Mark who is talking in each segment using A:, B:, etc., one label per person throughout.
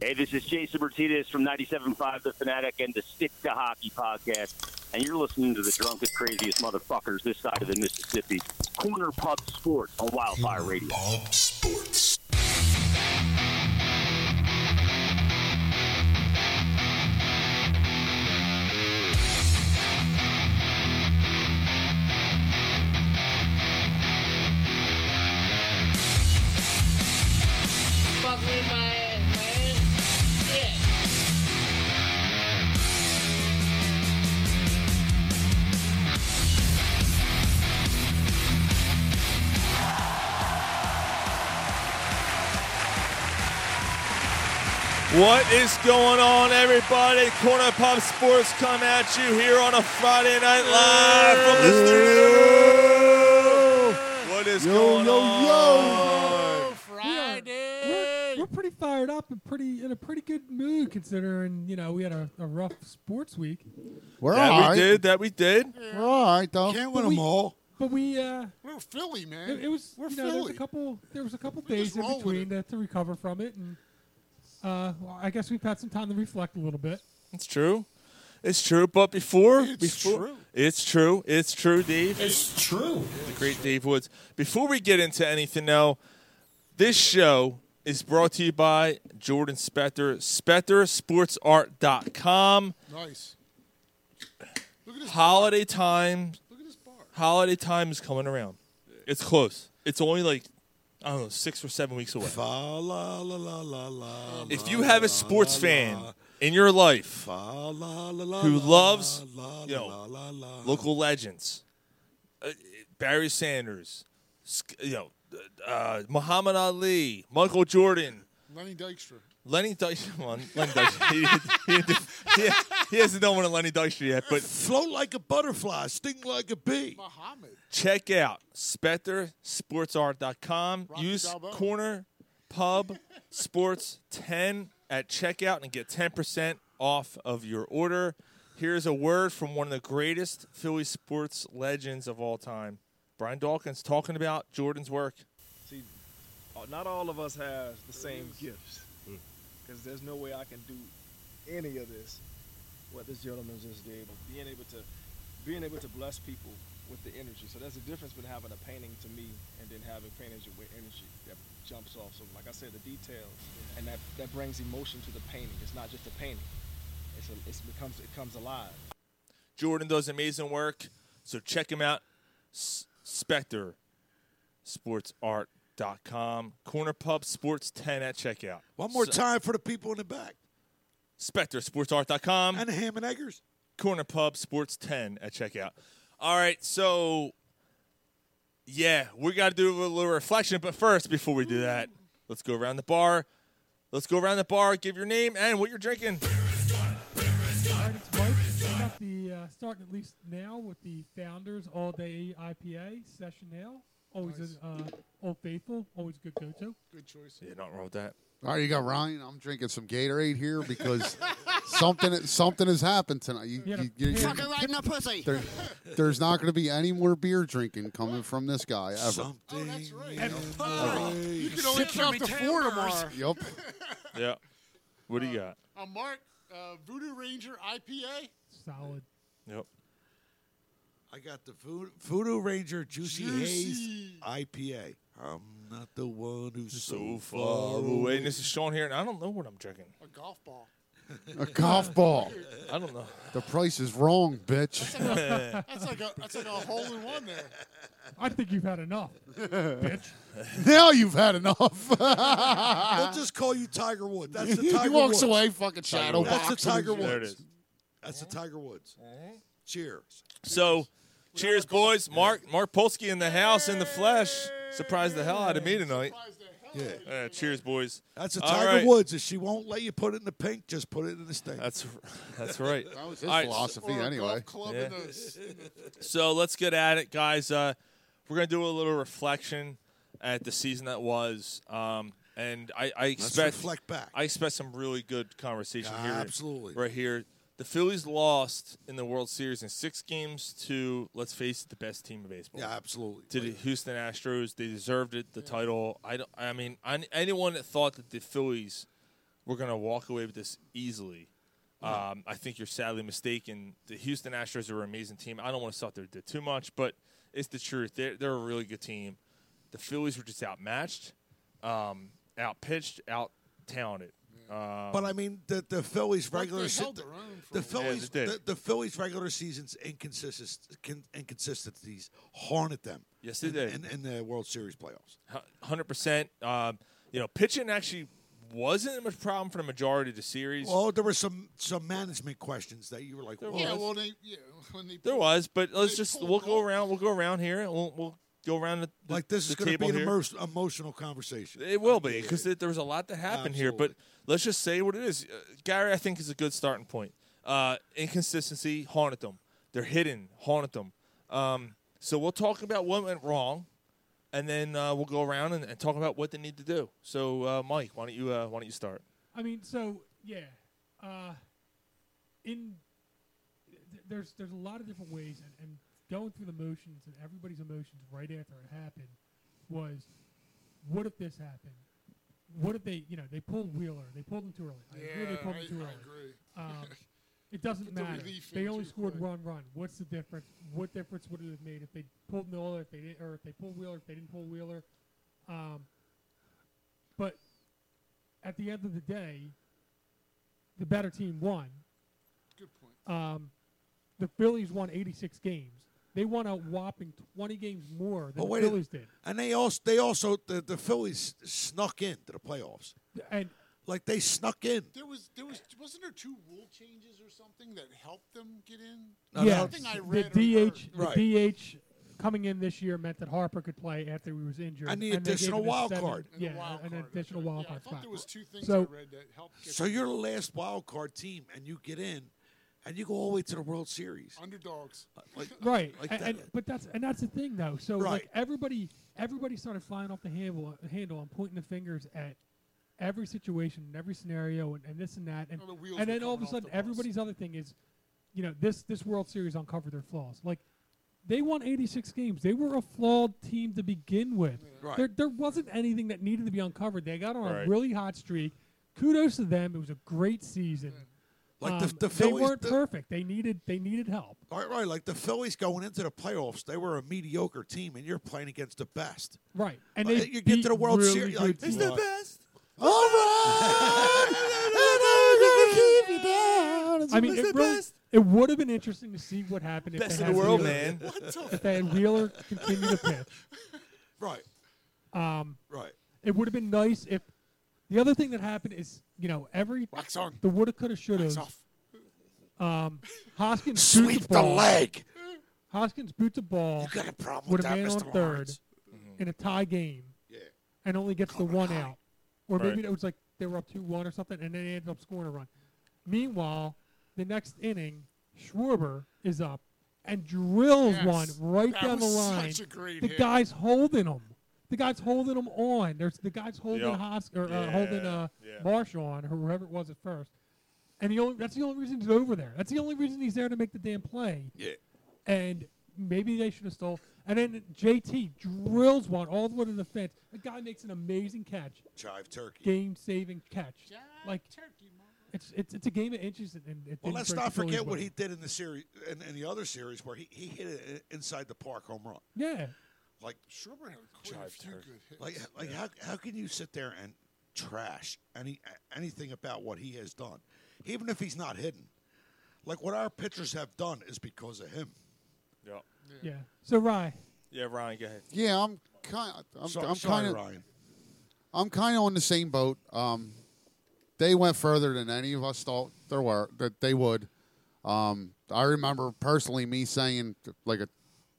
A: Hey, this is Jason Martinez from 97.5 The Fanatic and the Stick to Hockey podcast. And you're listening to the drunkest, craziest motherfuckers this side of the Mississippi. Corner Pub Sports on Wildfire Radio.
B: Bob Sports.
C: fuck me in my ass, man. Yeah.
D: What is going on, everybody? Corner Pop Sports come at you here on a Friday night live from the studio. What is going on?
E: We're, we're pretty fired up and pretty in a pretty good mood considering you know we had a, a rough sports week,
F: We're all
D: That
F: right.
D: we did. That we did.
F: We're all right though.
G: Can't win
E: we-
G: them all.
E: but we uh,
G: We're Philly, man.
E: it, it was
G: We're
E: you know there was
G: Philly.
E: a couple there was a couple
G: We just
E: days in
G: roll with
E: between
G: it.
E: to, to recover from it and uh, well, I guess we've had some time to reflect a little bit.
D: It's true. It's true. But before,
G: It's
D: before,
G: true.
D: it's true. It's true, Dave.
B: It's true.
D: the great Dave Woods. Before we get into anything, though, this show is brought to you by Jordan Spector, SpectorSportsArt.com.
G: nice. Look at this.
D: Holiday time
G: Look at this bar.
D: holiday time is coming around. It's close. It's only like I don't know, six or seven weeks away.
G: Fa la la la la la.
D: If you have a sports fan in your life
G: Fa la la la.
D: who
G: la,
D: loves
G: la,
D: you
G: la,
D: know
G: la, la.
D: local legends, uh, Barry Sanders, Sk- you know uh, Muhammad Ali, Michael Jordan,
G: Lenny Dykstra.
D: Lenny Dykstra. Well, Lenny Dykstra. he, he, he, he hasn't done one of Lenny Dykstra yet, but
B: Float like a butterfly, sting like a bee.
G: Muhammad.
D: check out spectorsportsart.com.
G: Rocky
D: Use
G: Balboa.
D: corner pub sports 10 at checkout and get 10% off of your order. Here's a word from one of the greatest Philly sports legends of all time. Brian Dawkins talking about Jordan's work.
H: See, uh, not all of us have the same gifts, because there's no way I can do any of this what this gentleman just did. But being able to, being able to bless people with the energy. So there's a difference between having a painting to me and then having paintings with energy that jumps off. So like I said, the details and that that brings emotion to the painting. It's not just a painting. It's a, it's becomes it comes alive.
D: Jordan does amazing work, so check him out. S- Spectre sportsart.com. Corner pub sports 10 at checkout.
B: One more
D: So-
B: time for the people in the back.
D: Spectre sportsart.com.
B: And the ham and eggers.
D: Corner Pub Sports 10 at checkout. All right, so yeah, we got to do a little reflection, but first, before we do that, let's go around the bar. Let's go around the bar, give your name and what you're drinking.
E: All right, it's Mike. We got the uh, starting at least now with the Founders All Day IPA session now. Always
G: Nice.
E: a uh, old faithful, always a good go to.
G: Good choice.
D: Yeah, not wrong with that.
F: All right, you got Ryan. I'm drinking some Gatorade here because something something has happened tonight. You,
E: Yeah,
F: you, you, you-
E: Fucking
I: right in the pussy.
F: there- there's not going to be any more beer drinking coming from this guy ever.
B: Something.
G: Oh, that's right.
B: you
G: You can only count to four tomorrow.
F: Yep.
D: Yeah. What do you got?
G: Uh, Mark, uh, Voodoo Ranger IPA.
E: Solid.
D: Yep.
B: I got the Voodoo, Voodoo Ranger Juicy,
G: Juicy.
B: Haze IPA. I'm not the one who's
D: So far away. And Uh, this is Sean here, and I don't know what I'm drinking.
G: A golf ball.
F: A golf ball.
D: I don't know.
F: The price is wrong, bitch.
G: That's like a that's like a hole in one there.
E: I think you've had enough, bitch.
F: now you've had enough.
B: I'll just call you Tiger Woods. That's the Tiger
F: he walks
B: Woods.
F: away fucking shadow
B: That's the
F: boxing.
B: Tiger
D: There it
B: Woods.
D: is. Uh-huh.
B: That's the Tiger Woods. Cheers.
D: So, cheers, boys. Mark Mark Polsky in the house in the flesh. Surprised the hell out of me tonight.
G: Surprised the hell
B: Yeah.
G: out of me.
D: Uh, cheers, boys.
B: That's the
D: All
B: Tiger
D: right.
B: Woods. If she won't let you put it in the pink, just put it in the stink.
D: That's that's right.
F: That was his
D: All right, so-
F: philosophy,
G: Or a
F: anyway.
G: golf club
D: Yeah.
G: in the,
D: So let's get at it, guys. Uh, we're gonna do a little reflection at the season that was, um, and I, I
B: Let's
D: expect
B: reflect back.
D: I expect some really good conversation here.
B: Absolutely.
D: right here. The Phillies lost in the World Series in six games to, let's face it, the best team in baseball.
B: yeah, absolutely.
D: To the Houston Astros, they deserved it, the title. I don't. I mean, I, anyone that thought that the Phillies we're going to walk away with this easily. Um, I think you're sadly mistaken. The Houston Astros are an amazing team. I don't want to stop there too much, but it's the truth. They're, they're a really good team. The Phillies were just outmatched, um, outpitched, out talented.
B: but I mean, the the Phillies
G: Like,
B: regular
G: they
B: se-
G: held
B: the,
G: their own for
B: the
G: a while.
B: Phillies
D: Yeah, they
B: the,
D: did.
B: the Phillies regular season's inconsistencies inconsistencies haunted them.
D: Yes, they
B: in-
D: did.
B: in, in the World Series playoffs.
D: hundred percent. Um, you know, pitching actually wasn't a problem for the majority of the series.
B: Well, there were some some management questions that you were like, well,
G: Yeah,
B: that's-
G: well, they, yeah, when they
D: there was, but let's just
G: pulled
D: we'll go
G: off.
D: around. We'll go around here. and We'll we'll go around the, the
B: like this
D: the
B: is going to be
D: table
B: an
D: here.
B: immerse, emotional conversation.
D: It will be because there was a lot that happened here, but let's just say what it is. Uh, Gary, I think is a good starting point. Uh, inconsistency haunted them. They're hidden, haunted them. Um, so we'll talk about what went wrong, and then uh, we'll go around and, and talk about what they need to do. So, uh, Mike, why don't you uh, why don't you start?
E: I mean, so yeah, uh, in th- there's there's a lot of different ways, and, and going through the motions and everybody's emotions right after it happened was, what if this happened? What if they, you know, they pulled Wheeler, they pulled him too early. I agree they
G: Yeah,
E: pulled
G: I,
E: him too
G: I
E: early.
G: agree.
E: Um, it doesn't
G: Get the
E: matter.
G: relief
E: They
G: in
E: only
G: too
E: scored
G: quick.
E: one run. What's the difference? What difference would it have made if they pulled Miller, if they didn't, or if they pulled Wheeler, if they didn't pull Wheeler? Um, but at the end of the day, the better team won.
G: Good point.
E: Um, the Phillies won 86 games. They won a whopping 20 games more than
B: But Oh, wait
E: the
B: a-
E: Phillies did.
B: And they also they also the, the Phillies snuck into the playoffs.
E: And
B: Like they snuck in.
G: There was there was wasn't there two rule changes or something that helped them get in?
B: No,
E: yeah,
B: no.
G: Something I
E: Uh, the
G: read or
E: DH, the
B: Right.
E: DH coming in this year meant that Harper could play after he was injured.
B: And the
E: they gave
B: additional
E: him a
B: wild
E: seven-
B: card.
G: And the
E: Yeah,
G: wild
E: an
G: card, that's
E: additional
G: right.
E: wild
G: yeah,
E: card
G: I thought
E: spot.
G: there was two things
E: So-
G: I read that helped. Get
B: So you're the last wild card team, and you get in, and you go all the way to the World Series.
G: underdogs.
B: Like,
E: right
B: Like
E: and,
B: that-
E: and- but that's and that's the thing though so
B: Right.
E: like everybody everybody started flying off the handle handle and pointing the fingers at every situation and every scenario and, and this and that and,
G: All the wheels
E: and
G: were
E: then all of a
G: coming off
E: sudden
G: the bus.
E: everybody's other thing is you know this this world series uncovered their flaws like they won 86 games they were a flawed team to begin with
B: Right.
E: there, there wasn't anything that needed to be uncovered they got on
D: Right.
E: a really hot streak kudos to them it was a great season
B: like
E: Um,
B: the, the
E: they
B: Phillies.
E: weren't
B: the-
E: perfect they needed they needed help
B: right, right. Like the Phillies going into the playoffs, they were a mediocre team, and you're playing against the best.
E: Right, and
B: Like,
E: they
B: you get to
E: beat
B: the World
E: really
B: Series,
E: good
B: like,
E: teams.
B: It's the What?
D: best.
B: All right. keep you down.
E: I mean, it, really, it would have been interesting to see what happened if
D: Best
E: they
D: in the
E: had
D: world,
E: Wheeler-
D: man.
E: If they had Wheeler continue to pitch,
B: Right.
E: um,
B: Right.
E: it would have been nice if. The other thing that happened is, you know, every
G: Wax on.
E: the woulda, coulda, shoulda.
G: It's off.
E: Um, Hoskins boots
B: Sweep
E: the
B: the
E: ball.
B: leg.
E: Hoskins boots a ball
B: You got a problem
E: with
B: with
E: a
B: that,
E: man on
B: Mr.
E: third
B: Lawrence?
E: in a tie game,
B: Yeah.
E: and only gets the one out, or maybe
D: Right.
E: it was like they were up two one or something, and then they ended up scoring a run. Meanwhile, the next inning, Schwarber is up and drills
G: Yes.
E: one right
G: That
E: down the
G: was
E: line.
G: Such a great
E: The
G: hit.
E: guy's holding him. The guy's holding him on. There's the guy's holding
D: Yeah.
E: Hos- or, uh, holding
D: Yeah.
E: uh,
D: Yeah.
E: Marshall on, or whoever it was at first. And the only that's the only reason he's over there. That's the only reason he's there to make the damn play.
B: Yeah.
E: And maybe they should have stole. And then JT drills one all the way to the fence. The guy makes an amazing catch,
B: Chive turkey.
E: game saving catch.
G: Jive
E: Like
G: turkey, mama.
E: it's it's it's a game of inches. And, and it
B: Well,
E: didn't
B: let's
E: break
B: not
E: the Phillies'
B: forget what
E: way.
B: he did in the series, in, in the other series, where he, he hit it i- inside the park home run.
E: Yeah,
B: Like,
G: Schwarber had quite
D: Jive
G: a few
D: turkey.
G: good hits.
B: like, like how, how can you sit there and trash any anything about what he has done, even if he's not hidden? Like what our pitchers have done is because of him.
D: Yeah,
E: yeah. So Rye,
D: yeah, Ryan, go ahead.
F: Yeah, I'm kind. I'm,
B: So,
F: I'm
B: sorry,
F: kind of.
B: Ryan.
F: I'm kind of on the same boat. Um, they went further than any of us thought there were that they would. Um, I remember personally me saying like a,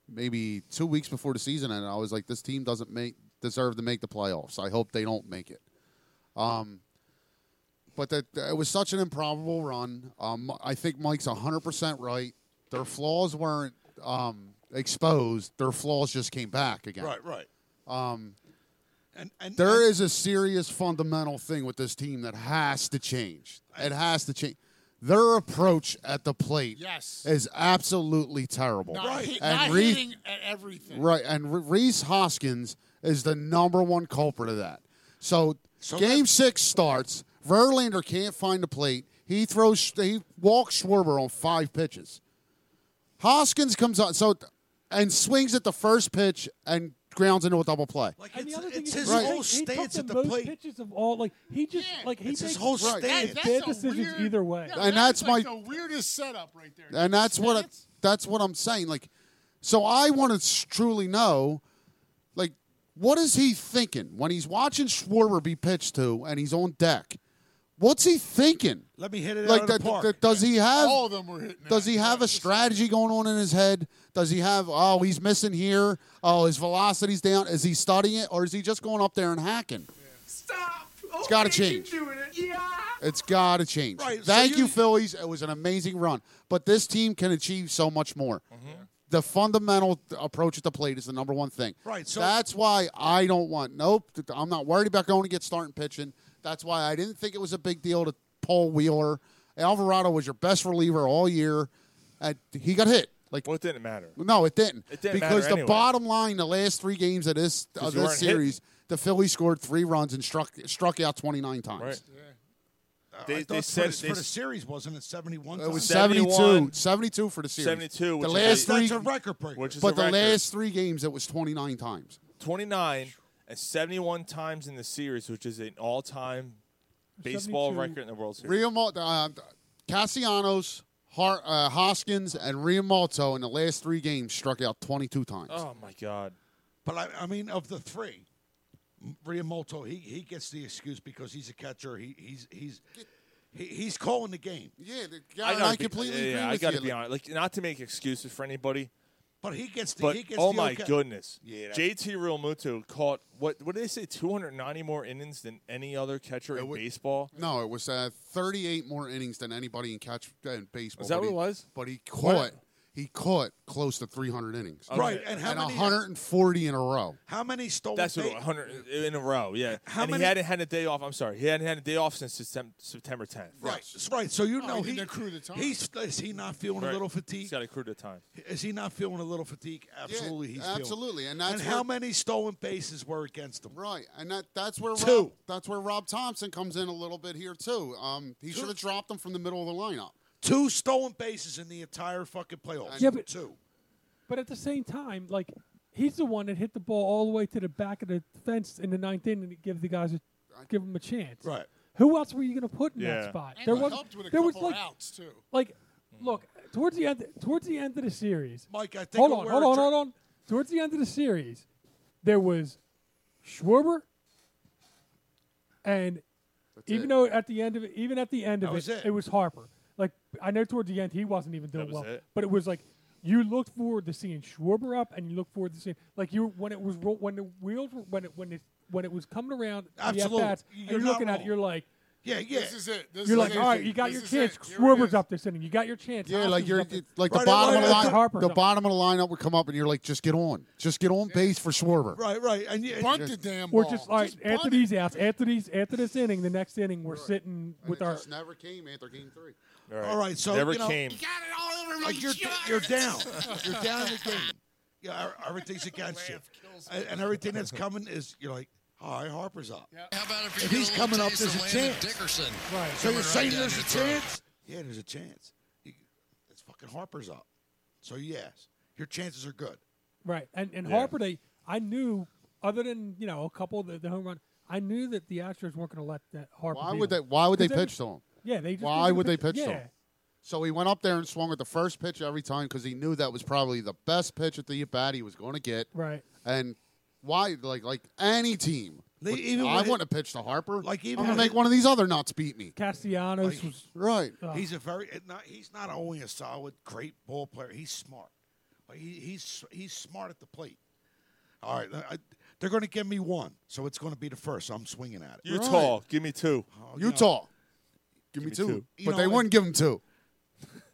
F: maybe two weeks before the season ended, I was like, "This team doesn't make deserve to make the playoffs. I hope they don't make it." Um, but that it was such an improbable run. Um, I think Mike's 100% right. Their flaws weren't um, exposed. Their flaws just came back again.
B: Right, right. Um, and and
F: There
B: and-
F: is a serious fundamental thing with this team that has to change. It has to change. Their approach at the plate
G: Yes.
F: is absolutely terrible.
G: Not, hit, not
F: and Reece-
G: hitting at everything.
F: Right, and Re- Reese Hoskins is the number one culprit of that. So,
B: So
F: game
B: that's-
F: six starts. Verlander can't find the plate. He throws. He walks Schwarber on five pitches. Hoskins comes out so and swings at the first pitch and grounds into a double play.
B: Like
E: And
B: it's,
E: the other thing is,
B: it's his
E: he-
B: whole
E: he, took
B: stance
E: the
B: at the
E: most
B: plate.
E: Pitches of all, like he just
G: Yeah.
E: like he
B: It's his
E: makes
B: whole
E: bad
B: stance.
G: That-
E: bad
G: a
E: decisions
G: weird-
E: either way.
G: Yeah,
F: And
G: that
F: that's
G: is, like
F: my-
G: the weirdest setup right there.
F: and that's what I,
G: Stance?
F: that's what I'm saying. Like, so I want to truly know, like, what is he thinking when he's watching Schwarber be pitched to and he's on deck? What's he thinking?
B: Let me hit it out
F: Like,
B: of
F: that,
B: the park.
F: that- does he have?
G: all of them were hitting.
F: Does
G: that.
F: he have a strategy going on in his head? Does he have, oh, he's missing here. Oh, his velocity's down. Is he studying it or is he just going up there and hacking?
I: Stop!
F: It's gotta change. It's got to change.
B: Right, so
F: Thank
B: you-
F: you, Phillies. It was an amazing run, but this team can achieve so much more.
D: Mm-hmm.
F: The fundamental th- approach at the plate is the number one thing.
B: Right, so-
F: that's why I don't want. Nope. th- I'm not worried about going to get starting pitching. That's why I didn't think it was a big deal to Paul Wheeler. Alvarado was your best reliever all year. And he got hit. Like
D: Well, it didn't matter.
F: no, it didn't.
D: It didn't
F: because
D: matter
F: the
D: anyway.
F: bottom line, the last three games of this of
D: you
F: this
D: weren't hitting.
F: series, the Phillies scored three runs and struck struck out 29 times.
D: Right.
B: Uh,
D: They-
B: I
D: they
B: thought
D: said
B: for,
D: it-
B: the,
D: they
B: for the
D: s-
B: series, wasn't it? Seventy-one.
F: It was
B: times?
F: 72,
D: 71.
F: 72 for the series.
D: 72,
F: The
D: which
F: last
D: is
B: That's
F: three,
B: a record breaker.
D: Which is
F: but
D: a
F: the
D: record.
F: last three games, it was 29 times.
D: 29 and 71 times in the series, which is an all-time baseball
E: 72.
D: record in the World Series.
F: Rio Mal- uh, Cassianos, Har- uh, Hoskins, and Riamalto in the last three games struck out 22 times.
D: Oh my God!
B: But I, I mean, of the three, Riamolto, he he gets the excuse because he's a catcher. He he's he's he, he's calling the game,
F: Yeah, the guy, I,
D: gotta be-
F: completely
D: yeah,
F: agree
D: I
F: with
D: gotta
F: you.
D: be honest. Like not to make excuses for anybody,
B: but he gets the
D: but
B: he gets
D: oh
B: the
D: my
B: okay.
D: goodness,
B: Yeah, that-
D: JT Realmuto caught what? What did they say? 290 more innings than any other catcher in
F: would-
D: baseball.
F: No, it was uh, 38 more innings than anybody in catch in baseball.
D: Is that
F: but
D: what
F: he-
D: it was?
F: But he caught he caught close to 300 innings
B: Right,
D: Okay.
B: and Oh. how
F: and
B: many? uh,
F: 140 in a row.
B: How many stolen?
D: That's what
B: base-
D: 100 in a row. Yeah,
B: How
D: and
B: many-
D: he hadn't had a day off. I'm sorry, he hadn't had a day off since Septem- September 10th.
B: Right, s- right. So you know
G: he
B: he
G: didn't accrue the time.
B: he's is he not feeling
D: Right.
B: a little
D: He's
B: fatigued?
D: got a crew to time.
B: Is he not feeling a little fatigued? Absolutely, he's feeling-
F: absolutely, and that's
B: and
F: where-
B: how many stolen bases were against him?
F: Right, and that that's where
B: Two.
F: Rob, that's where Rob Thompson comes in a little bit here too. Um, he should have dropped him from the middle of the lineup.
B: Two stolen bases in the entire fucking playoffs.
E: Yeah, but-
B: two.
E: But at the same time, like he's the one that hit the ball all the way to the back of the fence in the ninth inning to give the guys a, give him a chance.
B: Right.
E: Who else were you going to put in that
D: Yeah.
E: spot?
G: And
E: there
G: he
E: was
G: helped with a
E: there was
G: couple
E: like
G: outs too.
E: like look towards the end towards the end of the series.
B: Mike, I think
E: hold
B: of
E: on,
B: where
E: hold
B: it
E: on,
B: dri-
E: hold on. Towards the end of the series, there was Schwarber, and even
F: it.
E: though at the end of it, even at the end of
B: That was
E: it,
B: it.
E: it was Harper. Like I know towards the end he wasn't even doing
D: was
E: well,
D: it.
E: but it was like you looked forward to seeing Schwarber up, and you looked forward to seeing like you when it was ro- when the wheels were when it when it when it was coming around. to
B: Absolutely.
E: the at-bats, and
B: You're
E: you're
B: not
E: looking at
B: wrong.
E: it, you're like.
B: Yeah, yeah.
G: This is it. This
E: You're
G: is
E: like,
G: it.
E: all right, you got
G: This
E: your
G: is
E: chance.
G: it. Here we
E: Schwarber's
G: go.
E: up this inning. You got your chance.
F: Yeah, like
E: Hopkins
F: you're
E: up this-
F: like
B: Right,
F: the bottom of
B: right,
F: the
B: right,
F: line,
E: Harper's
F: the
E: up.
F: bottom of the lineup would come up, and you're like, just get on, just get on base for Schwarber.
B: Right, right. And you,
G: Bunt the damn ball.
E: Or just like
G: bunt
E: after
G: it.
E: these outs, after these, after this inning, the next inning, we're sitting with our.
F: never came after game three.
B: All right, so,
D: never
B: you know,
D: came.
B: like you're you're down. You're down in the game. Yeah, er- everything's against you, and, and everything that's coming is you're like, all right, Harper's up.
J: How about if, you
B: If
J: get
B: he's
J: little
B: coming up,
J: taste
B: there's
J: of
B: a
J: Landon
B: chance.
J: Dickerson.
B: So
J: Coming
B: you're
J: right
B: saying
J: down
B: there's a
J: your throat.
B: chance? Yeah, there's a chance. You- It's fucking Harper's up. So yes, your chances are good.
E: Right. And and Harper, they, I knew, other than you know a couple of the, the home run, I knew that the Astros weren't going to let that Harper.
F: Why
E: beat
F: would they?
E: them.
F: Why would they
E: 'Cause every-
F: pitch to him?
E: Yeah, they. Just
F: Why
E: didn't
F: would they
E: it.
F: pitch to
E: yeah.
F: him? So he went up there and swung at the first pitch every time because he knew that was probably the best pitch at the at bat he was going to get.
E: Right.
F: And why, like, like any team,
B: They-
F: would-
B: even
F: I
B: when it-
F: want to pitch to Harper.
B: Like, even
F: I'm gonna
B: when
F: make
B: it-
F: one of these other nuts beat me.
E: Castellanos was.
F: Right.
E: Uh,
B: He's a very it not, he's not only a solid great ball player. He's smart. Like he, he's he's smart at the plate. All right, I, they're going to give me one, so it's going to be the first. So I'm swinging at it.
D: Utah, give me two.
G: Oh,
F: Utah. give me
D: me
F: two.
D: two.
B: You
F: But
B: know,
F: they
B: and-
F: wouldn't give him two.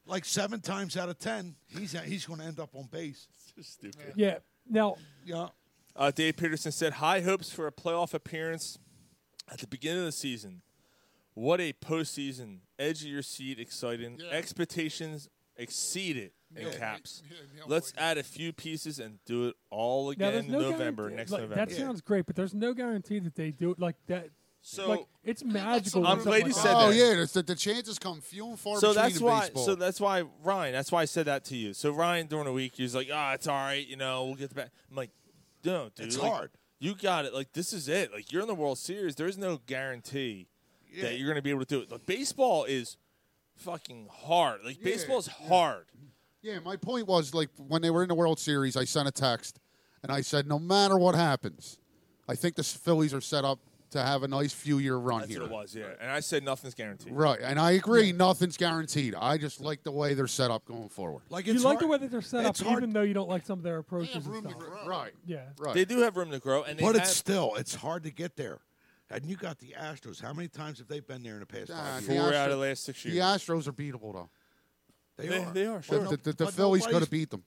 B: Like seven times out of ten, he's he's going to end up on base.
D: Stupid.
E: yeah. Now,
B: Yeah,
D: Uh, Dave Peterson said, "High hopes for a playoff appearance at the beginning of the season. What a postseason! Edge of your seat, exciting. Expectations exceeded in caps.
G: yeah, yeah,
D: Let's
G: boy.
D: add a few pieces and do it all
E: now
D: again
E: there's
D: in
E: no
D: November,
E: guarantee-
D: next
E: like,
D: November.
E: That sounds great, but there's no guarantee that they do it like that.
D: So
E: like it's magical.
D: I'm
E: when
D: glad you
E: something
D: said
E: like
F: oh
D: that.
F: yeah, the, the chances come few and far
D: so
F: between
D: that's
F: in
D: why
F: baseball.
D: so that's why Ryan, that's why I said that to you. So Ryan during the week he was like, "Ah, it's all right, you know, we'll get the back." I'm like, "No, dude.
B: It's
D: like,
B: hard.
D: You got it. Like this is it. Like you're in the World Series. There's no guarantee
B: Yeah.
D: that you're going to be able to do it. Like baseball is fucking hard. Like baseball is hard.
F: yeah, my point was like when they were in the World Series, I sent a text and I said, no matter what happens, I think the Phillies are set up to have a nice few year run
D: That's
F: here.
D: what it was, yeah. And I said nothing's guaranteed.
F: Right, and I agree, nothing's guaranteed. I just like the way they're set up going forward.
B: Like
E: You
B: it's
E: like
B: hard.
E: the way that they're set
B: it's
E: up,
B: hard.
E: even though you don't like some of their approaches.
G: have
E: and
G: room to
E: stuff.
G: grow.
F: Right,
E: Yeah.
F: right.
D: They do have room to grow, and they
B: But
D: have,
B: it's still it's hard to get there. And you got the Astros. How many times have they been there in the past
F: Ah,
B: five
F: the
B: years?
D: four out of
F: Astros-
D: the last six years.
F: the Astros are beatable though.
B: They,
D: They-
B: are.
D: they are,
B: But
D: sure.
B: no-
F: The, the, the
B: but
F: Phillies could
B: nobody's-
F: have beat them.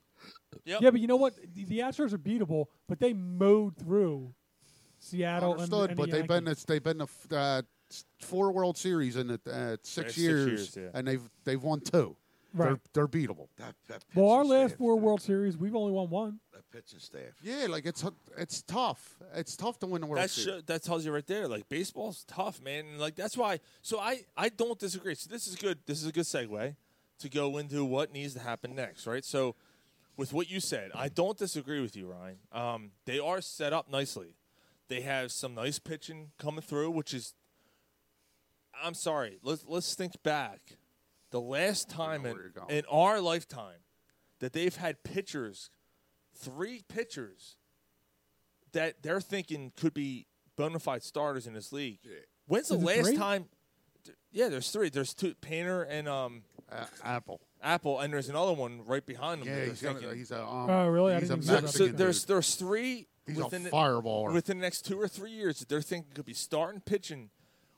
D: Yep.
E: Yeah, but you know what? The, the Astros are beatable, but they mowed through Seattle. and-
F: Understood,
E: and
F: but
E: the
F: they've been
E: Yankees.
F: it's, they've been the f- uh, s- four World Series in the, uh,
D: Six
F: six years,
D: years, yeah.
F: and they've they've won two.
E: Right.
F: They're, they're beatable.
B: That, that
E: Well, our
B: pitching
E: last
B: staff,
E: four
B: that-
E: World Series, we've only won one.
B: That pitching staff.
F: Yeah, like it's it's tough. It's tough to win the World
D: that
F: Series.
D: sho that tells you right there like baseball's tough man and like that's why so i i don't disagree so this is good this is a good segue to go into what needs to happen next right so with what you said i don't disagree with you ryan um, they are set up nicely they have some nice pitching coming through which is i'm sorry let's let's think back the last time in,
F: where you're going.
D: in our lifetime that they've had pitchers three pitchers that they're thinking could be bona fide starters in this league. When's the
E: Is it
D: last
E: three?
D: time? th- Yeah, there's three. There's two Painter and um,
F: Uh, Apple.
D: Apple, and there's another one right behind them. that
F: Yeah,
D: they're
F: he's gonna,
D: thinking.
F: he's a um,
E: Oh, really? I
F: He's a
E: didn't even know
F: Mexican.
E: about
D: so
E: that.
F: dude.
D: there's there's three
F: he's a
D: within the-
F: fireballer.
D: within the next two or three years that they're thinking could be starting pitching.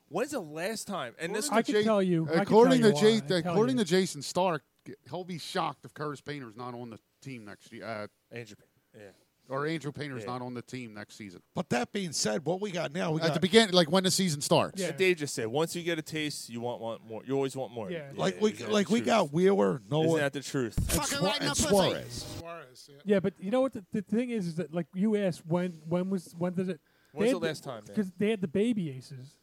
D: When's the last time? And this
E: I can tell you. I can
F: according
E: tell you
F: to
E: why.
F: Jay,
E: I tell
F: according
E: you.
F: to Jason Stark, he'll be shocked if Curtis Painter's not on the team next year, uh,
D: Andrew, yeah,
F: or Andrew Painter's
D: Yeah.
F: not on the team next season.
B: But that being said, what we got now, we
F: At
B: got
F: the beginning, like when the season starts.
E: Yeah.
D: Like Dave just said, once you get a taste, you want want more. You always want more.
E: Yeah.
B: like we
D: isn't that
B: like
D: the
B: we
D: truth?
B: got Wheeler,
D: Isn't
B: Noah,
D: that the truth?
B: and,
G: Fucking
B: Sua-
G: right in
B: and
G: the pussy.
B: Suarez.
G: Suarez, yeah.
E: Yeah, but you know what the, the thing is is that like you asked when when was when did it?
D: When's the last time, man?
E: Because they had the baby aces,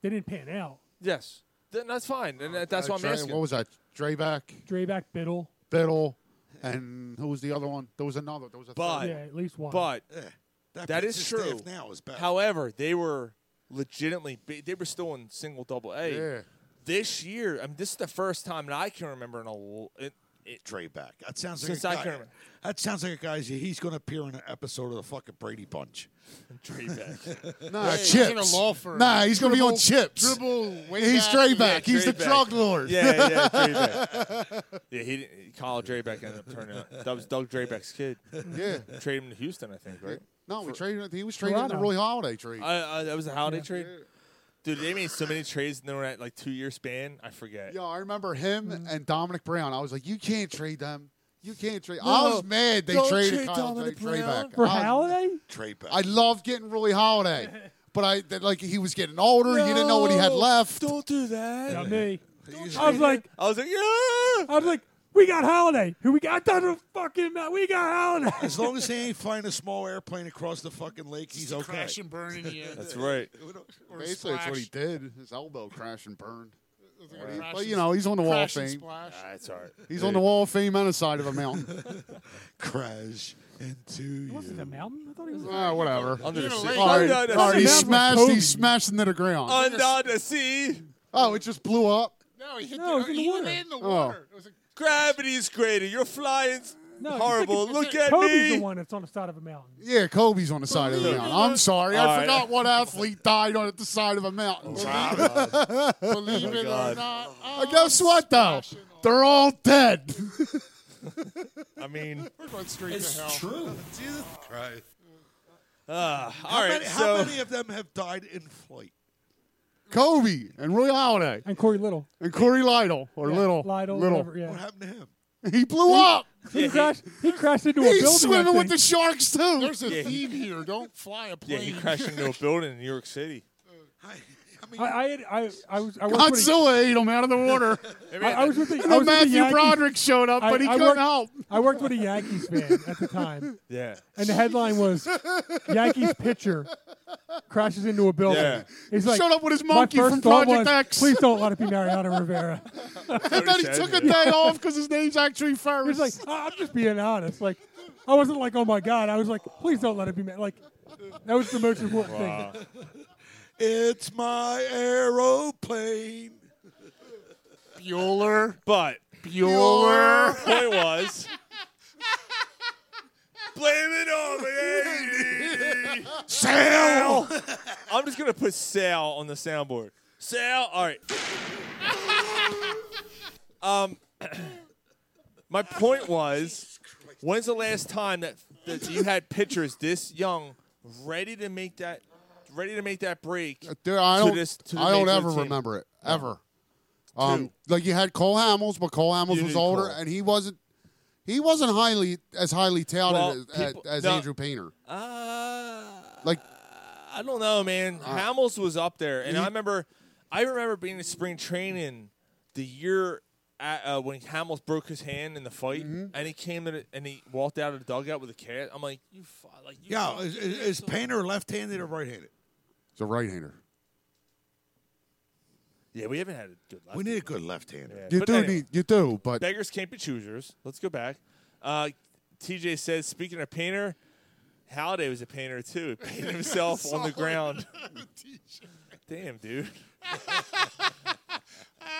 E: they didn't pan out.
D: Yes, Then that's fine, and that- that's
F: Uh,
D: what I'm
F: Dre-
D: asking.
F: What was that? Dreback,
E: Drayback Biddle,
F: Biddle, and who was the other one? There was another. There was a
D: But-
F: third.
E: yeah, at least one.
D: But
B: Yeah,
D: That is
B: pitching staff
D: true.
B: Now is bad.
D: however, they were legitimately ba- they were still in single double A.
F: Yeah.
D: This year, I mean, this is the first time that I can remember in a l- it, it,
B: Dre back. That sounds like
D: Since
B: a
D: I
B: guy.
D: can remember.
B: That sounds like a guy. He's going to appear in an episode of the fucking Brady Bunch.
D: Dre back.
F: Nah,
G: he's in a law firm.
F: Nah, he's gonna be on
G: Dribble-
F: chips.
G: dribble way
F: he's
G: back.
F: Dreback. back.
D: Yeah,
F: he's the
D: Dreback.
F: drug lord.
D: yeah, yeah, Dre back. Yeah, he didn't, Kyle Dreback ended up turning out. uh, That was Doug Dreback's kid.
F: Yeah.
D: Traded him to Houston, I think, right?
F: No, we traded. He was traded in the
E: Toronto.
F: Roy Holiday trade.
D: I, I, that was a holiday trade. Dude, they made so many trades in that like two year span. I forget.
F: Yo, I remember him
D: Mm.
F: and Dominic Brown. I was like, you can't trade them. You can't trade. I was mad they
D: don't
F: traded
D: trade
F: Kyle
D: Dominic
F: Dre-
D: Brown.
F: Dreback.
E: for
F: I was-
E: Halliday,
B: Dre back.
F: I loved getting Roy Holiday, but I that, like he was getting older. He didn't know what he had left.
D: Don't do that.
E: not me.
B: He's-
E: I was like,
D: I was like, yeah.
E: I was like, we got Holiday. Who we got? Doesn't fucking matter. We got Holiday.
B: as long as they ain't flying a small airplane across the fucking lake, he's
G: Just
B: okay.
G: Crash and burn in the end.
D: That's right.
G: Or
F: Basically, that's what he
G: splash.
F: did. His elbow crashed and burned.
G: Or crash
F: But
G: and-
F: you know, he's on the wall of
G: crash and
F: fame.
G: splash.
D: That's all right.
F: He's on the wall of fame and the side of a mountain.
B: Crash into you.
E: Was it a mountain? I thought he was.
F: Ah, whatever.
D: Under the
G: You're
D: sea.
G: late.
F: All right,
D: Under the
F: all right, he
D: sea.
E: Sounds like
F: smashed.
E: Kobe.
F: He smashed into the
G: Oh,
F: ground.
D: Under the sea.
F: Oh, it just blew up.
G: No, he hit
E: No,
G: the,
E: it was in the
G: he went
E: water.
G: in the water. It was a
D: Gravity's greater. You're flying s-
E: No, you
D: horrible.
E: think
D: Look at
E: Kobe's
D: me.
E: the one that's on the side of a mountain.
F: Yeah, Kobe's on the side of the mountain. I'm sorry,
D: All
F: I
D: right.
F: forgot what athlete died on at the side of a mountain.
G: Believe it
D: God.
G: or not,
F: I guess what though? They're all dead.
D: I mean,
G: we're going straight to hell.
B: True. Jesus Christ.
D: uh,
B: How,
D: all right.
B: many,
D: So,
B: how many of them have died in flight?
F: Kobe and Roy Holiday
E: And Corey Little.
F: and Corey Lytle or
E: Yeah,
F: Little
E: Lytle,
F: Little.
E: whatever, yeah.
B: What happened to him?
F: He blew up.
E: He crashed. He crashed into a building.
F: He's
E: I
F: swimming with the
E: think.
F: sharks too.
G: There's a theme here. Don't fly a
D: yeah,
G: plane.
D: he crashed into a building in New York City.
B: I, I mean,
E: I, I, had, I, I was. I worked with. a-
F: Godzilla ate him out of the water.
E: I, I was with the. I
F: And
E: was with the
F: Matthew
E: Yankees-
F: Broderick showed up,
E: I-
F: but he
E: I
F: couldn't
E: worked-
F: help.
E: I worked with a Yankees fan at the time,
D: Yeah.
E: and the headline was Yankees pitcher crashes into a building.
D: Yeah.
E: He's like,
F: Showed up with his
E: "My
F: monkey
E: first
F: from
E: thought
F: Project
E: was,
F: X."
E: Please don't let it be Mariano Rivera.
F: and then he
D: said
F: took a
D: that.
F: day off because his name's actually Ferris.
E: He's like, "I- I'm just being honest. Like, I wasn't like, oh my god. I was like, please don't let it be. Ma-. Like, that was the most important thing.
B: It's my aeroplane.
F: Bueller.
D: But
F: Bueller.
D: point was, blame it on the 80s.
B: Sal.
D: I'm just gonna put Sal on the soundboard. Sal, all right. um, my point was, when's the last time that, that you had pitchers this young ready to make that ready to make that break?
F: Dude, I
D: to
F: don't,
D: this- to the
F: I don't
D: major
F: ever
D: team.
F: remember it ever. Um, like you had Cole Hamels, but Cole Hamels
D: You
F: was
D: did
F: older,
D: Cole.
F: and he wasn't he wasn't highly as highly touted
D: Well,
F: as, as-
D: people-
F: as
D: no.
F: Andrew Painter.
D: Uh,
F: Like
D: I don't know, man.
B: Uh,
D: Hamels was up there, and I remember, I remember being in spring training the year at, uh, when Hamels broke his hand in the fight,
B: Mm-hmm.
D: and he came to the, and he walked out of the dugout with a cat. I'm like, you, fu- like, you
B: Yeah,
D: fu-
B: is, is, is Painter left-handed or right-handed?
F: it's a right hander.
D: yeah, we haven't had a good. Left
B: We need a good left-hander.
D: Yeah.
F: You
D: But
F: do
D: anyway.
F: need you do, but
D: beggars can't be choosers. Let's go back. Uh, TJ says, speaking of painter, Halliday was a painter too. He painted himself on the ground. Damn, dude.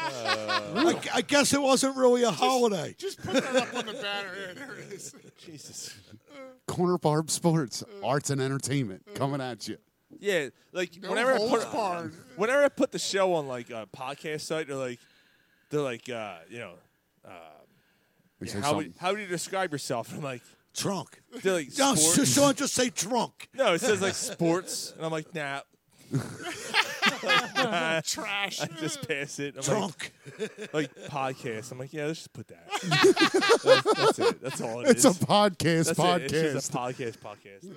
B: I, I guess it wasn't really a holiday.
G: Just put that up on the banner. Yeah, there it is.
D: Jesus.
F: Corner Barb Sports, arts and entertainment coming at you.
D: Yeah, like
G: No
D: whenever I
G: holds
D: put
G: barred.
D: whenever I put the show on like a podcast site, they're like, they're like, uh, you know,
F: They say
D: how would,
F: something.
D: how would you describe yourself? I'm like,
B: Drunk.
D: they're like,
B: No,
D: sports.
B: so- Sean, just say drunk.
D: no, it says like sports, and I'm like, nah,
G: Trash.
D: I just pass it. I'm like,
B: Drunk.
D: like podcast. I'm like, yeah, let's just put that. that's, that's it. That's all it
F: It's
D: is.
F: a podcast.
D: that's
F: podcast.
D: It. It's just a podcast. Podcast.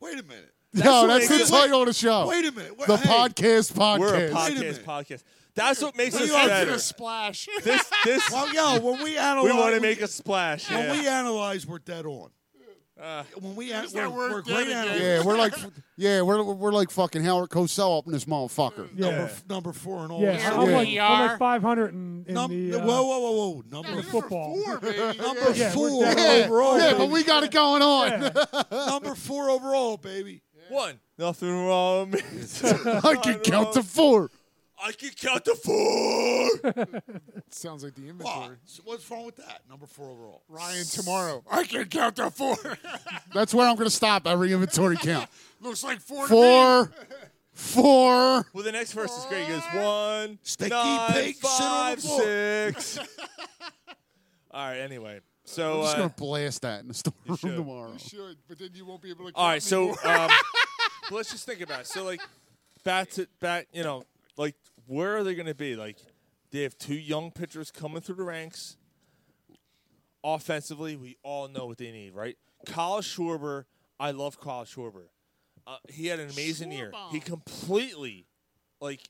B: Wait a minute.
F: no,
D: That's what
F: that's the
D: makes it-
F: title of the show.
B: Oh. Wait a minute. Wait-
F: the
B: hey,
F: podcast. Podcast.
D: We're a
B: a
D: podcast.
B: minute.
D: Podcast. That's what makes us
B: We are
D: better.
G: Splash.
D: This this
B: Well, yo, when we analyze,
D: we want to make a splash.
B: when
D: yeah.
B: we analyze, we're dead on. when we an- we're,
G: that word
B: we're
G: dead
B: great
G: again?
B: analysts.
F: Yeah, we're like, yeah, we're we're like fucking Howard Cosell up in this motherfucker.
E: Yeah,
B: Number, f- number four in all.
E: yeah.
B: the
E: I'm,
F: Yeah.
E: like, I'm
G: Yeah.
E: like 500 in, in
B: Num-
E: the. Uh,
B: whoa, whoa, whoa, whoa! Number
E: the football.
G: Four, baby.
B: Number
E: Yeah, we're
B: four
E: definitely-
B: overall.
F: Yeah,
B: baby.
F: but we got it going on.
B: number four overall, baby.
D: One. Nothing wrong. with me.
F: I can count to four.
D: I can count to four.
G: Sounds like the
B: Why?
G: inventory.
B: Uh, So what's wrong with that? Number four overall.
G: Ryan tomorrow. I can count to four.
F: That's where I'm going to stop every inventory count.
G: Looks like four. To me.
F: Four, four.
D: Well, the next verse is great. He goes one,
B: Sticky
D: nine,
B: pig, sit on
D: five,
B: the floor.
D: six. All right. Anyway, so
F: I'm just
D: uh,
F: going to blast that in the store room
D: should.
F: tomorrow.
G: You should, but then you won't be able to.
D: all
G: count
D: right. So
G: anymore.
D: um, let's just think about it. So like, back to back. You know, like where are they going to be? Like, they have two young pitchers coming through the ranks. Offensively, we all know what they need, right? Kyle Schwarber. I love Kyle Schwarber. Uh, he had an amazing year. He completely, like,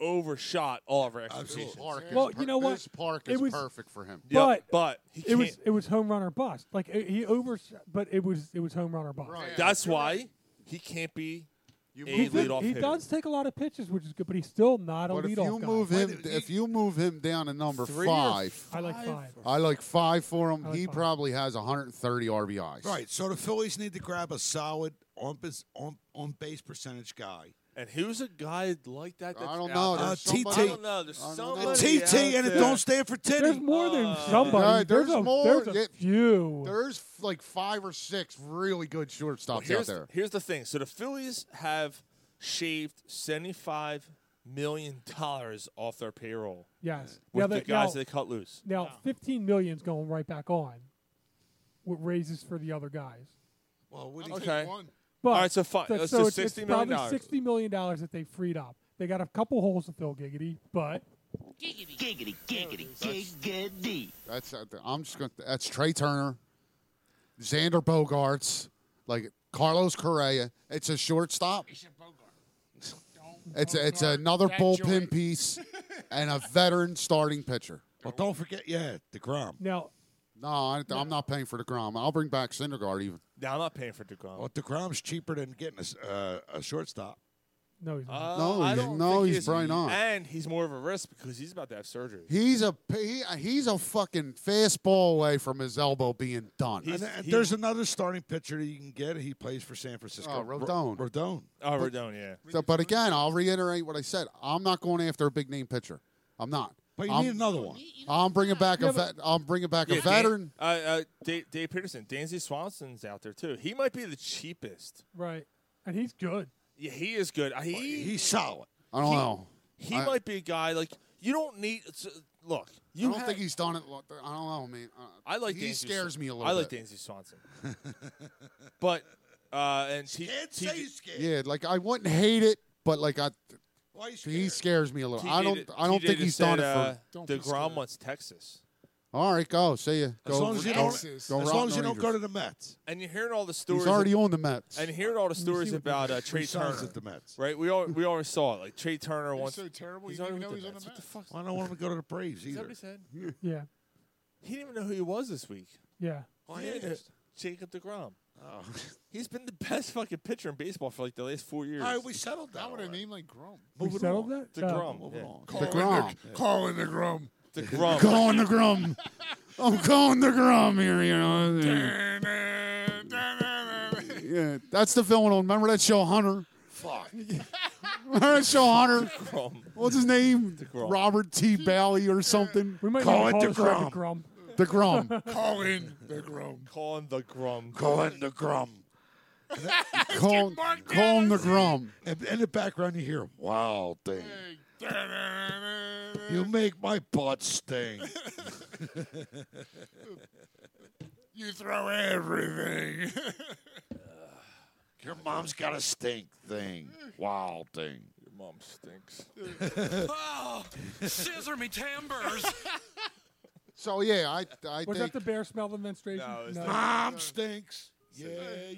D: overshot all of our expectations.
E: Well, you know what?
F: This park
E: It
F: is
E: was-
F: perfect for him.
D: Yep,
E: But-
D: but he
E: it
D: can't.
E: was it was home run or bust. Like it, he over, but it was it was home run or bust.
G: Right.
D: that's why he can't be a
E: He, did-
D: leadoff
E: he
D: hitter.
E: does take a lot of pitches, which is good, but he's still not a
F: But if you
E: leadoff guy.
F: move him,
B: Wait,
F: if you move him down to number
D: Three or
F: five,
E: I like five.
F: I like five for him.
E: I like
F: He
E: five.
F: probably has 130 RBIs.
B: Right. So the Phillies need to grab a solid on base on, on base percentage guy.
D: And who's a guy like that? That's
F: I don't
D: out
F: know.
D: there?
B: Uh,
F: There's
B: TT.
F: somebody-
D: I don't know. There's
F: I don't
D: so
F: know.
D: many
B: TT
D: out
B: and it
D: there.
B: don't stand for titty.
E: There's more than somebody.
F: Yeah,
E: there's,
F: there's
E: a,
F: more.
E: There's a
F: Yeah.
E: few.
F: There's f- like five or six really good shortstops out
D: Here's,
F: there.
D: here's the thing. So the Phillies have shaved 75 million dollars off their payroll
E: yes.
D: with
E: now,
D: the
E: that-
D: guys
E: now,
D: they cut loose.
E: now 15 million's going right back on. What raises for the other guys?
B: Well, what do
G: I'll
B: you
G: take
D: okay.
G: one.
E: But
D: All right, so fi-
E: so,
D: let's
E: so
D: do
E: it's, it's
D: $60 million
E: probably sixty million dollars that they freed up. They got a couple holes to fill, Giggity, but
C: Giggity.
I: Giggity, giggity, giggity.
F: That's uh, I'm just going. to That's Trey Turner, Xander Bogarts, like Carlos Correa. It's a shortstop.
G: It's a Bogart.
F: It's a, it's another
G: That
F: bullpen
G: joint.
F: piece, and a veteran starting pitcher.
B: Well, don't forget, yeah, Degrom.
E: now
F: No, I, I'm not paying for the Grom. I'll bring back Syndergaard even.
D: Now I'm not paying for Degrom.
B: Well, Degrom's cheaper than getting a, s- uh, a shortstop.
E: No, he's not.
D: Uh,
F: No,
D: I
F: he's-
D: don't
F: no,
D: think he
F: he's
D: is.
F: probably not.
D: And he's more of a risk because he's about to have surgery.
F: He's a he, he's a fucking fastball away from his elbow being done.
D: He's-
B: And, and
D: he-
B: there's another starting pitcher that you can get. He plays for San Francisco.
F: Oh,
B: Ro-
F: Rodon.
B: Rodon.
D: oh, Rodon, yeah.
F: So, but again, I'll reiterate what I said. I'm not going after a big name pitcher. I'm not.
B: But you
F: I'm,
B: need another one.
F: I'm bringing back
E: Yeah,
F: a vet. I'm bringing back
D: Yeah,
F: a veteran.
D: Dan, uh, uh, Dave, Dave Peterson, Danzy Swanson's out there too. He might be the cheapest.
E: Right. And he's good.
D: Yeah, he is good. Uh, He
B: He's solid.
F: I don't know.
D: he
F: I-
D: might be a guy like you don't need. it's, uh, Look, you
F: I don't
D: have-
F: think he's done it. lo- I don't know, man. Uh,
D: I like
F: He
D: Danzy
F: scares
D: Swan-
F: me a little.
D: I like
F: bit.
D: Danzy Swanson, but uh, and T-
B: Can't
D: T-
B: say he's scared.
F: Yeah, like I wouldn't hate it, but like I,
B: Why he's
F: he
B: scared?
F: scares me a little. I don't.
D: TJ
F: I don't
D: just
F: think he's
D: said,
F: done it for.
D: Uh,
G: Don't be scared.
D: Degrom wants Texas,
F: All right, go. See ya. Go,
B: As long as you don't,
F: go,
B: as
F: go
B: long
F: Rock
B: as you don't
F: Rangers.
B: go to the Mets.
D: and you're hearing all the stories.
F: He's already on the Mets.
D: and hearing all the stories
E: what
D: about uh, Trey
B: He signs
D: Turner,
B: at the Mets.
D: right? We all we already saw it. Like Trey Turner
G: He's
D: once.
G: so terrible.
D: he's
G: you don't
D: already
G: even know
D: with
G: he's
D: the
G: on
D: Mets.
G: the
D: What the
G: Mets.
D: fuck?
B: Well, I don't want him to go to the Braves
D: Is that
B: either.
D: what he said?
E: Yeah.
D: He didn't even know who he was this week.
E: Yeah.
B: Why
D: He didn't know-
B: is?
D: Jacob Degrom.
B: Oh.
D: He's been the best fucking pitcher in baseball for like the last four years.
B: All right, we settled that.
G: Not with a
B: already.
G: name like Grom.
E: We
B: Moving
E: settled
B: on.
E: that?
D: Degrom.
B: Moving on.
F: the Grom.
G: Calling the Grom.
D: Yeah. Degrom.
F: Going the Grom. I'm going the Grom here. You know. Yeah, that's the villain on. Remember that show, Hunter?
B: Fuck.
F: Remember that show, Hunter?
D: Degrom.
F: What's his name?
D: DeGrom.
F: Robert T. Bally or something.
E: We might
B: Call
E: need
B: it
E: to
B: DeGrom.
E: call DeGrom.
F: The Grom.
G: Calling the Grom.
D: Calling the Grom.
B: Calling the Grum.
F: Call, call him the Grom.
B: And in the background, you hear "Wow, thing." You make my butt sting.
G: You throw everything.
B: Your mom's got a stink thing. Wow, thing.
D: Your mom stinks.
F: So yeah, I I
E: Was that
F: think
E: the bear smell of menstruation?
D: No, it's
B: Mom stinks. Yeah,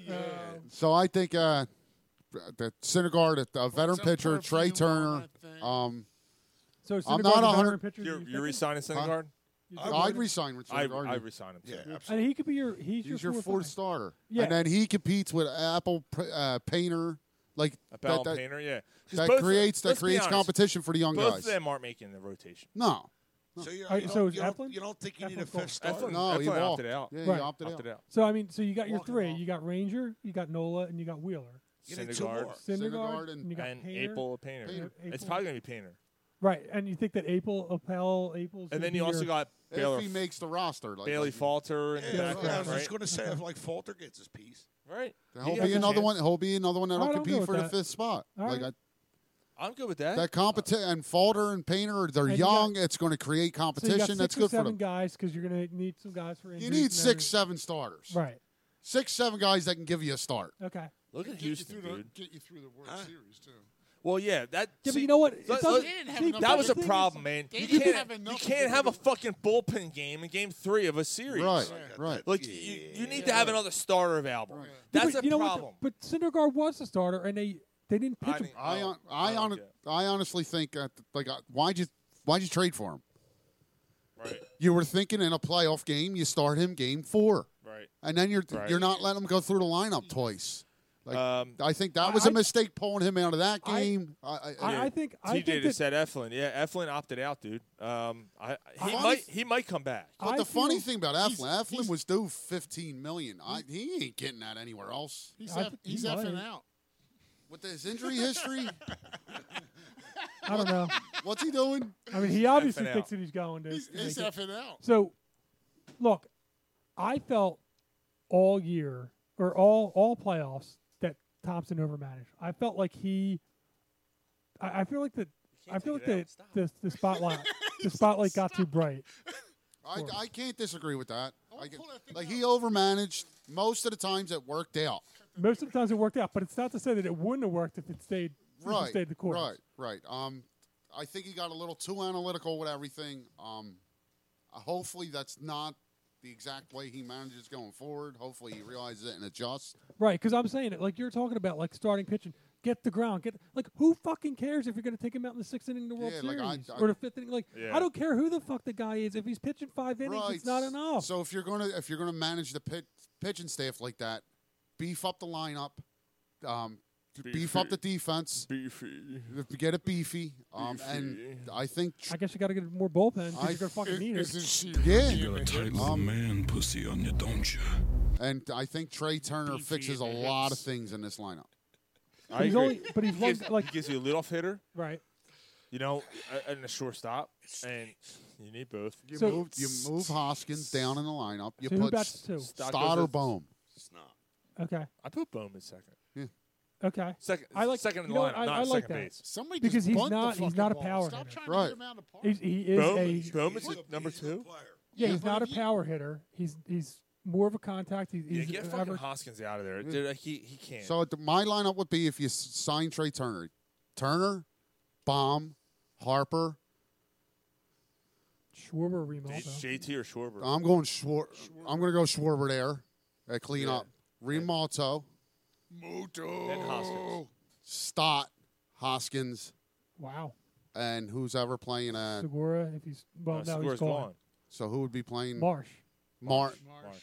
B: yeah.
E: Uh,
F: so I think uh the Syndergaard, a- a veteran
G: some
F: pitcher, Trey
G: perfume on
F: Turner.
G: that thing.
F: Um,
E: so
F: I'm
E: Syndergaard's
F: not
E: a veteran
F: 100
E: pitcher,
D: You're,
E: you
D: you're
E: think?
D: re-signing Syndergaard?
E: You think
F: I'd
E: we're-
F: resign with
D: I,
F: Syndergaard.
D: I resign him. too.
B: yeah, absolutely.
E: And he could be your he's,
F: He's your fourth
E: guy.
F: starter,
E: Yeah.
F: and then he competes with Apple uh, Painter, like
D: A
F: that,
D: Ballon
F: that,
D: Painter, yeah. 'Cause
F: that
D: both-
F: creates that
D: let's be
F: creates
D: honest,
F: competition for the young
D: Both
F: guys.
D: of them aren't making the rotation.
F: No,
B: So you,
E: Uh,
B: you,
E: so
B: don't,
E: is
B: you, don't,
E: Eflin?
B: you don't think you need a
E: Eflin called.
B: fifth starter?
D: Eflin-
F: no, he
D: why I
F: walked.
D: opted out.
F: Yeah,
E: Right.
F: he opted,
D: Opted
F: out.
D: out.
E: So I mean, so you got your
G: Walking
E: three.
G: off.
E: You got Ranger, you got Nola, and you got Wheeler.
B: You need two
D: Syndergaard
B: more.
E: Syndergaard, and,
F: Syndergaard and-
E: you got
D: and
E: Painter.
D: April Painter.
E: Painter.
D: It's
E: Apel.
D: probably going to be Painter.
E: Right, and you think that April, Appel, April's.
D: And
E: gonna
D: then
E: be
D: you also
E: your-
D: got Baylor,
F: If he makes the roster, like,
D: Bailey
F: like,
D: Falter in the
B: Yeah,
E: Exactly.
B: I
D: background,
B: was
D: right?
B: just going to say, if like Falter gets his piece,
D: Right.
F: He'll
D: He has
F: be
D: a
F: another
D: chance.
F: one. He'll be another one
E: I
F: that'll
E: don't go
F: compete
E: with
F: for the
E: that.
F: fifth spot.
E: All
F: like
E: right.
D: I'm good with that.
F: I, that competition and Falter and Painter, they're
E: And you
F: young.
E: got-
F: it's going to create
E: So you
F: competition.
E: got six
F: That's
E: or
F: good for
E: seven
F: them.
E: guys because you're gonna need some guys for
F: You
E: injuries
F: need
E: and
F: six,
E: everything.
F: seven starters.
E: Right.
F: Six, seven guys that can give you a start.
E: Okay.
D: Look at
G: Get you through
D: Houston,
G: the-
D: dude.
G: Get you through the World Series too.
D: Well, yeah, that.
E: Yeah,
D: see,
E: but you know what? It
D: let-
E: doesn't-
D: let-
G: They didn't have
E: see,
G: enough
E: but
D: that
E: the
D: was a
E: thing is-
D: problem, man.
G: they
D: You
G: didn't
D: can't,
G: have
D: you
G: enough to
D: can't
G: do
D: have a
G: it.
D: fucking bullpen game in game three of a series.
F: Right, right.
D: Like, you, you need to have another starter available.
E: Yeah,
D: That's
E: but
D: a
E: you know what?
D: problem.
E: But Syndergaard was the starter, and they they didn't pitch
D: I
E: him.
D: think-
F: I,
D: don't-
F: hon- I,
D: don't
F: hon-
D: get it.
F: I honestly think, uh, like, uh, why'd you, why'd you trade for him?
D: Right,
F: You were thinking in a playoff game, you start him game four,
D: right.
F: and then you're
D: Right.
F: you're not letting him go through the lineup twice. Like,
D: Um,
F: I think that was a mistake pulling him out of that game. I, I,
E: I, I think I
D: TJ
E: think
D: just
E: that
D: said Eflin. Yeah, Eflin opted out, dude. Um, I, he
F: I-
D: might he might come back.
F: but
E: I
F: the
E: feel-
F: funny thing about Eflin, Eflin was due fifteen million. I, he ain't getting that anywhere else.
G: He's,
E: I
G: eff-
E: think he
G: he's
E: might.
G: effing out.
F: With his injury history,
E: I don't know.
F: what's he doing?
E: I mean, he obviously
D: effing
E: thinks
D: out.
E: that he's going to.
G: He's,
E: to make
G: he's
E: it.
G: effing out.
E: So, look, I felt all year or all all playoffs that Thompson overmanaged. I felt like he. I, I feel like that. I feel like
D: take it
E: the, the the spotlight the spotlight got too bright.
F: I, I can't disagree with that.
G: wanna
F: I get-
G: pull that thing
F: like he overmanaged most of the times it worked out.
E: Most of the times it worked out, but it's not to say that it wouldn't have worked if it stayed if it
F: Right.
E: stayed the course.
F: Right. Right. Um, I think he got a little too analytical with everything. Um, uh, hopefully that's not the exact way he manages going forward. Hopefully he realizes it and adjusts.
E: Right, because I'm saying it like you're talking about, like starting pitching, get the ground, get like who fucking cares if you're going to take him out in the sixth inning of the World
F: Yeah,
E: Series
F: like, I- I-
E: or the fifth inning? Like
D: Yeah.
E: I don't care who the fuck the guy is if he's pitching five innings,
F: right.
E: it's not enough.
F: So if you're gonna if you're gonna manage the pit, pitching staff like that, beef up the lineup, um, to beef,
D: Beef
F: up
D: it.
F: the defense,
D: Beefy.
F: get it beefy, um, and
D: Beefy.
F: I think tr-
E: I guess you got to get more bullpen. 'cause
F: I-
E: You're gonna fucking need
G: Isn't
E: it.
G: she
F: Yeah.
G: really
F: You
G: a hit?
J: Title of man pussy on you, don't you?
F: Um, and I think Trey Turner fixes a lot of things in this lineup.
D: I
E: he's
D: agree.
E: only- but he's
D: he
E: one-
D: gives,
E: like-
D: he gives you a leadoff hitter,
E: Right.
D: you know, a- and a shortstop, and you need both.
F: You
E: So-
F: move you move Hoskins down in the lineup. You
E: so who
F: put
E: bats two?
D: Stock goes
F: Stotter
D: with-
F: Bohm.
E: Okay.
D: I put Bowman second.
E: Okay.
D: Second,
E: I like-
D: second in
E: you
D: the lineup,
E: know what, I-
D: not
E: I like
D: second
E: that.
D: base.
G: Somebody
E: Because
G: just
E: he's
G: bunt the
E: not- he's
G: fucking
E: not a
G: ball.
E: power
G: Stop
E: hitter.
G: trying
F: Right.
G: to get him out of the park.
E: He's, he is
D: Bowman,
E: a
D: Bowman's
B: He's a-
D: number
B: he's a good
D: two.
B: player.
E: yeah. He's
G: but
E: not a
G: if you-
E: power hitter. He's he's more of a contact. He's,
D: Yeah,
E: he's
D: get
E: an
D: fucking
E: average.
D: Hoskins out of there, dude. Like, he he can't.
F: So it- my lineup would be if you s- sign Trey Turner, Turner, Bomb, Harper.
E: Schwarber
D: J-
E: Remaldo.
D: JT or Schwarber.
F: I'm going Schwar- I'm going to go Schwarber there at cleanup. Rimalto,
D: and Hoskins. Oh,
F: Stott, Hoskins,
E: Wow.
F: and who's ever playing at.
E: Segura, if he's well,
D: Uh,
E: no,
D: Segura's
E: he's gone.
D: gone.
F: So who would be playing?
E: Marsh.
F: Mar-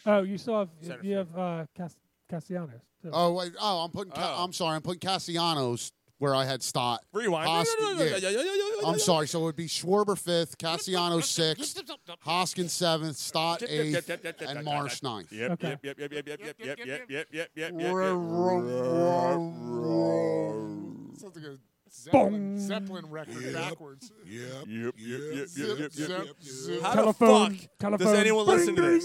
E: Oh, you still have
D: Center
E: you have uh, Cas- Castellanos. too.
F: Oh wait. Oh, I'm putting. Ca-
D: Oh.
F: I'm sorry. I'm putting Cassianos where I had Stott.
D: Rewind.
F: Hoskins.
D: No, no, no, no,
F: yeah.
D: yeah, yeah, yeah, yeah, yeah,
F: I'm
D: yeah.
F: sorry. So it would be Schwarber fifth, Cassiano sixth, Hoskins seventh, Stott
D: Yep, yep,
F: eighth,
D: yep, yep, yep,
F: and
D: yep,
F: Marsh ninth.
D: Yep,
E: Okay.
D: yep, yep, yep, yep, yep, yep, yep, yep, yep, yep, yep,
G: Sounds like a Zeppelin,
E: Bong.
G: Zeppelin record backwards.
B: Yep.
D: Yep, yep,
G: Zip,
D: yep, yep, yep,
G: zip,
D: yep.
G: zip.
D: How
E: Telephone,
D: the fuck does
E: telephone.
D: anyone
E: Bing,
D: listen to this?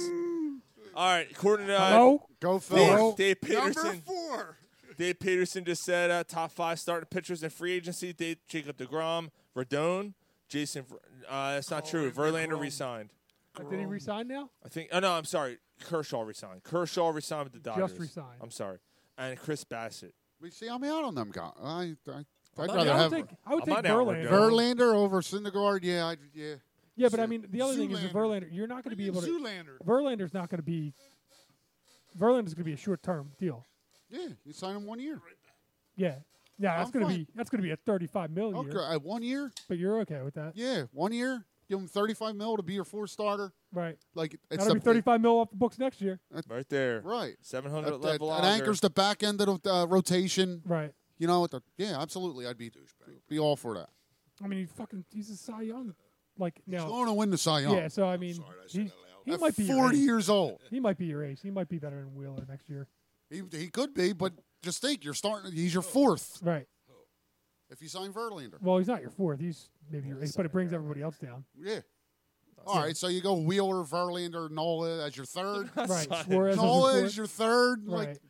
D: All right, according to uh,
E: Hello.
F: Go
D: Dave,
F: Phil.
D: Dave
G: Number
D: Peterson,
G: four.
D: Dave Peterson just said uh, top five starting pitchers in free agency: Dave, Jacob Degrom, Rodon, Jason. Ver- Uh, that's not true. Verlander resigned.
E: Like, did he resign now?
D: I think. Oh no, I'm sorry. Kershaw resigned. Kershaw resigned with the Dodgers.
E: Just resigned.
D: I'm sorry. And Chris Bassett.
F: We see, I'm out on them guys. I, I, I'd
D: not
F: rather
E: I would
F: have
E: take I would
D: I'm
E: take
D: not down with
E: Verlander.
D: Verlander.
F: Verlander over Syndergaard. Yeah, I, yeah.
E: Yeah, but I mean, the other thing is that
G: Zoolander.
E: Verlander, you're not going to be able to.
G: Zoolander.
E: Verlander's not going to be. Verlander's going to be a short-term deal.
F: Yeah, you sign him one year.
E: Yeah, yeah, that's
F: I'm
E: going to
F: fine.
E: be that's going to be a 35 million.
F: Okay, at one year.
E: But you're okay with that,
F: Yeah, one year. Give him 35 mil to be your four starter.
E: right?
F: Like it's
E: That'll
F: a
E: be 35 mil off the books next year,
D: Right there.
F: Right.
D: 700
F: That, that,
D: level.
F: that anchors the back end of the uh, rotation.
E: right?
F: You know, the, yeah, absolutely. I'd be be all for that.
E: I mean, he fucking he's a Cy Young, like
F: He's
E: now.
F: going to win the Cy Young.
E: Yeah, so I mean,
B: sorry, I said
E: he,
B: that loud.
E: he
F: At
E: might be your
F: 40
E: ace.
F: years old.
E: He might be your ace. He might be better than Wheeler next year,
F: He, he could be, but just think, you're starting. He's your fourth
E: right?
F: if you sign Verlander.
E: Well, he's not your fourth. He's maybe your ace, but it brings everybody else down,
F: Yeah. All right, so you go Wheeler, Verlander, Nola as your third.
E: right? Suarez is
F: Nola
E: your
F: is your third.
E: fourth, right?
F: Like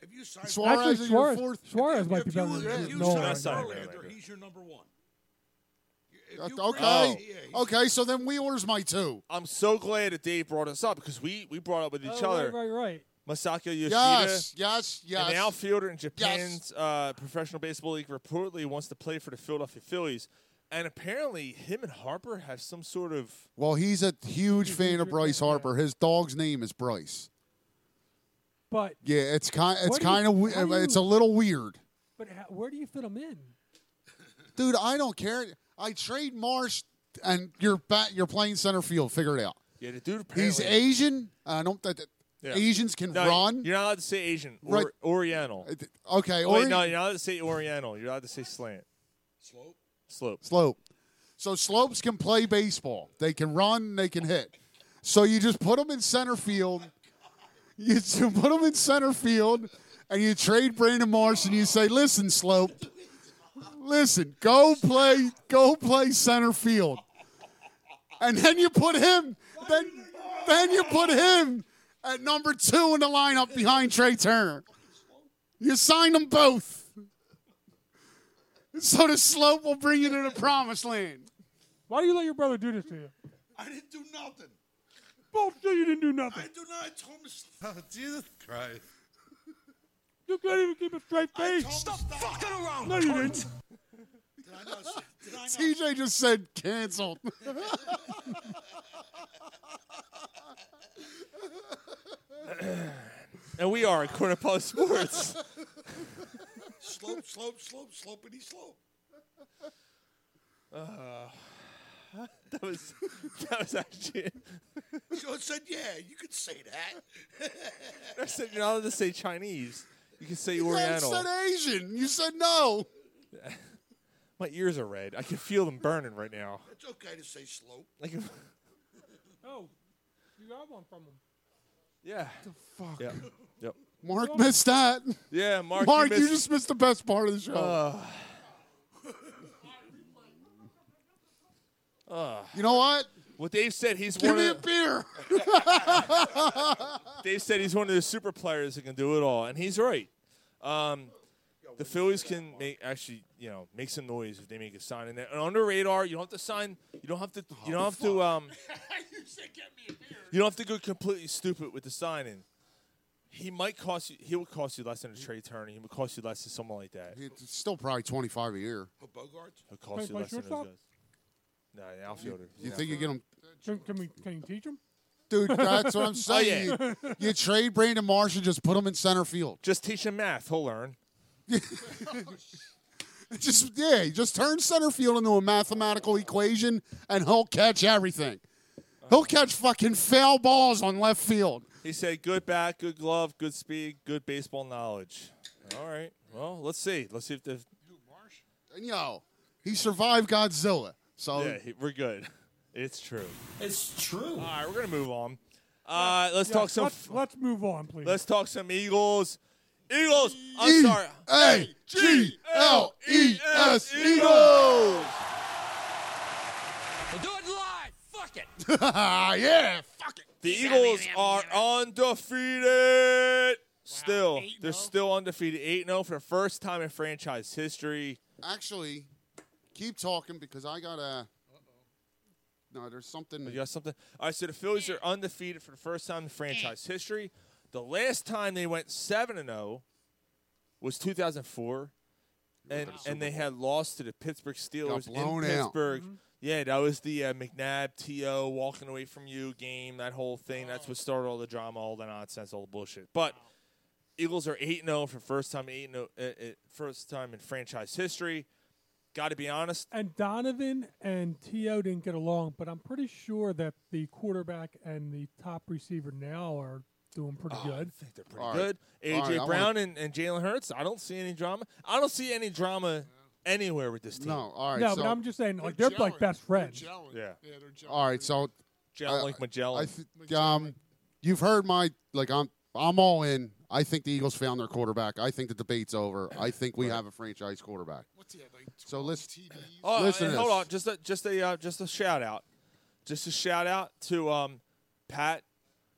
B: If you sign
F: Suarez
E: Actually,
F: is your
E: Suarez,
F: fourth.
E: Suarez
B: if
E: might be
B: you-
E: better
B: if
E: than
B: you
E: Nola.
B: sign
E: right now.
D: Sorry,
B: Verlander,
D: Verlander.
B: he's your number one. If
F: Uh,
B: you
F: okay,
B: grab- yeah, he's-
F: okay. So then Wheeler's my two.
D: Oh, I'm so glad that Dave brought us up because we, we brought up with each
E: Oh,
D: other
E: Right, right, right.
D: Masaki Yoshida.
F: Yes, yes,
D: An
F: yes.
D: outfielder in Japan's uh, professional baseball league reportedly wants to play for the Philadelphia Phillies. And apparently, him and Harper have some sort of.
F: Well, he's a huge fan of
E: yeah.
F: Bryce Harper. His dog's name is Bryce.
E: But
F: Yeah, it's kind. It's
E: What do you-
F: kind of.
E: how do
F: It's a
E: you-
F: little weird,
E: but how, where do you fit him in?
F: dude. I don't care. I trade Marsh, and you're bat. You're playing center field. Figure it out.
D: Yeah, the dude apparently.
F: He's Asian. I don't. That, that-
D: Yeah.
F: Asians can
D: No,
F: run.
D: You're not allowed to say Asian. Or,
F: Right.
D: Oriental.
F: Okay.
D: Wait,
F: Ori-
D: no, you're not allowed to say Oriental. You're allowed to say slant. Slope. Slope.
F: Slope. So slopes can play baseball. They can run. They can hit. So you just put them in center field. You just put them in center field, and you trade Brandon Marsh, and you say, "Listen, Slope. Listen, go play. Go play center field." And then you put him. Then, then you put him at number two in the lineup behind Trey Turner. You sign them both. So the slope will bring you to the promised land.
E: Why do you let your brother do this to you?
B: I didn't do nothing.
E: Bullshit! You didn't do nothing.
B: I do not. I told him to stop. Oh, Jesus Christ.
E: You couldn't even keep a straight
B: I
E: face.
B: told him to stop.
J: Fucking around.
E: No, you didn't.
B: Did I not? s- Did I not?
F: TJ just said canceled.
D: And we are at Corner Pub Sports.
B: Slope, slope, slope, slopity slope.
D: that was that was actually it.
B: Joe said, yeah, you could say that.
D: I said you're not allowed to say Chinese. You can say
F: You guys
D: Oriental.
F: said Asian. You said no.
D: My ears are red. I can feel them burning right now.
B: It's okay to say slope.
D: I can,
E: Oh, you got one from him.
D: yeah.
F: Fuck.
D: Yep. Yep.
F: Mark missed that.
D: Yeah, Mark.
F: Mark, you,
D: you, missed-
F: just missed the best part of the show. you know what?
D: Well, Dave said he's
F: Give
D: one.
F: me a
D: Of,
F: beer.
D: Dave said he's one of the super players that can do it all, and he's right. Um, the Phillies can make actually, you know, make some noise if they make a sign. And and on the radar, you don't have to sign. You don't have to. You don't have
F: Oh,
D: to. Um,
G: you said get me a beer.
D: you don't have to go completely stupid with the signing. He might cost you. He would cost you less than a Trey Turner. He would cost you less than someone like that.
F: It's still probably 25 a year.
B: But Bogarts?
D: He'll cost you
E: my
D: less than those
E: shortstop?
D: guys. No, an outfielder.
F: You think you get them?
E: Can, can we can you teach him?
F: Dude, that's what I'm
D: Oh,
F: saying. you, you trade Brandon Marsh and just put him in center field.
D: Just teach him math. He'll learn.
F: Just yeah, you just turn center field into a mathematical equation, and he'll catch everything. He'll catch fucking foul balls on left field.
D: He said, "Good bat, good glove, good speed, good baseball knowledge." All right. Well, let's see. Let's see if the
F: And yo, he survived Godzilla. So
D: yeah he- we're good. It's true.
K: Oh. It's true.
D: All right, we're gonna move on. Uh, let's
E: Yeah,
D: talk some.
E: Let's, let's move on, please.
D: Let's talk some Eagles. Eagles.
K: E
D: I'm sorry.
F: E A G L E S
D: Eagles.
K: We'll do it live. Fuck it.
F: Ah, yeah. Fuck it.
D: The Eagles are undefeated. Still, they're still undefeated. 8 0 for the first time in franchise history.
F: Actually, keep talking because I got a. No, there's something.
D: You got something? All right, so the Phillies are undefeated for the first time in franchise history. The last time they went 7 0 was 2004, and, and they had lost to the Pittsburgh Steelers in
F: blown out.
D: Pittsburgh. Yeah, that was the uh, McNabb TO walking away from you game, that whole thing. That's what started all the drama, all the nonsense, all the bullshit. But. Eagles are 8 0 for first time 8 0 uh, uh, first time in franchise history. Got to be honest,
E: and Donovan and T.O. didn't get along, but I'm pretty sure that the quarterback and the top receiver now are doing pretty good.
D: They're pretty
F: All right.
D: good.
F: All right,
D: AJ
F: I
D: Brown and, and Jalen Hurts. I don't see any drama. I don't see any drama anywhere with this team.
F: No, all right.
E: no,
F: so,
E: but I'm just saying, like they're, like
G: gelling.
E: best friends.
G: They're gelling.
D: Yeah.
G: Yeah, they're gelling.
F: all right. So
D: Jalen
F: I-
D: like Magellan.
F: I th- um, you've heard my like I'm I'm all in. I think the Eagles found their quarterback. I think the debate's over. I think we have a franchise quarterback.
G: What's he had, like
F: So let's.
G: TDs?
D: oh,
F: listen
D: and
F: to
D: hold
F: this.
D: on. Just a, just a uh, just a shout out. Just a shout out to um, Pat,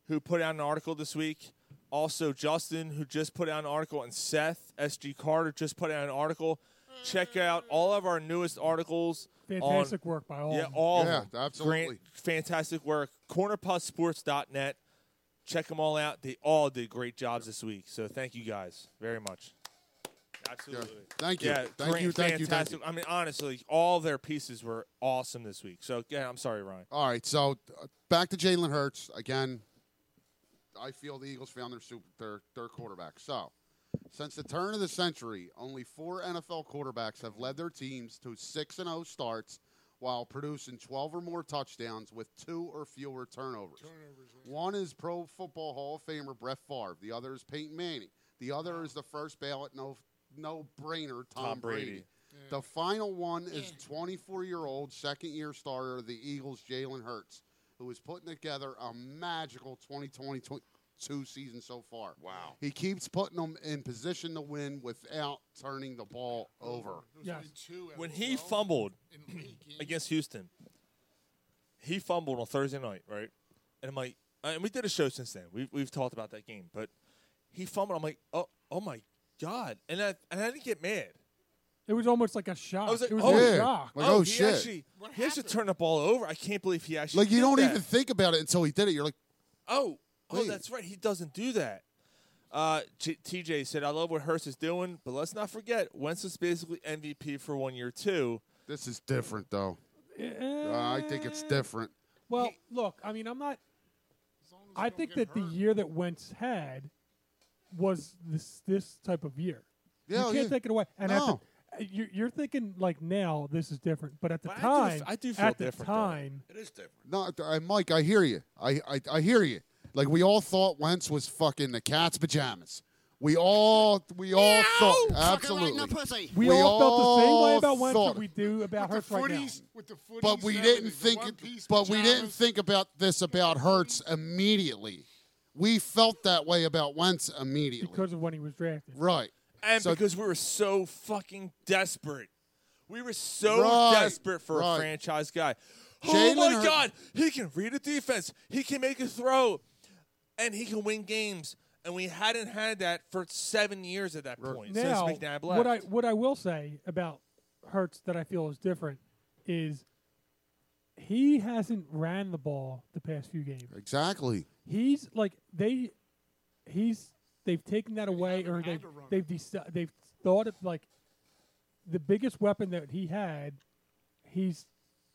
D: who put out an article this week. Also Justin, who just put out an article, and Seth SG Carter just put out an article. Check out all of our newest articles. on-
E: Fantastic work by all.
D: Yeah,
E: of them.
D: all
F: Yeah,
D: of them.
F: absolutely.
D: Grant, fantastic work. Cornerpussports.net. Check them all out. They all did great jobs this week. So thank you guys very much. Absolutely.
F: Thank you.
D: Yeah,
F: thank
D: Grant,
F: you. Thank you. Thank
D: fantastic.
F: you.
D: I mean, honestly, all their pieces were awesome this week. So yeah, I'm sorry, Ryan.
F: All right. So uh, back to Jalen Hurts again. I feel the Eagles found their super their their quarterback. So since the turn of the century, only four NFL quarterbacks have led their teams to six and zero starts while producing twelve or more touchdowns with two or fewer turnovers. One is Pro Football Hall of Famer Brett Favre. The other is Peyton Manning. The other is the first ballot no no brainer Tom,
D: Tom Brady.
F: Brady. The final one is 24 year old second year starter of the Eagles, Jalen Hurts, who is putting together a magical 2022 season so far. Wow. He keeps putting them in position to win without turning the ball over.
E: Yes.
G: Two out
D: When
G: of
D: he
G: 12
D: fumbled
G: in eight games.
D: against Houston, he fumbled on Thursday night, right? And I'm like, uh, and we did a show since then. We've we've talked about that game, but he fumbled. I'm like, oh oh my god, and I and I didn't get mad.
E: It was almost like a shock.
D: I was like,
E: it was
D: oh,
E: a
D: yeah.
E: shock.
F: Like, oh,
D: he
F: shit.
D: Actually, he actually turned the ball over. I can't believe he actually.
F: Like, you
D: did
F: don't
D: that.
F: even think about it until he did it. You're like,
D: Oh, oh,
F: Wait.
D: that's right. He doesn't do that. Uh, J- TJ said, "I love what Hurst is doing, but let's not forget Wentz is basically MVP for one year too."
F: this is different, though.
E: Eh,
F: Uh, I think it's different.
E: well, look, I mean, I'm
G: long
E: not.
G: as
E: I
G: you don't
E: think
G: get
E: that the
G: hurt.
E: year that Wentz had was this this type of year.
F: Yeah,
E: you
F: oh,
E: can't
F: yeah.
E: take it away. And at the-
F: No.
E: uh, you're, you're thinking like now this is different, but at the
D: But I do
E: time,
D: f- I do feel
E: at the
D: different, though.
E: time,
B: It is different.
F: No, I, Mike, I hear you. I, I I hear you. Like we all thought Wentz was fucking the cat's pajamas We all we all thought absolutely.
E: We, all felt the same way about
F: thought
E: Winfrey we do about Hurts right now.
F: but we didn't think but we didn't think about this about Hertz immediately. We felt that way about Wentz immediately.
E: Because of when he was drafted.
F: Right.
D: And
F: So-
D: because we were so fucking desperate. We were so
F: Right,
D: desperate for
F: right.
D: a franchise guy. oh
F: Jalen
D: my
F: Hur-
D: God, he can read a defense, he can make a throw, and he can win games. And we hadn't had that for seven years at that point
E: now,
D: since McNabb left.
E: what I what I will say about Hertz that I feel is different is he hasn't ran the ball the past few games.
F: Exactly.
E: He's like they, he's they've taken that away or they've they've deci- they've thought of like the biggest weapon that he had, he's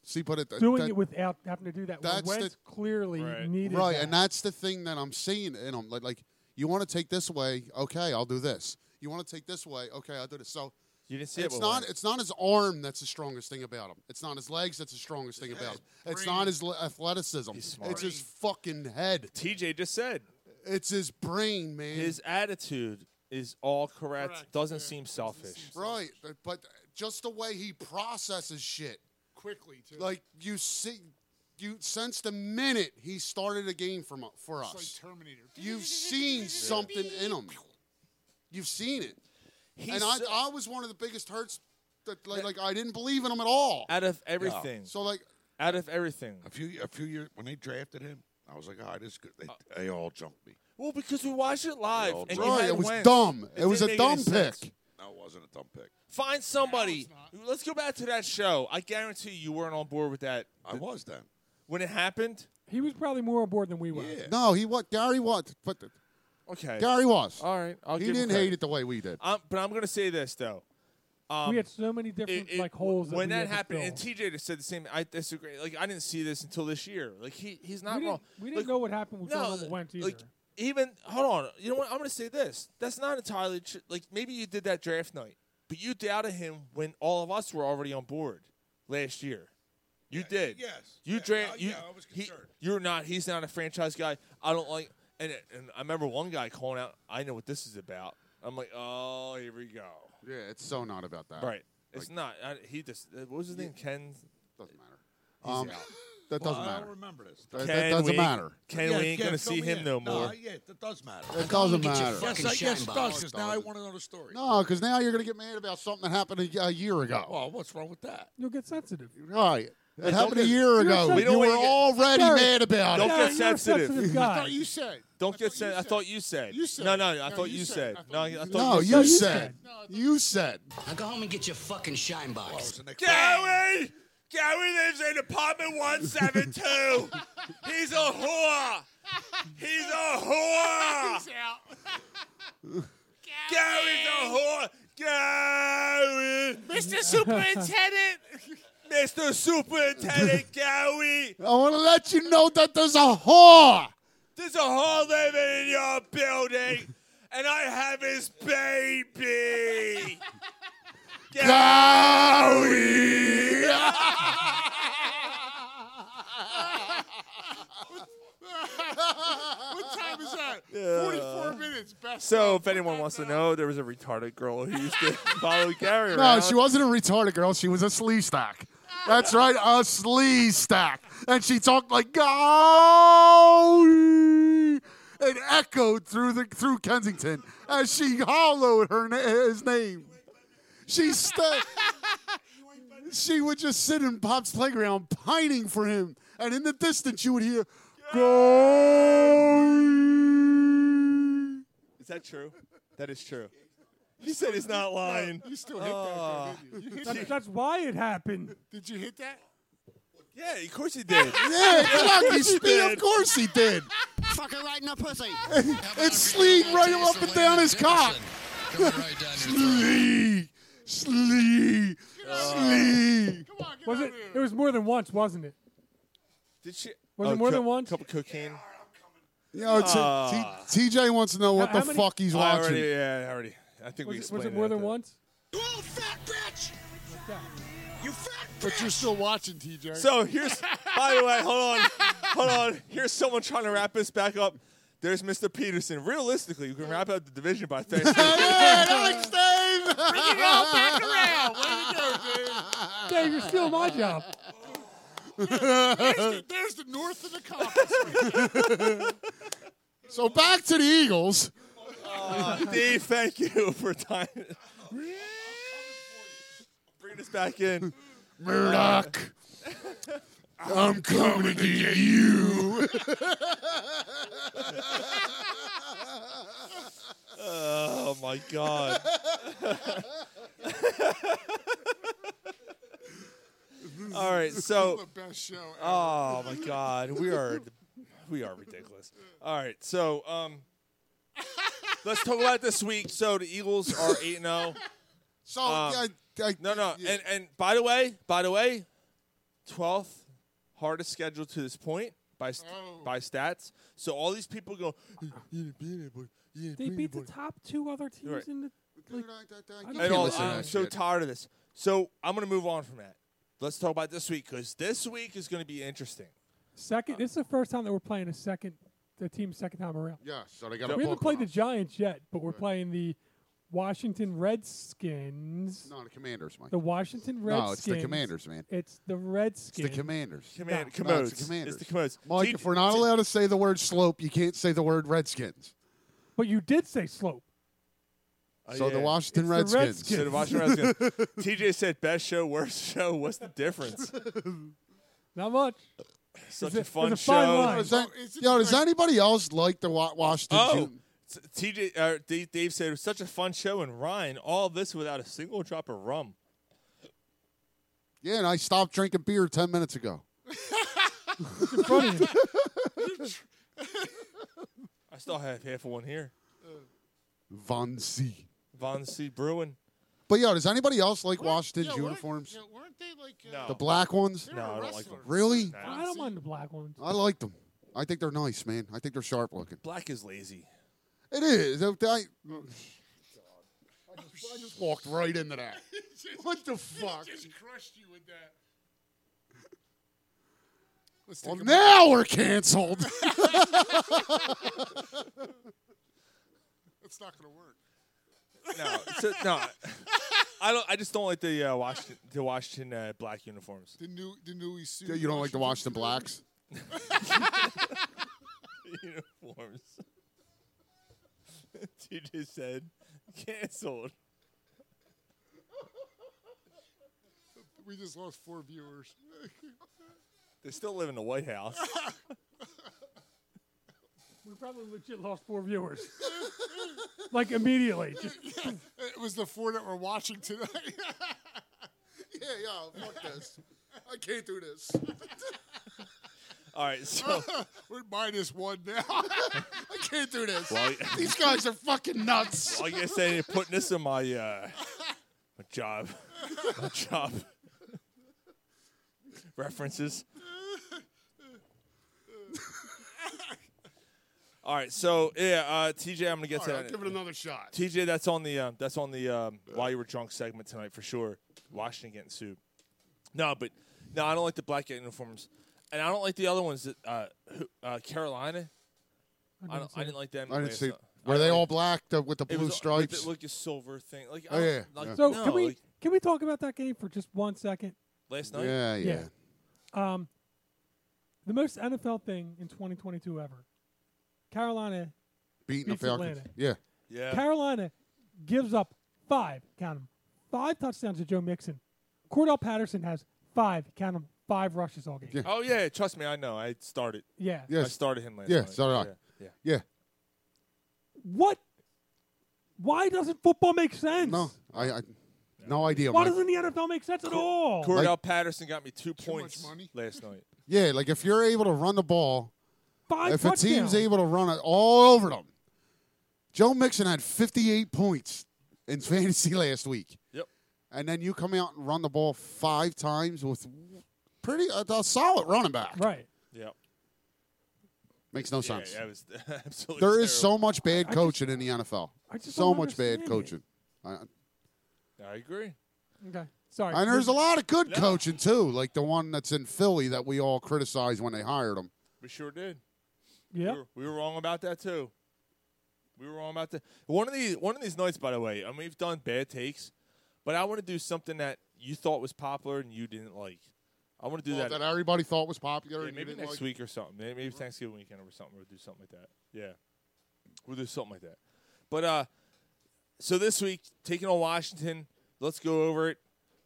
F: See, but it,
E: doing
F: Uh, that-
E: it without having to do that.
F: that's
E: Wentz
F: the-
E: clearly needed
F: right,
E: that.
F: and that's the thing that I'm seeing. And I'm like, like you want to take this way, okay, I'll do this. You want to take this way, okay, I'll do this. So
D: you didn't see it
F: it's
D: with
F: not
D: Wentz.
F: it's not his arm that's the strongest thing about him. It's not his legs that's the strongest thing about him. It's not his le- athleticism. It's his fucking head.
D: TJ just said
F: it's his brain, man.
D: His attitude is all correct, doesn't seem selfish.
F: right, but- but just the way he processes shit
G: quickly too.
F: Like you see, you since the minute he started a game from for us,
G: It's like Terminator.
F: You've seen something in him. You've seen it.
G: He's
F: and I,
G: so-
F: I was one of the biggest hurts that like, like I didn't believe in him at all.
D: Out of everything.
F: So like
D: Out of everything.
B: A few a few years when they drafted him, I was like, all right, this is good.
D: Uh,
B: They, they all jumped me.
D: Well, because we watched it live.
B: They all
D: And
B: jumped
D: you
B: me.
D: had Wentz. didn't make any sense.
B: No, it wasn't a dumb pick.
D: Find somebody. Let's go back to that show. I guarantee you weren't on board with that.
B: I was then.
D: When it happened?
E: He was probably more on board than we were.
F: no, he what Gary what, but
D: Okay.
F: Gary was.
D: All right. I'll
F: he
D: give him
F: didn't hate
D: credit.
F: it the way we did.
D: Um, but I'm going to say this, though. Um,
E: we had so many different like holes.
D: when
E: that, we
D: that
E: had to
D: happened, and
E: fill.
D: TJ just said the same. I disagree. Like I didn't see this until this year. Like he he's not
E: we didn't,
D: wrong.
E: We didn't
D: Like,
E: know what happened with
D: no,
E: Donovan Wentz either.
D: like even hold on. You know what? I'm going to say this. That's not entirely true. Like maybe you did that draft night, but you doubted him when all of us were already on board last year. You did.
B: yes.
D: You
B: Yeah,
D: draft.
B: I-
D: you,
B: yeah, I was
D: he-
B: concerned.
D: you're not. He's not a franchise guy. I don't like. And and I remember one guy calling out. I know what this is about. I'm like, oh, here we go.
F: Yeah, it's so not about
B: Uh,
F: that.
D: Right. It's not. I, he just. uh, What was his name? Ken.
F: Doesn't matter.
D: He's
F: Um,
D: out.
F: that
B: Well,
F: doesn't
B: I don't
F: matter.
B: remember this.
F: That, that
D: Ken
F: doesn't
D: Wing-
F: matter.
D: Ken
B: Yeah,
D: we ain't
B: yeah,
D: gonna
B: fill
D: see
B: me
D: him
B: in.
D: no
B: No,
D: more.
B: I- yeah, that does matter.
F: It doesn't matter.
B: Yes, I guess it does, because now I want to know the story.
F: No, because now you're going to get mad about something that happened a, a year ago.
B: Well, Oh, what's wrong with that?
E: You'll get sensitive.
F: Right. It
D: don't
F: happened a
D: get-
F: year ago.
E: upset.
F: We
E: We don't
F: you were
D: wanna get-
F: already
E: Gary,
F: mad about
D: Don't
F: it.
E: Yeah,
D: get
E: you're a
D: sensitive.
G: I
E: sensitive guy.
G: thought you said.
D: Don't get sen- I thought you said.
G: You said.
D: No, no. I
G: No,
D: thought
G: you
D: you
G: said.
D: said.
G: I thought
D: No,
G: you
D: I
G: said.
D: thought
F: No,
D: you
F: you
E: you
F: said.
E: said.
F: You said.
I: Now go home and get your fucking shine
B: Well,
I: box.
B: it's the next
D: Gary! Gary lives in apartment 172. He's a whore. He's a whore. Gary's a whore. Gary. Mr. Superintendent. Mr. Superintendent Gary.
F: I want to let you know that there's a whore.
D: There's a whore living in your building, and I have his baby.
F: Gary.
G: What time is that? 44 minutes. Best.
D: So, if anyone wants to know, there was a retarded girl who used to follow Gary
F: No, she wasn't a retarded girl. She was a slee stack. That's right, a slee stack. And she talked like Gary. It echoed through the through Kensington as she hollowed her na- his name. She sta- She would just sit in Pop's playground pining for him, and in the distance you would hear Gary.
D: Is that true? That is true. He said he's not lying. Oh.
G: You still hit that, though, didn't you? You hit
E: That's,
G: that.
E: that's why it happened.
G: Did you hit that?
D: Yeah, of course he did.
F: Yeah, Kentucky Speed. Of course he did.
I: Fucking right in the pussy.
F: It's sleep right up and down his cock. Slee, slee, slee.
G: Come on, get out
E: Was it?
G: of here.
E: It was more than once, wasn't it?
D: Did she?
E: Was it more than one?
D: A couple cocaine.
F: Yo, t- T- TJ wants to know what
E: How-
F: the
E: how many-
F: fuck he's
D: Ah. I
F: watching.
D: already, yeah, I already. I think we
E: Was it,
D: explained
E: was it more than
D: after.
E: once?
K: You old fat bitch!
E: that.
K: You fat
G: But you're still watching, TJ.
D: So here's, by the way, hold on, hold on. Here's someone trying to wrap this back up. There's Mr. Peterson. Realistically, you can wrap up the division by Thanksgiving.
C: Bring it all back around. Way to go,
E: Dave, you're stealing my job.
G: there's, the, there's the north of the conference.
F: so back to the Eagles.
D: Uh, Dave, thank you for time. Bring us back in.
F: Murdoch. I'm coming to get you.
D: oh my god. All right,
G: This is
D: so
G: the best show ever.
D: Oh my god, we are we are ridiculous. All right, so um let's talk about this week. So the Eagles are 8-0.
F: So
D: Um, no, no, and and by the way, by the way, twelfth hardest schedule to this point by st-
F: Oh.
D: by stats. So all these people go,
E: They beat the top two other teams
D: Right.
E: in the. Like,
F: You
D: and
F: can't
D: all,
F: listen to
D: I'm
F: that
D: so
F: shit.
D: tired of this. So I'm gonna move on from that. Let's talk about this week because this week is gonna be interesting.
E: second, this is the first time that we're playing a second, the team's second time around.
F: yeah, so they got a
E: we haven't
F: book
E: played
F: on.
E: the Giants yet, but we're playing the Washington Redskins.
F: No, the Commanders, Mike.
E: The Washington Redskins.
F: No, it's the Commanders, man.
E: It's the Redskins.
F: It's the Commanders.
D: Command,
F: No,
D: commodes.
F: it's the Commanders.
D: It's the commodes.
F: Mike,
D: T-
F: if we're not
D: T-
F: allowed to say the word slope, you can't say the word Redskins.
E: But you did say slope.
D: Oh,
F: so
D: yeah.
F: the Washington
E: It's the
F: Redskins.
D: So the Washington Redskins. TJ said best show, worst show. What's the difference?
E: Not much.
D: Such
E: a-
D: a fun
E: it's a
D: show.
E: fine line.
F: Does that-
G: Oh, it's-
F: yo, does anybody else like the Wa- Washington?
D: Oh,
F: Ju-
D: s- TJ, uh, Dave, Dave said it was such a fun show, and Ryan, all this without a single drop of rum.
F: Yeah, and I stopped drinking beer ten minutes ago.
E: In front of you.
D: I still have half of one here.
F: Von Z.
D: Von C. Bruin.
F: But yo, does anybody else like
G: Weren't-
F: Washington's
G: yeah, weren't-
F: uniforms?
G: yeah, weren't they like uh,
D: No.
F: The black ones?
G: they're
D: No,
G: a
D: I don't like
G: wrestler.
D: them.
F: Really?
D: Nah.
E: I don't mind the black ones.
F: I like them. I think they're nice, man. I think they're sharp looking.
D: Black is lazy.
F: It is. I, I, I just walked right into that. What the fuck?
G: Just crushed you with that. Let's
F: Well,
G: take a
F: now we're canceled.
G: It's not going to work.
D: No, so, no. I don't. I just don't like the uh, Washington, the Washington uh, black uniforms.
G: The new, the new Isu.
F: you don't like the Washington Blacks?
D: uniforms. TJ said canceled.
G: We just lost four viewers.
D: They still live in the White House.
E: We probably legit lost four viewers. like immediately. Just
G: it was the four that were watching tonight.
F: Yeah, yeah. Fuck this. I can't do this.
D: All right, so
G: we're minus one now.
F: I can't do this.
D: well,
F: These guys are fucking nuts.
D: I guess they ain't putting this in my uh, my job, my job references. All right, so yeah, uh, TJ, I'm gonna get
F: All
D: to
F: right, I'll
D: that.
F: give it another shot.
D: TJ, that's on the uh, that's on the um, while you were drunk segment tonight for sure. Washington getting sued. No, but no, I don't like the black uniforms, and I don't like the other ones. That uh, who- uh, Carolina, I, don't, I didn't like them.
F: I didn't
D: last
F: see.
D: night. uh, I
F: Were they
D: don't
F: all
D: like-
F: black the, with the
D: it
F: blue
D: was,
F: stripes?
D: Like, a silver thing. Like,
F: Oh,
D: I
F: yeah,
D: don't- like,
F: yeah.
E: so
D: no,
E: can we
D: like,
E: can we talk about that game for just one second?
D: last night?
F: yeah, yeah,
E: Yeah. Um, the most NFL thing in 2022 ever. Carolina,
F: Beating the
E: Beats
F: Falcons.
E: Atlanta.
F: Yeah.
D: Yeah.
E: Carolina gives up five, count 'em, five touchdowns to Joe Mixon. Cordell Patterson has five, count 'em, five rushes all game.
F: Yeah.
D: oh yeah, trust me, I know. I started.
E: Yeah.
D: I
F: Yes.
D: started him last
F: Yeah,
D: night.
F: so did I.
D: Yeah.
F: Yeah.
E: What? Why doesn't football make sense?
F: No, I, I no idea.
E: Why
F: Mike.
E: doesn't the NFL make sense at all?
D: yeah. Cordell
F: Like-
D: Patterson got me two points
G: money.
D: last night.
F: yeah, like if you're able to run the ball,
E: Five
F: if a
E: touchdowns.
F: team's able to run it all over them. Joe Mixon had 58 points in fantasy last week,
D: Yep.
F: and then you come out and run the ball five times with pretty a, a solid running back.
E: right.
D: Yep.
F: Makes no
D: Yeah,
F: sense.
D: that was absolutely.
F: There is
D: terrible.
F: so much bad coaching in the NFL.
E: I just
F: so
E: don't
F: much bad
E: understand
F: coaching. I,
D: I agree.
E: Okay. Sorry.
F: and there's a lot of good coaching too, like the one that's in Philly that we all criticize when they hired him.
D: We sure did. Yeah. We were, we were wrong about that too. We were wrong about that. One of these one of these nights, by the way, I mean we've done bad takes, but I want to do something that you thought was popular and you didn't like. I want to do
F: Well,
D: that.
F: Oh, that everybody thought was popular
D: Yeah,
F: and you
D: maybe
F: didn't
D: next
F: like.
D: week or something. Maybe, maybe Thanksgiving weekend or something. We'll do something like that. Yeah, we'll do something like that. But uh, so this week taking on Washington. Let's go over it.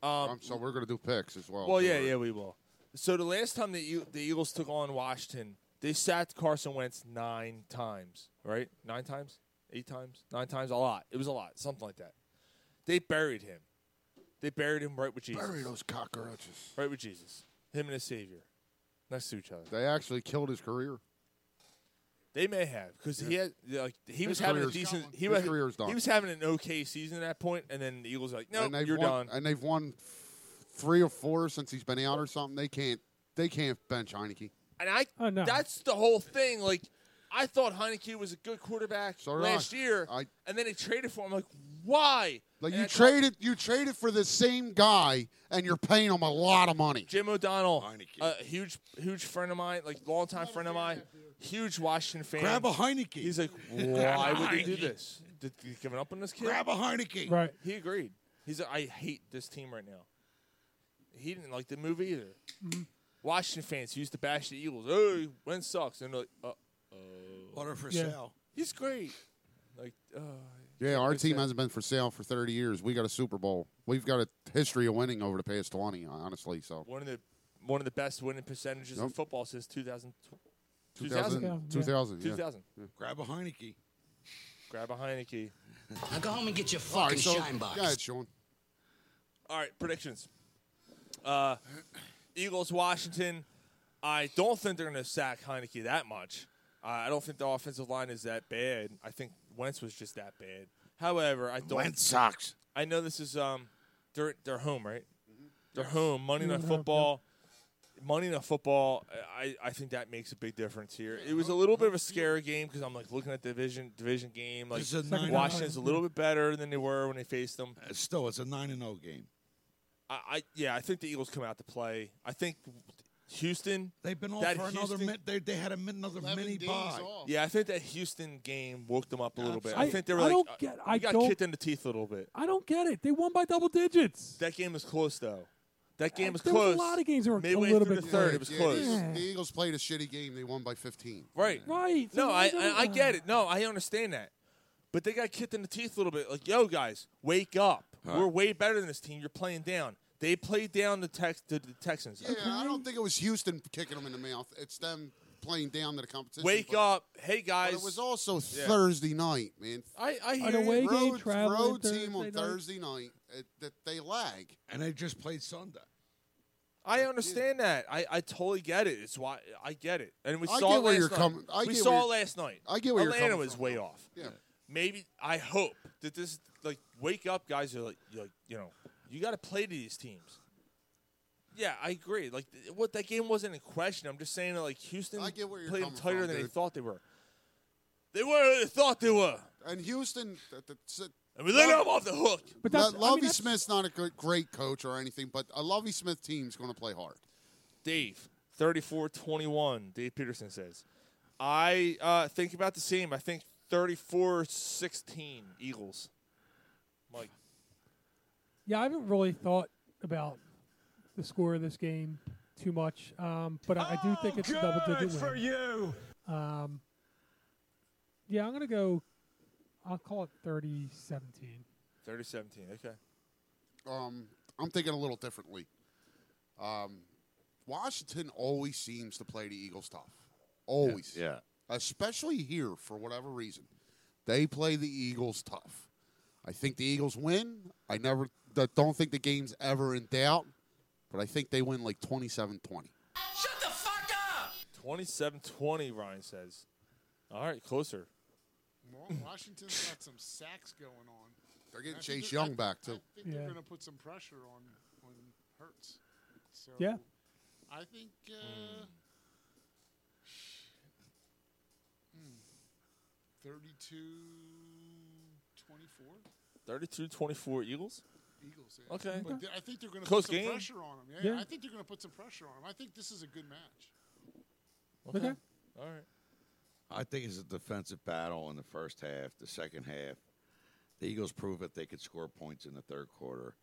D: Um,
F: so we're gonna do picks as well.
D: well,
F: too,
D: yeah,
F: right?
D: yeah, we will. So the last time the E- the Eagles took on Washington, they sacked Carson Wentz nine times, right? Nine times, eight times, nine times, a lot. It was a lot, something like that. They buried him. They buried him right with Jesus.
F: Bury those cockroaches.
D: Right with Jesus, him and his Savior, next to each other.
F: They actually killed his career.
D: They may have because he had like he
F: His
D: was having a
F: career's
D: decent.
F: done.
D: He
F: His
D: was
F: career's done.
D: he was having an okay season at that point, and then the Eagles were like, no,
F: and they've
D: you're
F: won,
D: done.
F: And they've won f- three or four since he's been out or something. They can't. They can't bench Heineke.
D: And I that's the whole thing. Like I thought Heineke was a good quarterback
F: did I.
D: last year,
F: I-
D: and then they traded for him. I'm like, why?
F: Like
D: And
F: you
D: I thought
F: traded, you traded for the same guy, and you're paying him a lot of money.
D: Jim O'Donnell, a huge huge friend of mine, like longtime friend of mine, huge Washington fan.
B: Grab a Heineke.
D: He's like,
B: Grab
D: why
B: a
D: would they do
B: Heineke.
D: this? Did they giving up on this kid?
B: Grab a Heineke.
E: Right.
D: He agreed. He's like, I hate this team right now. He didn't like the move either. Washington fans used to bash the Eagles. Oh, Wentz sucks. And they're like, uh, oh.
B: Order for
D: Yeah.
B: sale.
D: He's great. Like, uh,
F: Yeah, our
D: Like I
F: team
D: said-
F: hasn't been for sale for 30 years. We got a Super Bowl. We've got a history of winning over the past 20, honestly. So
D: one of the one of the best winning percentages in
F: Nope.
D: football since 2000.
F: 2000, 2000, yeah.
D: 2000.
B: Grab a Heineke.
D: Grab a Heineke.
I: Now go home and get your
F: All
I: fucking
F: right, so
I: shine box.
F: go ahead, Sean.
D: All right, predictions. Uh, Eagles, Washington. I don't think they're going to sack Heineke that much. Uh, I don't think the offensive line is that bad. I think Wentz was just that bad. However, I don't.
B: Wentz sucks. Mm-hmm.
D: I know this is um, they're they're home right. They're home. Monday
E: Yeah,
D: night
E: they're home,
D: football. Monday night football. I I think that makes a big difference here. It was a little bit of a scary game because I'm like looking at the division division game. Like
B: It's a nine-
D: Washington's a little bit better than they were when they faced them.
B: Uh, Still, it's a nine and zero game.
D: I, I yeah, I think the Eagles come out to play. I think Houston.
B: They've been off
D: That
B: for another.
D: Houston-
B: Min- they they had a min- another mini
G: days
B: bye.
G: off.
D: Yeah, I think that Houston game woke them up a little bit. I,
E: Absolutely.
D: think they were
E: I- I
D: like,
E: don't
D: uh,
E: get-
D: we
E: I
D: got
E: don't-
D: kicked in the teeth a little bit.
E: I don't get it. They won by double digits.
D: That game was close though. That game was
E: Uh, There
D: close.
E: was a lot of games that were a
D: Midway
E: little
D: through
E: bit
D: the third.
E: close.
D: It was
F: Yeah, the
D: close.
F: Eagles- The Eagles played a shitty game. They won by 15.
D: Right.
E: Right.
D: No,
E: so
D: I,
E: don't-
D: I I get it. No, I understand that. But they got kicked in the teeth a little bit. Like, yo, guys, wake up. We're way better than this team. You're playing down. They played down the Tex the, the Texans.
F: Yeah, I don't think it was Houston kicking them in the mouth. It's them playing down to the competition.
D: Wake
F: but-
D: up, hey
F: But
D: guys.
F: it was also
D: Yeah.
F: Thursday night, man.
D: I I hear
E: An away
D: you.
E: game
F: Road,
E: traveling
F: road
E: Thursday
F: team on
E: night.
F: Thursday night it, that they lag.
B: and they just played Sunday.
D: I understand that. I, I totally get it. It's why I get it. And we
F: I
D: saw
F: get
D: it
F: where
D: last
F: you're
D: night.
F: coming- I
D: we
F: get
D: saw
F: where
D: it
F: you're-
D: last night.
F: I get where you're
D: Atlanta
F: coming
D: was
F: from.
D: way off.
F: Yeah.
D: Maybe I hope that this like wake up guys are like you're like you know you got to play to these teams. Yeah, I agree. Like th- what that game wasn't in question. I'm just saying that like Houston
F: I get where you're
D: played them
F: coming
D: tighter
F: from,
D: than they
F: dude.
D: thought they were. They were who they thought they were,
F: And Houston, th- th- s-
D: and we let them off the hook.
E: But
F: Lo-
E: that's, I mean,
F: Lovey
E: that's-
F: Smith's not a good, great coach or anything, but a Lovey Smith team's going to play hard.
D: Dave, 34-21, Dave Peterson says. I uh, think about the same. I think 34-16 Eagles. Mike.
E: Yeah, I haven't really thought about the score of this game too much, um, but I, I do think it's a double-digit win.
K: you.
E: Um, yeah, I'm gonna go. I'll call it 30-17.
D: 30-17, okay.
F: Um, I'm thinking a little differently. Um, Washington always seems to play the Eagles tough. Always.
B: Yeah.
F: Especially here for whatever reason. They play the Eagles tough. I think the Eagles win. I never I don't think the game's ever in doubt, but I think they win like 27 20.
K: Shut the fuck up.
D: 27-20, Ryan says. All right, closer.
G: Well, Washington's got some sacks going on.
F: They're getting
G: I think
F: Chase
G: they're- I
F: Young
G: think-
F: back,
G: I
F: too.
G: think they're
E: Yeah.
G: going to put some pressure on on Hurts. So
E: Yeah.
G: I think. Uh,
F: Mm.
G: hmm, 32-24
D: 32-24 Eagles?
G: Eagles. Yeah.
D: Okay.
G: But th- I think they're going to
D: Close
G: put some
D: game.
G: pressure on them. Yeah,
E: Yeah.
G: I think they're going to put some pressure on them. I think this is a good match.
E: Okay.
D: All right.
B: I think it's a defensive battle in the first half, the second half. The Eagles prove that they could score points in the third quarter.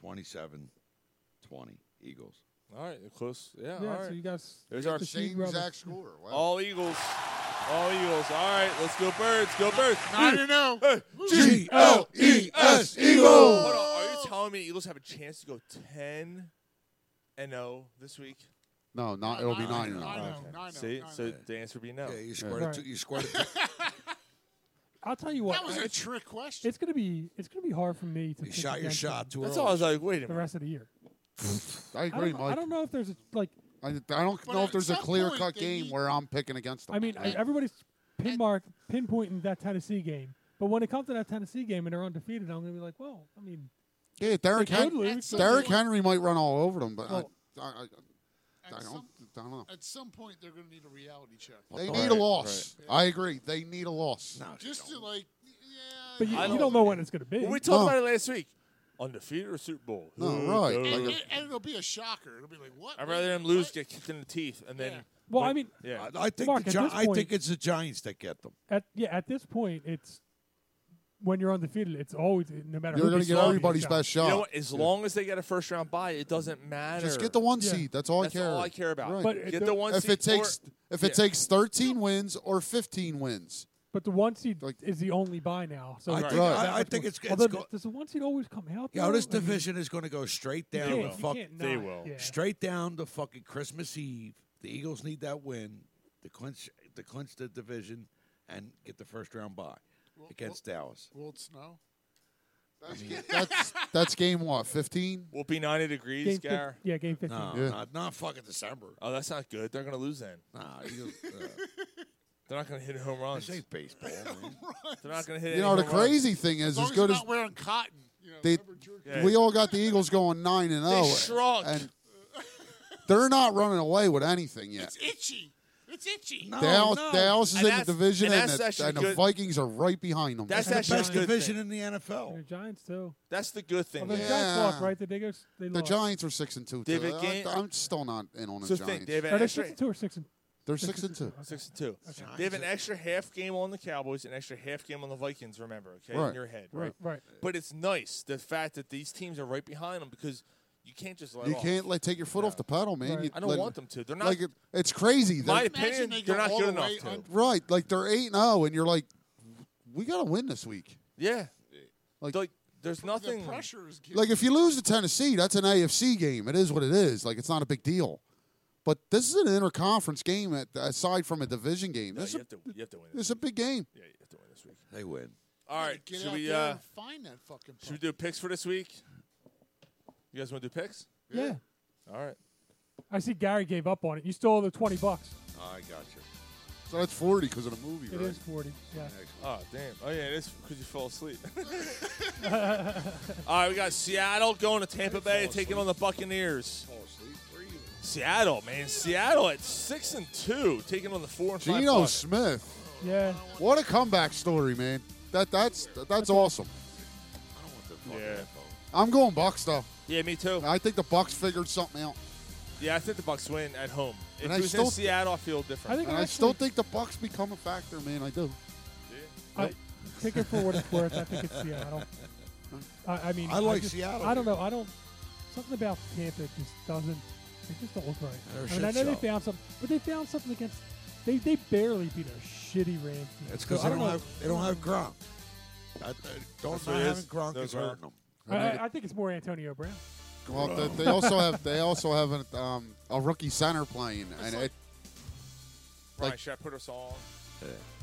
B: 27 20, Eagles.
D: All right, close. Yeah,
E: Yeah,
D: all right.
E: so you guys
D: There's
E: get
D: our
E: to see Same Robert. exact
F: score. Wow.
B: Oh.
D: All Eagles. All Eagles. All right, let's go Birds. Go Birds. Nine and zero.
C: G L E S Eagles.
D: Hold on. Are you telling me the Eagles have a chance to go ten and zero this week?
F: No, not it'll be nine. now.
D: See, so the answer would be no. Yeah,
B: you
F: scored a Right. two-
B: you scored
E: I'll tell you what.
G: That was a
E: it's-
G: trick question.
E: It's gonna be it's gonna be hard for me to.
B: You
E: pick
B: shot your
E: against
B: shot
E: them
B: too That's early. all I was like, wait a
E: The
B: minute.
E: rest of the year.
F: I agree,
E: don't,
F: Mike.
E: I don't know if there's a, like.
F: I, I don't
E: But
F: know
E: at
F: if there's a
E: some
F: clear
E: point,
F: cut
E: they
F: game
E: need-
F: where I'm picking against them.
E: I mean, I, everybody's pin mark pinpointing that Tennessee game, but when it comes to that Tennessee game and they're undefeated, I'm gonna be like, well, I mean,
F: yeah, Derrick,
E: they
F: Hen-
E: could lose, but-
F: Derrick Henry might run all over them, but
G: Well,
F: I, I, I, I, don't,
G: some-
F: I don't know.
G: At some point, they're going to need a reality check.
F: They need a loss. I agree. They need a loss.
G: Just to like,
E: but you,
D: I
E: you
D: don't-
E: don't know when it's gonna be.
D: Well, we talked about it last week. Undefeated or Super Bowl?
F: No,
D: Who
F: right,
D: knows?
G: and, it- and it'll be a shocker. It'll be like, what?
D: I'd rather them lose, get kicked in the teeth, and then.
E: Well,
D: but-
E: I mean,
D: yeah.
B: I think
E: Mark,
B: the
E: at
B: Gi-
E: this
B: I
E: point-
B: think it's the Giants that get them.
E: At yeah, at this point, it's when you're undefeated, it's always no matter.
F: You're
E: who
F: gonna
E: they
F: get
E: saw, you
F: everybody's
E: shot.
F: best shot.
D: You know what? As
F: Yeah.
D: long as they get a first round bye, it doesn't matter.
F: Just get the one
E: Yeah.
F: seed. That's all
D: That's
F: I care.
D: all I care about.
F: Right.
E: But
D: Get
E: it-
D: the one
F: if
D: seed
F: it takes
D: or-
F: if it
D: Yeah.
F: takes 13 wins or 15 wins,
E: But the one seed is the only buy now. So
B: I
E: it's
B: think-
E: not
B: I-
E: that
B: I
E: much
B: think
E: more-
B: it's- it's
E: Although,
B: go-
E: does the one seed always come out?
B: Yo, this
E: though? I mean,
B: division is going to go straight down.
E: can't-
B: to
E: you
B: fuck,
E: can't They not, will. yeah.
B: Straight down to fucking Christmas Eve. The Eagles need that win to clinch to clinch the division and get the first round bye against Dallas.
G: Will it snow?
F: that's that's game what 15.
D: We'll be 90 degrees,
E: Game fif-
D: Gar.
E: yeah, game 15.
B: No,
F: Yeah.
B: not, not fucking December.
D: Oh, that's not good. They're going to lose then.
B: Nah, Eagles, uh,
D: They're not going to hit home runs.
B: this ain't baseball. Man.
D: They're not going to hit any
F: You know the
D: home runs.
F: crazy thing is
G: As long
F: as
G: as
F: good
G: you're
F: as
G: not wearing cotton. You know,
F: they,
G: rubber jerky.
D: Yeah.
F: we all got the Eagles going nine and
D: They
F: zero,
D: shrunk.
F: and they're not running away with anything yet.
G: It's itchy. It's itchy.
B: No,
F: Dallas,
B: no.
F: Dallas is
D: Oh, And
F: in the
D: that's-
F: division,
D: and
F: and,
D: that's
F: the,
D: actually
F: and the
D: good.
F: Vikings are right behind them.
D: That's
B: the
D: actually
B: best
D: a good
B: division
D: thing.
B: in the
E: And the
B: NFL.
E: Giants too.
D: That's the good thing.
E: Although
D: though.
E: the Giants lost,
F: Yeah.
E: right? The Diggers. They
F: the
E: lost.
F: Giants are six and two. Too.
D: David
F: I,
D: Gain-
F: I'm still not in on the
D: So
F: Giants.
D: think they have an
E: Are they
D: extra
E: six and two or six and?
F: they're six and two.
D: six and two. They have an extra half game on the Cowboys, an extra half game on the Vikings. Remember, okay, in
F: Right.
D: your head, right?
E: Right, right.
D: But it's nice the fact that these teams are right behind them because you can't just let
F: You
D: off.
F: can't like take your foot off the pedal, man.
E: Right.
F: You
D: I don't
F: let-
D: want them to. They're not.
F: Like it, it's crazy.
D: my
F: They're-
D: opinion,
G: they
D: they're
G: go
D: not
G: all
D: good
G: the
D: enough
G: way
D: to.
G: under-
F: right, like they're eight and zero, and you're like, we gotta win this week.
D: yeah,
F: Like-
D: Like, there's
G: The
D: nothing.
G: pressure is getting.
F: Like if you lose to Tennessee, that's an AFC game. It is what it is. Like it's not a big deal. But this is an interconference game at, aside from a division game.
D: No,
F: This,
D: you,
F: is,
D: have to, you have to win.
F: this
D: This.
F: is a big game.
D: Yeah, you have to win this week.
B: They win.
D: All right,
G: Get
D: should
G: out
D: we?
G: there
D: Uh,
G: and find that fucking.
D: should we
G: Puck.
D: do picks for this week? You guys want to do picks?
E: Yeah.
D: All right.
E: I see Gary gave up on it. You stole the twenty bucks.
B: I got you.
F: So that's forty because of the movie,
E: It
F: right?
E: is forty. Yeah.
D: Oh damn! Oh yeah, it is because you fell asleep. All right, we got Seattle going to Tampa Bay, taking on the Buccaneers. Seattle, man, Seattle at six and two, taking on the four and five.
F: Geno
D: Bucs.
F: Smith.
E: Yeah.
F: What a comeback story, man. That that's that's awesome.
D: Yeah,
F: I'm going Bucks though.
D: yeah, me too.
F: I think the Bucks figured something out.
D: Yeah, I think the Bucks win at home. If
F: And
D: it
F: I
D: was in
F: still-
D: Seattle, I feel different.
E: I think
F: And I
E: actually-
F: still think the Bucks become a factor, man. I do.
E: I Uh, take it for what it's worth. I think it's Seattle. I, I mean,
B: I like
E: just-
B: Seattle,
E: I don't know. I don't. Something about Tampa just doesn't. It just don't look right.
B: They're a
E: I mean, I
B: shit
E: know
B: show.
E: they found something, but they found something against. They they barely beat a shitty Rams. team.
B: It's
E: So
B: because
E: I
B: they don't
E: know.
B: have they don't have Gronk. That, that, don't
D: That's
B: not
D: what it
B: having
D: is.
B: Gronk
D: That's
B: is
D: what it-
B: hurting them.
E: I, I- I think it's more Antonio Brown.
F: Well, they, they also have they also have an, um, a rookie center playing, and it,
D: Ryan,
F: like-
D: should I put us all?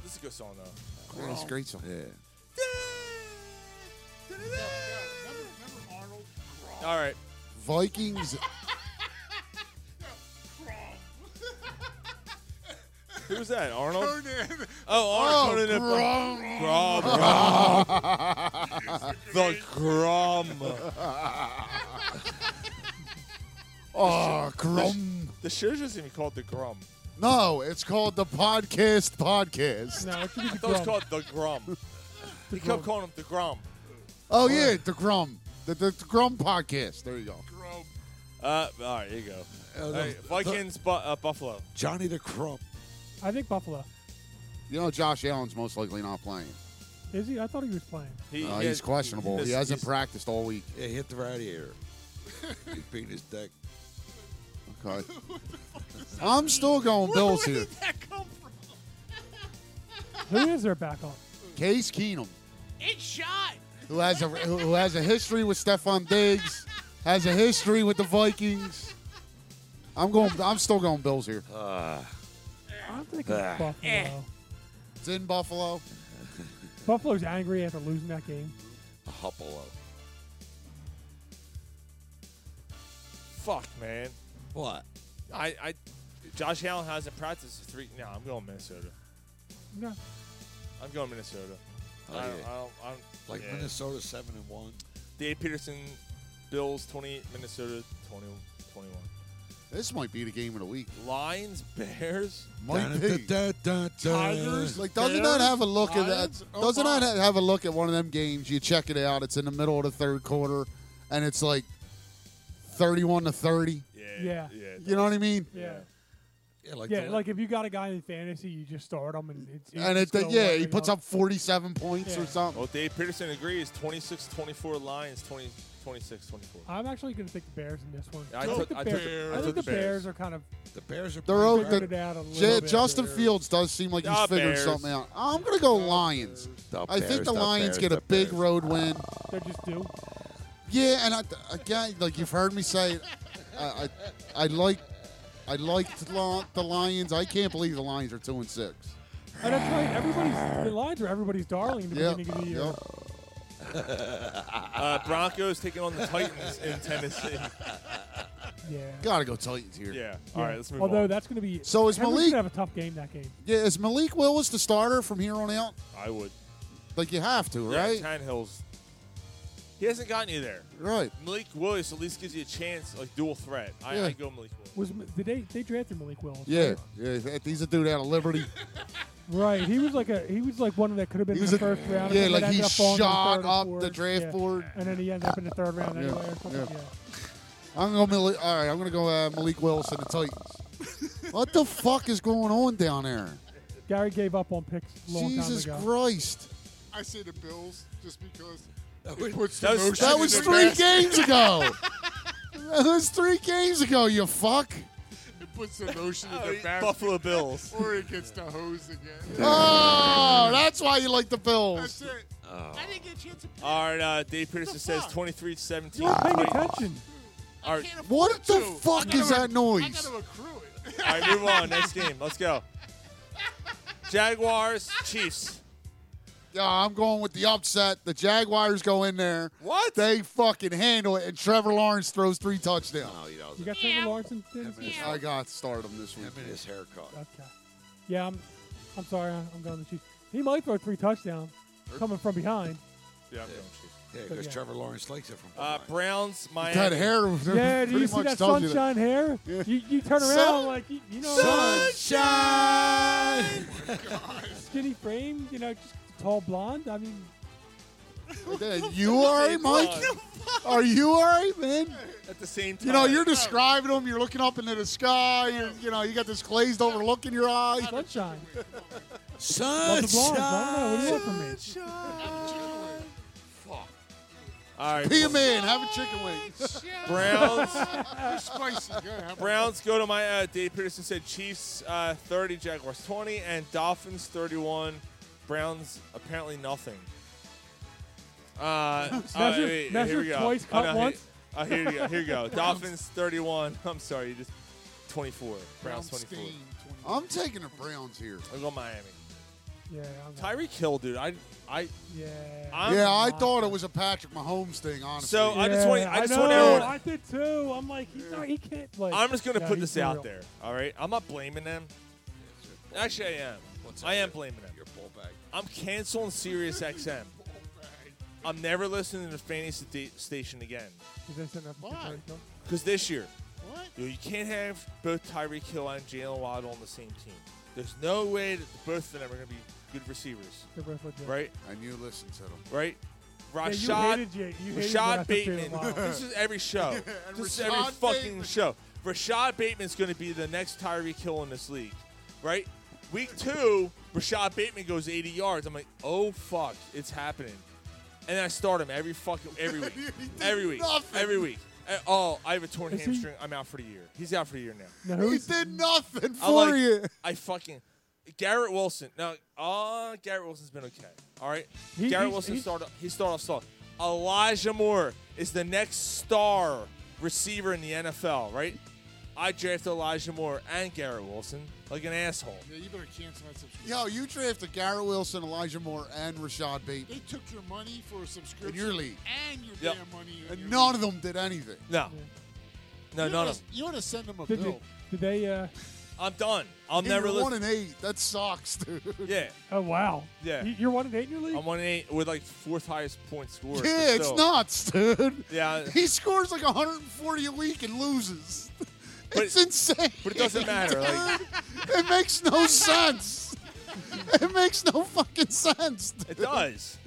D: This is a good song though.
F: man, it's a great. song.
B: Yeah.
G: Remember, remember Arnold?
D: All right,
F: Vikings
D: who's that? Arnold. Oh, Arnold. Conan and- Grom. the Grom.
F: Oh, Grum.
D: The show doesn't even called the Grom.
F: No, it's called the podcast podcast.
E: No, it should be
D: I
E: the
D: thought it was
E: Grom.
D: called the Grom. He kept calling him the Grom.
F: Oh yeah, the Grum. The, the, the Grum podcast. There you go.
D: Uh, all right, there you go.
B: Uh,
D: All
B: the-
D: right, Vikings, bu- uh, Buffalo.
B: Johnny the Crump.
E: I think Buffalo.
F: You know, Josh Allen's most likely not playing.
E: Is he? I thought he was playing.
D: He,
B: Oh,
F: Uh, he's questionable. He, hasn't practiced all week.
B: Yeah, he hit the radiator. he beat his deck.
F: Okay. I'm still going Bills here.
E: Who is their backup?
F: Case Keenum,
C: It's shot.
F: who has a who who has a history with Stefan Diggs, has a history with the Vikings. I'm going. I'm still going Bills here.
E: I'm thinking
F: Ah.
E: Buffalo.
D: Eh.
F: It's in Buffalo.
E: Buffalo's angry after losing that game.
B: Huppalo.
D: Fuck, man.
B: What?
D: I, I, Josh Allen hasn't practiced three. No, I'm going Minnesota.
E: No.
D: I'm going Minnesota. I,
B: Oh, yeah.
D: I, don't- I, don't-
B: Like
D: yeah.
B: Minnesota seven and one.
D: Dave Peterson, Bills 28, Minnesota 20, 21.
F: This might be the game of the week.
D: Lions, Bears.
F: Might be.
D: Tigers,
F: Uh, Like, doesn't that have a look at that?
D: Lions? Oh,
F: Doesn't that
D: my.
F: have a look at one of them games? You check it out. It's in the middle of the third quarter, and it's like thirty-one to thirty.
E: Yeah.
F: You know what I mean?
E: Yeah.
B: Yeah, like
E: yeah,
B: the-
E: like if you got a guy in fantasy, you just start him and it's
F: And it,
E: it's gonna
F: yeah,
E: work
F: he
E: out.
F: puts up forty-seven points or
E: Yeah. Oh,
F: something.
D: Well, Dave Peterson agrees 26 24 Lions, 20, 26 24.
E: I'm actually going to take the Bears in this one.
D: I
E: think
D: took-
E: the
D: I took-
E: Bears,
D: I
E: think
D: took
E: the
D: the Bears.
E: Bears are kind of
B: The Bears are.
F: They're over.
E: Figured it out a little bit.
F: Justin Fields does seem like he's
D: Ah,
F: figured
D: Bears.
F: something out. I'm gonna go Lions.
B: The
F: I think
B: Bears,
F: the
B: the
F: Lions
B: Bears,
F: get a
B: the
F: big
B: Bears.
F: road win.
E: They just do.
F: Yeah, and I, again, like you've heard me say, it, I, I, I like, I liked Li- the Lions. I can't believe the Lions are two and six.
E: And that's right. Everybody's the Lions are everybody's darling in the
F: Yep,
E: beginning of the year.
F: yep.
D: Uh, Broncos taking on the Titans in Tennessee.
E: Yeah.
F: Gotta go Titans here.
D: Yeah. All right, let's move
E: Although
D: on.
E: that's going to be
F: So is
E: Henry's
F: Malik-
E: gonna have a tough game that game.
F: Yeah, is Malik Willis the starter from here on out?
D: I would.
F: Like you have to, right?
D: Yeah, Tannehill's. He hasn't gotten you there.
F: Right.
D: Malik Willis at least gives you a chance, like dual threat. I,
F: Yeah.
D: I go Malik Willis.
E: Was did they they drafted Malik Willis?
F: Yeah,
E: right?
F: yeah. if- He's a dude out of Liberty.
E: Right. He was like a he was like one that could have been
F: He
E: in the
F: was a-
E: first round.
F: yeah,
E: and
F: like
E: ended
F: he
E: up falling to
F: shot
E: third or
F: up the
E: fourth.
F: draft
E: Yeah.
F: board.
E: and then he ended up in the third round
F: Yeah,
E: anyway or something.
F: yeah.
E: Yeah.
F: I'm gonna go Malik, all right. I'm gonna go uh, Malik Willis and the Titans. what the fuck is going on down there?
E: Gary gave up on picks a long
F: Jesus
E: time ago.
F: Christ!
G: I say the Bills just because
F: Oh,
B: was-
G: it puts
D: that
G: the
D: was-
G: motion
F: That
G: in
F: was
G: their
F: three
G: basket.
F: games ago. that was three games ago. You fuck.
G: It puts the motion in
D: Oh,
G: their basket.
D: Buffalo Bills.
G: Or it gets the hose again.
F: Oh, that's why you like the
G: That's
F: Bills.
G: it. I didn't get a chance to pick.
D: All right, uh, Dave Peterson says 23 17.
E: You weren't paying attention.
D: All
G: I
D: right,
G: can't afford
F: What the
G: to.
F: fuck is that
G: I
F: noise?
G: gotta accrue it.
D: all right, move on. Next game. Let's go. Jaguars, Chiefs.
F: Yeah, I'm going with the upset. The Jaguars go in there.
D: What?
F: They fucking handle it, and Trevor Lawrence throws three touchdowns.
G: Oh,
B: No, he doesn't.
E: You got Trevor Lawrence in Tennessee?
F: I got to start him this week.
B: Him and his haircut.
E: Okay. Yeah, I'm. I'm sorry. I'm going to the Chiefs. He might throw three touchdowns coming from behind.
D: Yeah, I'm going Chiefs.
B: Yeah, because
E: yeah.
B: Trevor Lawrence likes it from
D: Uh,
B: behind.
D: Browns, Miami.
F: That hair
E: Yeah, do
F: pretty
E: you see
F: much
E: that
F: tells you that.
E: sunshine hair? You, you turn around
F: Sun-
E: like you, you know
F: Sunshine.
E: uh, skinny frame. You know, just tall blonde. I mean,
F: you all right, Mike? Are you all right, man?
D: At the same time.
F: You know, you're describing them. You're looking up into the sky. You're, you know, you got this glazed over look in your eye.
E: sunshine. Love the blondes. I don't know. What do you
B: Sunshine.
E: want from me?
D: All right.
F: Be a man. Have a chicken wing.
D: Browns.
G: They're spicy. Go ahead.
D: Browns go to my. Uh, Dave Peterson said Chiefs uh, 30, Jaguars 20, and Dolphins 31. Browns apparently nothing. Uh, uh,
E: Measure-
D: wait,
E: measure
D: here we go.
E: twice,
D: Oh,
E: cut
D: no,
E: once.
D: Here, uh, here you go. Here you go. Dolphins 31. I'm sorry, you just 24. Browns 24.
G: Brownstein, 20.
F: I'm taking the Browns here.
D: I'm going Miami.
E: Yeah, I'm not-
D: Tyreek Hill, dude. I, I.
E: yeah.
D: I'm-
F: yeah, I thought it was a Patrick Mahomes thing, honestly.
D: So, uh, I just wanna-
E: Yeah,
D: I just
E: know,
D: wanna add-
E: I did too. I'm like, he's not, he can't play.
D: I'm just gonna
E: Yeah,
D: put
E: he's
D: this out
E: real.
D: there. All right, I'm not blaming them. Actually, I am. I am blaming them.
B: Your ball bag.
D: I'm canceling Sirius XM. I'm never listening to the fantasy da- station again.
E: Is that enough for
G: Why?
E: Tyreek Hill?
D: Because this year,
G: What?
D: you, you can't have both Tyreek Hill and Jalen Waddle on the same team. There's no way that both of them are going to be good receivers,
E: They're both legit.
D: right?
F: And you listen to them.
D: Right?
E: Yeah,
D: Rashad,
E: you hated Jay- you hated what I
D: Rashad
E: said to
D: Bateman.
E: Jalen Waddle.
D: this is every show. this is every
G: Rashad
D: fucking
G: Bateman.
D: show. Rashad Bateman's going to be the next Tyreek Hill in this league, right? Week two, Rashad Bateman goes 80 yards. I'm like, oh fuck, it's happening. And then I start him every fucking every week, every week, every week. Uh, Oh, I have a torn
F: Is he-
D: hamstring. I'm out for the year. He's out for the year now.
F: he did
D: I
F: nothing for
D: like,
F: you.
D: I fucking Garrett Wilson. Now, uh, Garrett Wilson's been okay. All right,
F: He-
D: Garrett
F: he's-
D: Wilson
F: he's-
D: started. He started off slow. Elijah Moore is the next star receiver in the NFL. Right, I drafted Elijah Moore and Garrett Wilson like an asshole.
G: Yeah, you better cancel that subscription.
F: Yo, you drafted Garrett Wilson, Elijah Moore, and Rashad Bateman.
G: They took your money for a subscription
F: your league.
G: and your
F: Yep.
G: damn money. in
F: And
G: your
F: none
G: league.
F: of them did anything.
D: No, no,
G: You
D: none
G: oughta-
D: of them.
G: You ought to send them a
E: Did,
G: bill.
E: you, did they? Uh,
D: I'm done. I'll
F: Hey,
D: never
F: you're
D: listen.
F: one and eight. That sucks, dude.
D: Yeah.
E: oh wow.
D: Yeah.
E: You- You're one and eight in your league.
D: I'm one and eight with like fourth highest point score. but
F: Yeah, it's
D: still.
F: nuts, dude.
D: Yeah.
F: He scores like 140 a week and loses.
D: But-
F: it's insane.
D: but it doesn't matter, like-
F: dude. it makes no sense. It makes no fucking sense.
D: It
F: dude.
D: does.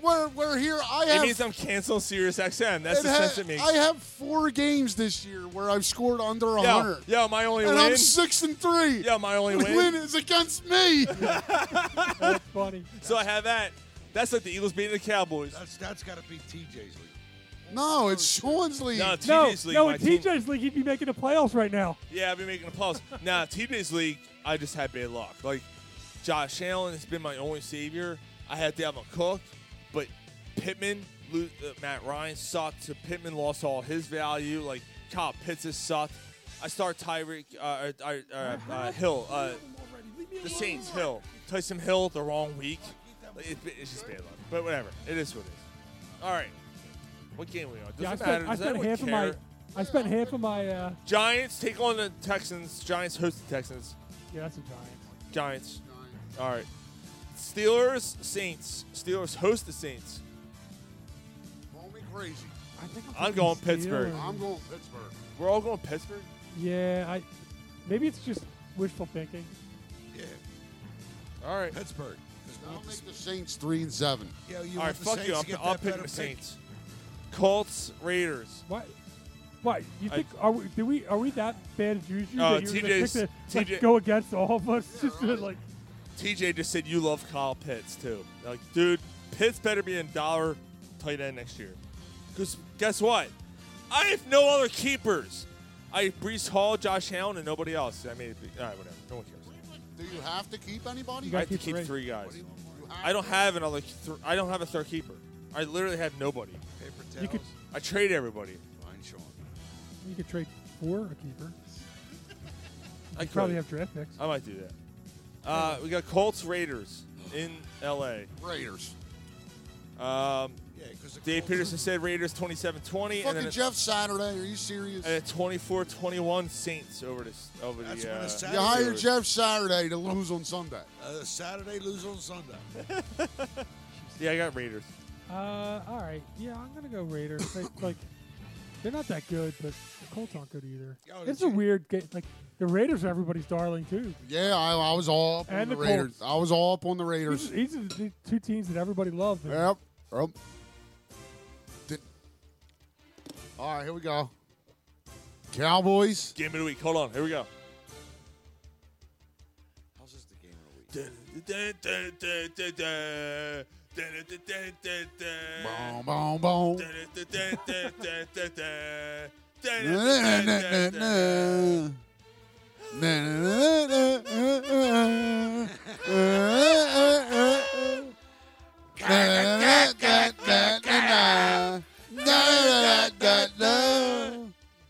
F: We're, we're here. I
D: it
F: have
D: means I'm canceling Sirius XM. That's
F: it
D: the
F: ha-
D: sense it makes.
F: I have four games this year where I've scored under 100.
D: Yo, yo, my only
F: and
D: win.
F: I'm six and three.
D: yo, my only win.
F: win is against me.
E: That's funny.
D: So I have that. That's like the Eagles beating the Cowboys.
B: That's that's got to be TJ's league.
F: no, it's Sean's league.
D: No,
E: No,
D: TJ's league.
E: no,
D: my
E: in
D: team-
E: TJ's league, he'd be making the playoffs right now.
D: Yeah, I've been making a pause. nah, TJ's league, I just had bad luck. Like, Josh Allen has been my only savior. I had Dalvin Cook, but Pittman, lo- uh, Matt Ryan sucked. So Pittman lost all his value. Like, Kyle Pitts has sucked. I start Tyreek uh, uh, uh, uh, uh, Hill, uh, the Saints Hill. Tyson Hill the wrong week. Like, it- it's just bad luck. But whatever. It is what it is. All right. What game are we on? Doesn't
E: Yeah, I
D: matter.
E: spent, I
D: Does
E: spent
D: anyone
E: half
D: care?
E: of my, I spent half of my. Uh,
D: Giants take on the Texans. Giants host the Texans.
E: yeah, that's a giant.
D: Giants. All right. Steelers, Saints. Steelers host the Saints.
F: Call me crazy.
E: I think I'm,
D: I'm
E: taking
D: going
E: Steelers.
D: Pittsburgh.
F: I'm going Pittsburgh.
D: We're all going Pittsburgh.
E: Yeah, I. Maybe it's just wishful thinking.
B: Yeah,
D: All right.
B: Pittsburgh. 'Cause we
F: I'll
B: want the
F: make the Saints three and seven.
B: Yeah, you
D: all right.
B: want the
D: Fuck you.
B: Saints
D: I'm,
B: to get
D: I'm
B: that better
D: picking the
B: pick.
D: Saints. Colts, Raiders.
E: Why? Why? You
D: I-
E: think are we? Do we? Are we that bad at juju?
D: Oh,
E: that you're gonna
D: TJ's
E: pick the- like,
D: TJ
E: go against all of us. just to, like
D: TJ just said you love Kyle Pitts too. Like, dude, Pitts better be in dollar tight end next year. Because guess what? I have no other keepers. I have Brees Hall, Josh Allen, and nobody else. I mean, all right, whatever. No one cares.
F: Do you have to keep anybody?
E: You
D: I
E: gotta
D: have to
E: keep
D: keep
E: three.
D: three guys.
F: You
D: I don't have another. Th- I don't have a third keeper. I literally have nobody.
B: paper towels.
E: you could
D: I trade everybody.
B: Fine, Sean.
E: you could trade for a keeper.
D: I
E: You probably
D: could.
E: have draft picks.
D: I might do that. Uh, we got Colts Raiders in L.A.
F: Raiders.
D: Um,
B: Yeah, because
D: Dave Peterson said Raiders 27-20 and then
F: Fucking
D: a,
F: Jeff Saturday. Are you serious?
D: and a 24-21 Saints over this over
B: That's
D: the.
B: when
D: Uh,
B: the
F: You
B: Saturday-
F: hire Jeff Saturday to lose on Sunday.
B: Uh, Saturday lose on Sunday.
D: yeah, I got Raiders.
E: Uh, all right. Yeah, I'm gonna go Raiders. They, like, they're not that good, but the Colts aren't good either.
F: Oh,
B: Yo,
E: it's
B: did
E: a
B: you-
E: weird game. Like the Raiders are everybody's darling too.
F: Yeah, I, I was all up on
E: And
F: the
E: the
F: Raiders. I was all up on the Raiders.
E: These, these are the t- two teams that everybody loved. and
F: Yep. Yep. Did- All right, here we go. Cowboys.
D: Game of the week. Hold on. Here we go.
B: How's this the game of the week?
F: Boom, boom, boom.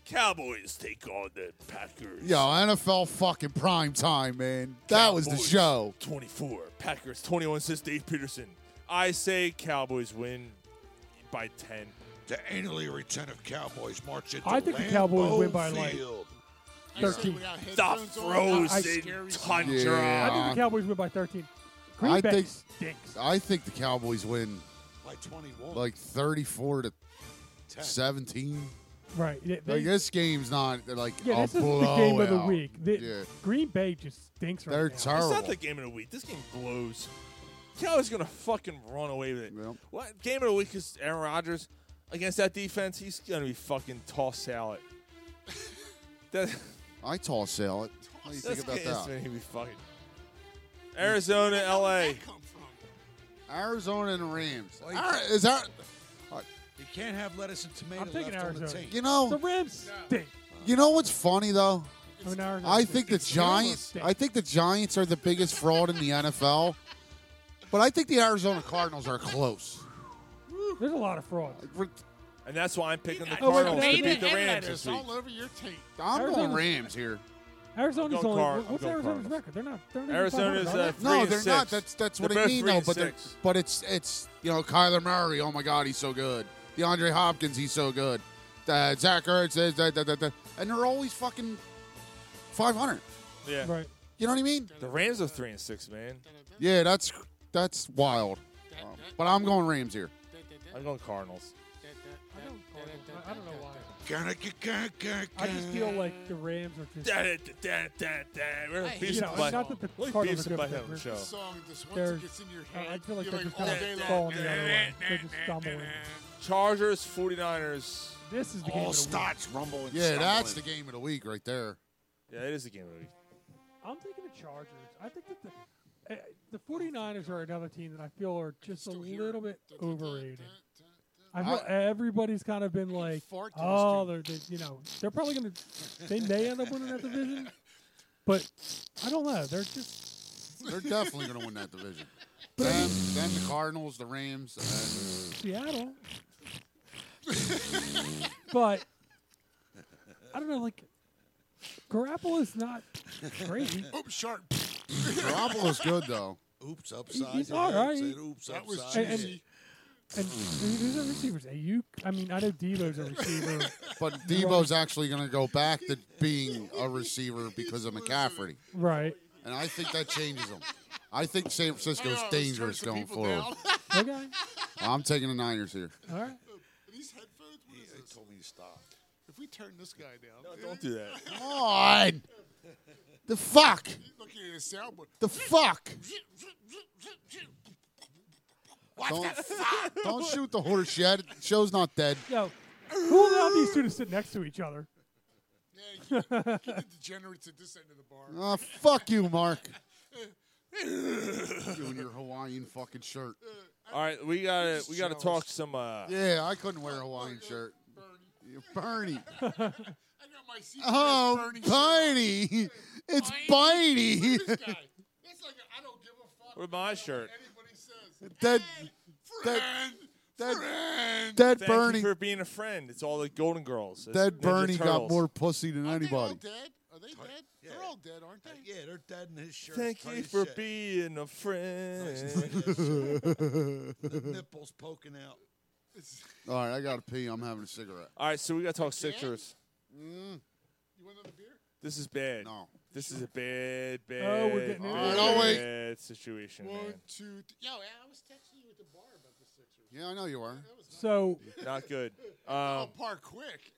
D: Cowboys take on the Packers.
F: Yo, NFL fucking prime time, man. That was the
D: Cowboys,
F: show.
D: 24. Packers 21 says Dave Peterson. I say Cowboys win by 10.
B: The anally retentive Cowboys march into
E: I think the
B: Lambeau
E: Cowboys win by, like,
B: Field.
G: You said
E: 13.
G: without
D: The
G: headphones on, that's
D: frozen
G: scary.
D: tundra.
E: I
F: Yeah.
E: think the Cowboys win by 13. Green
F: I
E: Bay
F: think-
E: stinks.
F: I think the Cowboys win
B: by 21.
F: like 34 to
B: 10.
F: 17.
E: Right. They, they-
F: Like this game's not like
E: yeah,
F: a
E: this is the game of the
F: blowout.
E: week. The-
F: Yeah.
E: Green Bay just stinks right
F: They're
E: now.
F: terrible.
D: It's not the game of the week. This game blows. Cowboys gonna fucking run away with it.
F: Yep.
D: What game of the week is Aaron Rodgers against that defense? He's gonna be fucking tossed salad. That,
F: I toss salad. How do you
D: that's
F: think about
D: gonna
F: that?
D: be fucking. Arizona, L.A.
F: Arizona and Rams.
B: Like-
F: Ar- is that uh,
B: You can't have lettuce and tomato
E: I'm taking
B: left on the
E: Arizona.
B: team.
F: You know- The
E: Rams stink.
F: you know what's funny though?
E: I'm an Arizona
F: I
E: fan.
F: think the Giants. I think the Giants are the biggest fraud in the NFL, but I think the Arizona Cardinals are close.
E: There's a lot of fraud.
D: And that's why I'm picking the
E: Oh, wait,
D: Cardinals to
E: baby.
D: beat the
E: And
D: Rams
E: letters
D: this week.
G: all over your tape.
F: I'm going
E: Arizona's-
F: Rams here.
E: Arizona's
D: I'm going
E: only.
D: Car-
E: what's
D: I'm going
E: Arizona's
D: Cardinals.
E: record? They're not. They're not
D: Arizona's, uh,
E: Arizona's.
D: Three
F: No,
D: and
F: they're
D: six.
F: not. That's that's what
D: They're
F: I
D: both
F: mean.
D: three
F: though.
D: and
F: but they're-
D: six.
F: but it's it's you know Kyler Murray. Oh my God, he's so good. DeAndre Hopkins, he's so good. Uh, Zach Ertz, uh, da, da, da, da. and they're always fucking five hundred.
D: Yeah.
E: Right.
F: You know what I mean?
D: The Rams are three and six, man.
F: Yeah, that's that's wild. Um, but I'm going Rams here.
D: I'm going Cardinals.
E: I don't know why. I
B: I
E: just feel like the Rams are just.
D: Da, da, da, da, da. We're
E: Hey,
D: beefs
E: you know,
D: and
E: it's not that the
D: butthole. We're
E: Cardinals
D: beefs
E: are
D: and
E: good, but
D: butthole
E: we're-
D: show.
G: song just once
E: They're-
G: it gets in your head.
E: I I feel like
G: you're
E: they're
G: like,
E: just
G: all
E: kind
G: day
E: of
G: long.
E: falling the other way. They're just stumbling.
D: Chargers, 49ers.
E: This is the game.
B: All
E: Of the week.
B: starts rumbling.
F: Yeah, that's the game of the week right there.
D: Yeah, it is a game of the week.
E: I'm taking the Chargers. I think that the, uh, the 49ers are another team that I feel are just a little bit overrated. I feel
F: I-
E: everybody's kind of been like,
G: fart to
E: oh, they're, they, you know, they're probably going to, they may end up winning that division, but I don't know. They're just,
F: They're definitely going to win that division. Them, them, the Cardinals, the Rams. And,
E: Seattle. but I don't know, like Garoppolo's not crazy.
G: Oops, sharp.
F: Garoppolo's good though.
B: Oops, upside.
E: he's
B: down.
E: all right.
B: Said Oops,
G: That was
B: upside.
E: And- and-
B: down.
G: cheesy.
E: And who's the receivers? Ayuk. I mean, I know Debo's a receiver.
F: But Debo's actually going to go back to being a receiver because of McCaffrey,
E: right.
F: and I think that changes him. I think San
G: Hang
F: Francisco's
G: on, let's turn
F: dangerous
G: some
F: going
G: people
F: forward.
G: down.
E: Okay.
F: I'm taking the Niners here.
E: All right.
G: These headphones, what is
B: They
G: this?
B: told me to stop.
G: If we turn this guy down,
D: No, don't do that.
F: Come on, the fuck,
G: looking at his soundboard.
F: the fuck. Don't, don't shoot the horse yet. Show's not dead.
E: Yo, who allowed these two to sit next to each other?
G: Yeah, you get, you get degenerates at this end of the bar.
F: Uh, fuck you, Mark. you and your Hawaiian fucking shirt.
D: All right, we gotta we gotta talk some. Uh,
F: Yeah, I couldn't wear a Hawaiian shirt. You- Bernie.
G: I got my CBS
F: Oh,
G: Bernie shirt on.
F: Bernie. It's Bernie.
G: Look at this guy. That's like a, I don't give a fuck.
D: Where's my
G: about
D: shirt?
G: What anybody says.
F: Dead,
G: Hey,
F: that-
G: friend,
F: dead,
G: friend.
F: dead
D: thank
F: Bernie.
D: you for being a friend. It's all the Golden Girls. It's
F: Dead
D: Ninja
F: Bernie got
D: Turtles.
F: more pussy than
G: Are they all
F: anybody.
G: dead? Are they dead? They're all dead, aren't they?
B: Uh, Yeah, they're dead in his shirt.
D: Thank
B: tight
D: you
B: as
D: for
B: shit.
D: being a friend.
B: the nipples poking out.
F: All right, I gotta pee. I'm having a cigarette.
D: All right, so we gotta talk Sixers.
G: You want another beer?
D: This is bad.
F: No.
D: This is a bad, bad,
E: Oh, we're getting into
D: bad,
F: it. All right, I'll wait.
D: bad situation,
G: One,
D: man.
G: two, three. Yo, I was texting you at the bar about the Sixers.
F: Yeah, I know you are.
E: So
D: Not good.
G: Oh,
D: Um,
G: par quick.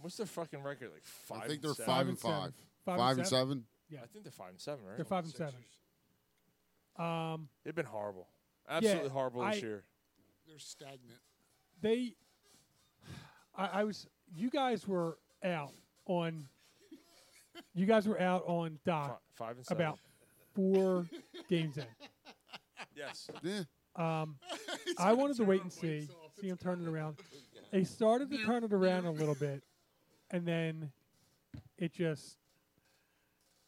D: what's their fucking record? Like five.
F: I think they're
D: and seven?
F: five and five.
E: Five and
F: Five and
E: seven?
F: seven.
D: I think they're five and seven, right?
E: they're five and seven. Um,
D: They've been horrible. Absolutely horrible
E: I-
D: this year.
G: They're stagnant.
E: they, I, I was, you guys were out on, you guys were out on
D: Fi-
E: Doc
D: Five and seven.
E: about four games in.
D: yes.
F: Yeah.
E: I wanted to wait and see, see him turn it around. They started to turn it around a little bit, and then it just.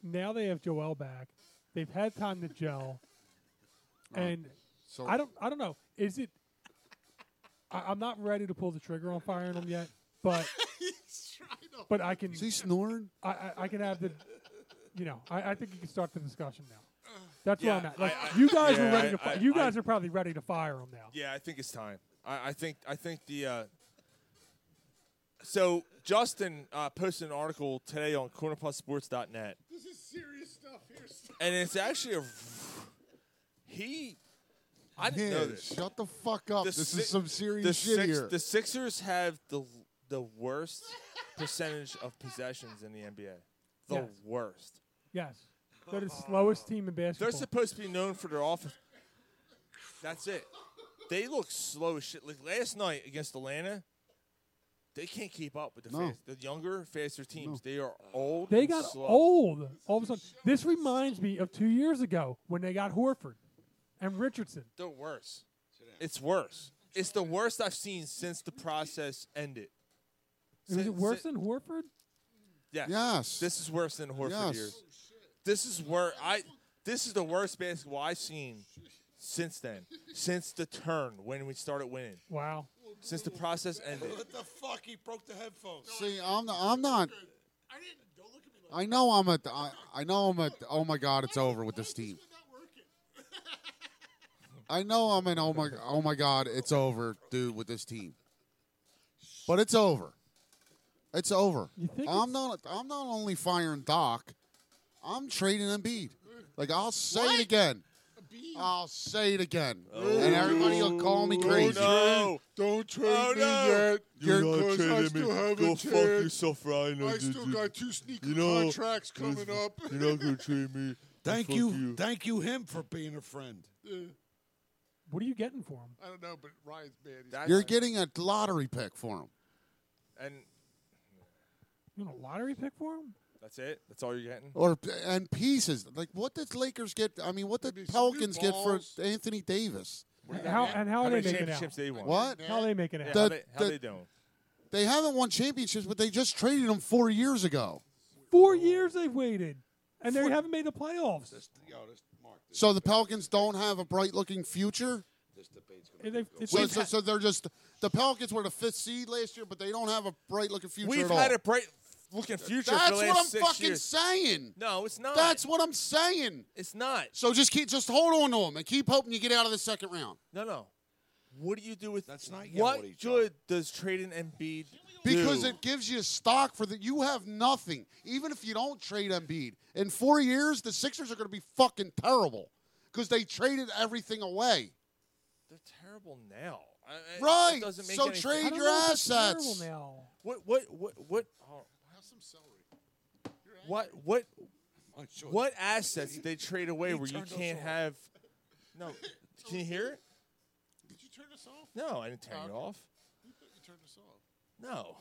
E: Now they have Joel back. They've had time to gel, and
F: So
E: I don't. I don't know. Is it? I, I'm not ready to pull the trigger on firing them yet, but but I can.
F: Is he snoring?
E: I, I, I can have the. You know, I, I think you can start the discussion now. That's where I'm
D: Yeah,
E: at. Like
D: I- I-
E: you guys
D: yeah,
E: are ready
D: I-
E: to. Fi-
D: I-
E: you guys
D: I-
E: are probably ready to fire him now.
D: Yeah, I think it's time. I, I think I think the uh, so Justin uh, posted an article today on cornerplussports.net,
G: This is serious stuff here. son.
D: and it's actually a he. I didn't know
F: Yeah,
D: this.
F: shut the fuck up.
D: The
F: this
D: si-
F: is some serious
D: the,
F: shit
D: Six-
F: here.
D: the Sixers have the the worst percentage of possessions in the NBA. The
E: Yes.
D: worst.
E: Yes. They're the slowest team in
D: Oh. They're
E: basketball.
D: supposed to be known for their offense. That's it. They look slow as shit. Like last night against Atlanta, They can't keep up with the
E: No.
D: fast, the younger, faster teams. They are old.
E: They
D: and
E: got
D: slow.
E: old all of a sudden. This reminds me of two years ago when they got Horford and Richardson.
D: They're worse. It's worse. It's the worst I've seen since the process ended.
E: Is it worse than Horford?
D: Yes.
F: Yes.
D: This is worse than Horford
F: Yes.
D: years. This is where I. This is the worst basketball I've seen since then. since the turn when we started winning.
E: Wow.
D: Since the process ended.
C: What the fuck? He broke the headphones.
F: See, I'm I'm not. I know I'm at. the- I, I know I'm at. Oh my God, it's over with this team. I know I'm an. Oh my. Oh my God, it's over, dude, with this team. But it's over. It's over. I'm not. I'm not only firing Doc. I'm trading Embiid. Like I'll say it again. I'll say it again, and everybody will call me crazy.
D: Oh, no.
G: Don't trade
D: Oh,
G: me
D: no.
G: yet.
D: You're
G: not
F: not
G: I
F: trading me.
G: still have
F: Go
G: a
F: fuck
G: chance.
J: yourself, Ryan.
G: I still got two sneaky
J: you know,
G: contracts coming
J: it's-
G: up.
J: You're not gonna treat me.
B: Thank
J: Fuck
B: you, thank you, him for being a friend.
G: Eh,
E: What are you getting for him?
G: I don't know, but Ryan's mad. He's
D: That's-
F: You're getting a lottery pick for him.
D: And
E: You want a lottery pick for him?
D: that's it. That's all you're getting.
F: or and pieces. Like what did Lakers get? I mean, what did Pelicans get for Anthony Davis?
E: How and how,
D: How
E: are they
D: many
E: making out?
D: championships they won?
F: What?
E: How are they making
D: Yeah,
E: out?
D: how, they, how they doing?
F: They haven't won championships, but they just traded them four years ago.
D: Oh.
E: Four years they've waited, and they haven't made the playoffs.
F: So the Pelicans don't have a bright looking future.
E: And they've- they've-
F: So,
E: we've
F: so,
E: had-
F: so they're just the Pelicans were the fifth seed last year, but they don't have a bright looking future
D: We've
F: at all.
D: had a bright looking future
F: That's
D: for the last
F: what I'm
D: six
F: fucking
D: years.
F: saying.
D: No, it's not.
F: That's what I'm saying.
D: It's not.
F: So just keep just hold on to them and keep hoping you get out of the second round.
D: No, no. What do you do with that's
B: not
D: what good does trading Embiid
F: Because
D: do?
F: it gives you stock for the you have nothing. Even if you don't trade Embiid, in four years the Sixers are going to be fucking terrible because they traded everything away.
D: they're terrible now. I- I- it
F: Right.
D: doesn't make
F: So
D: any
F: trade
D: sense.
F: your assets.
D: What? What? What? What? oh,
G: Have some celery.
D: What? What? What assets did they trade away where you can't have? No. Can you hear it?
G: Did you turn us off?
D: No, I didn't turn it off.
G: You thought you turned us off.
D: No.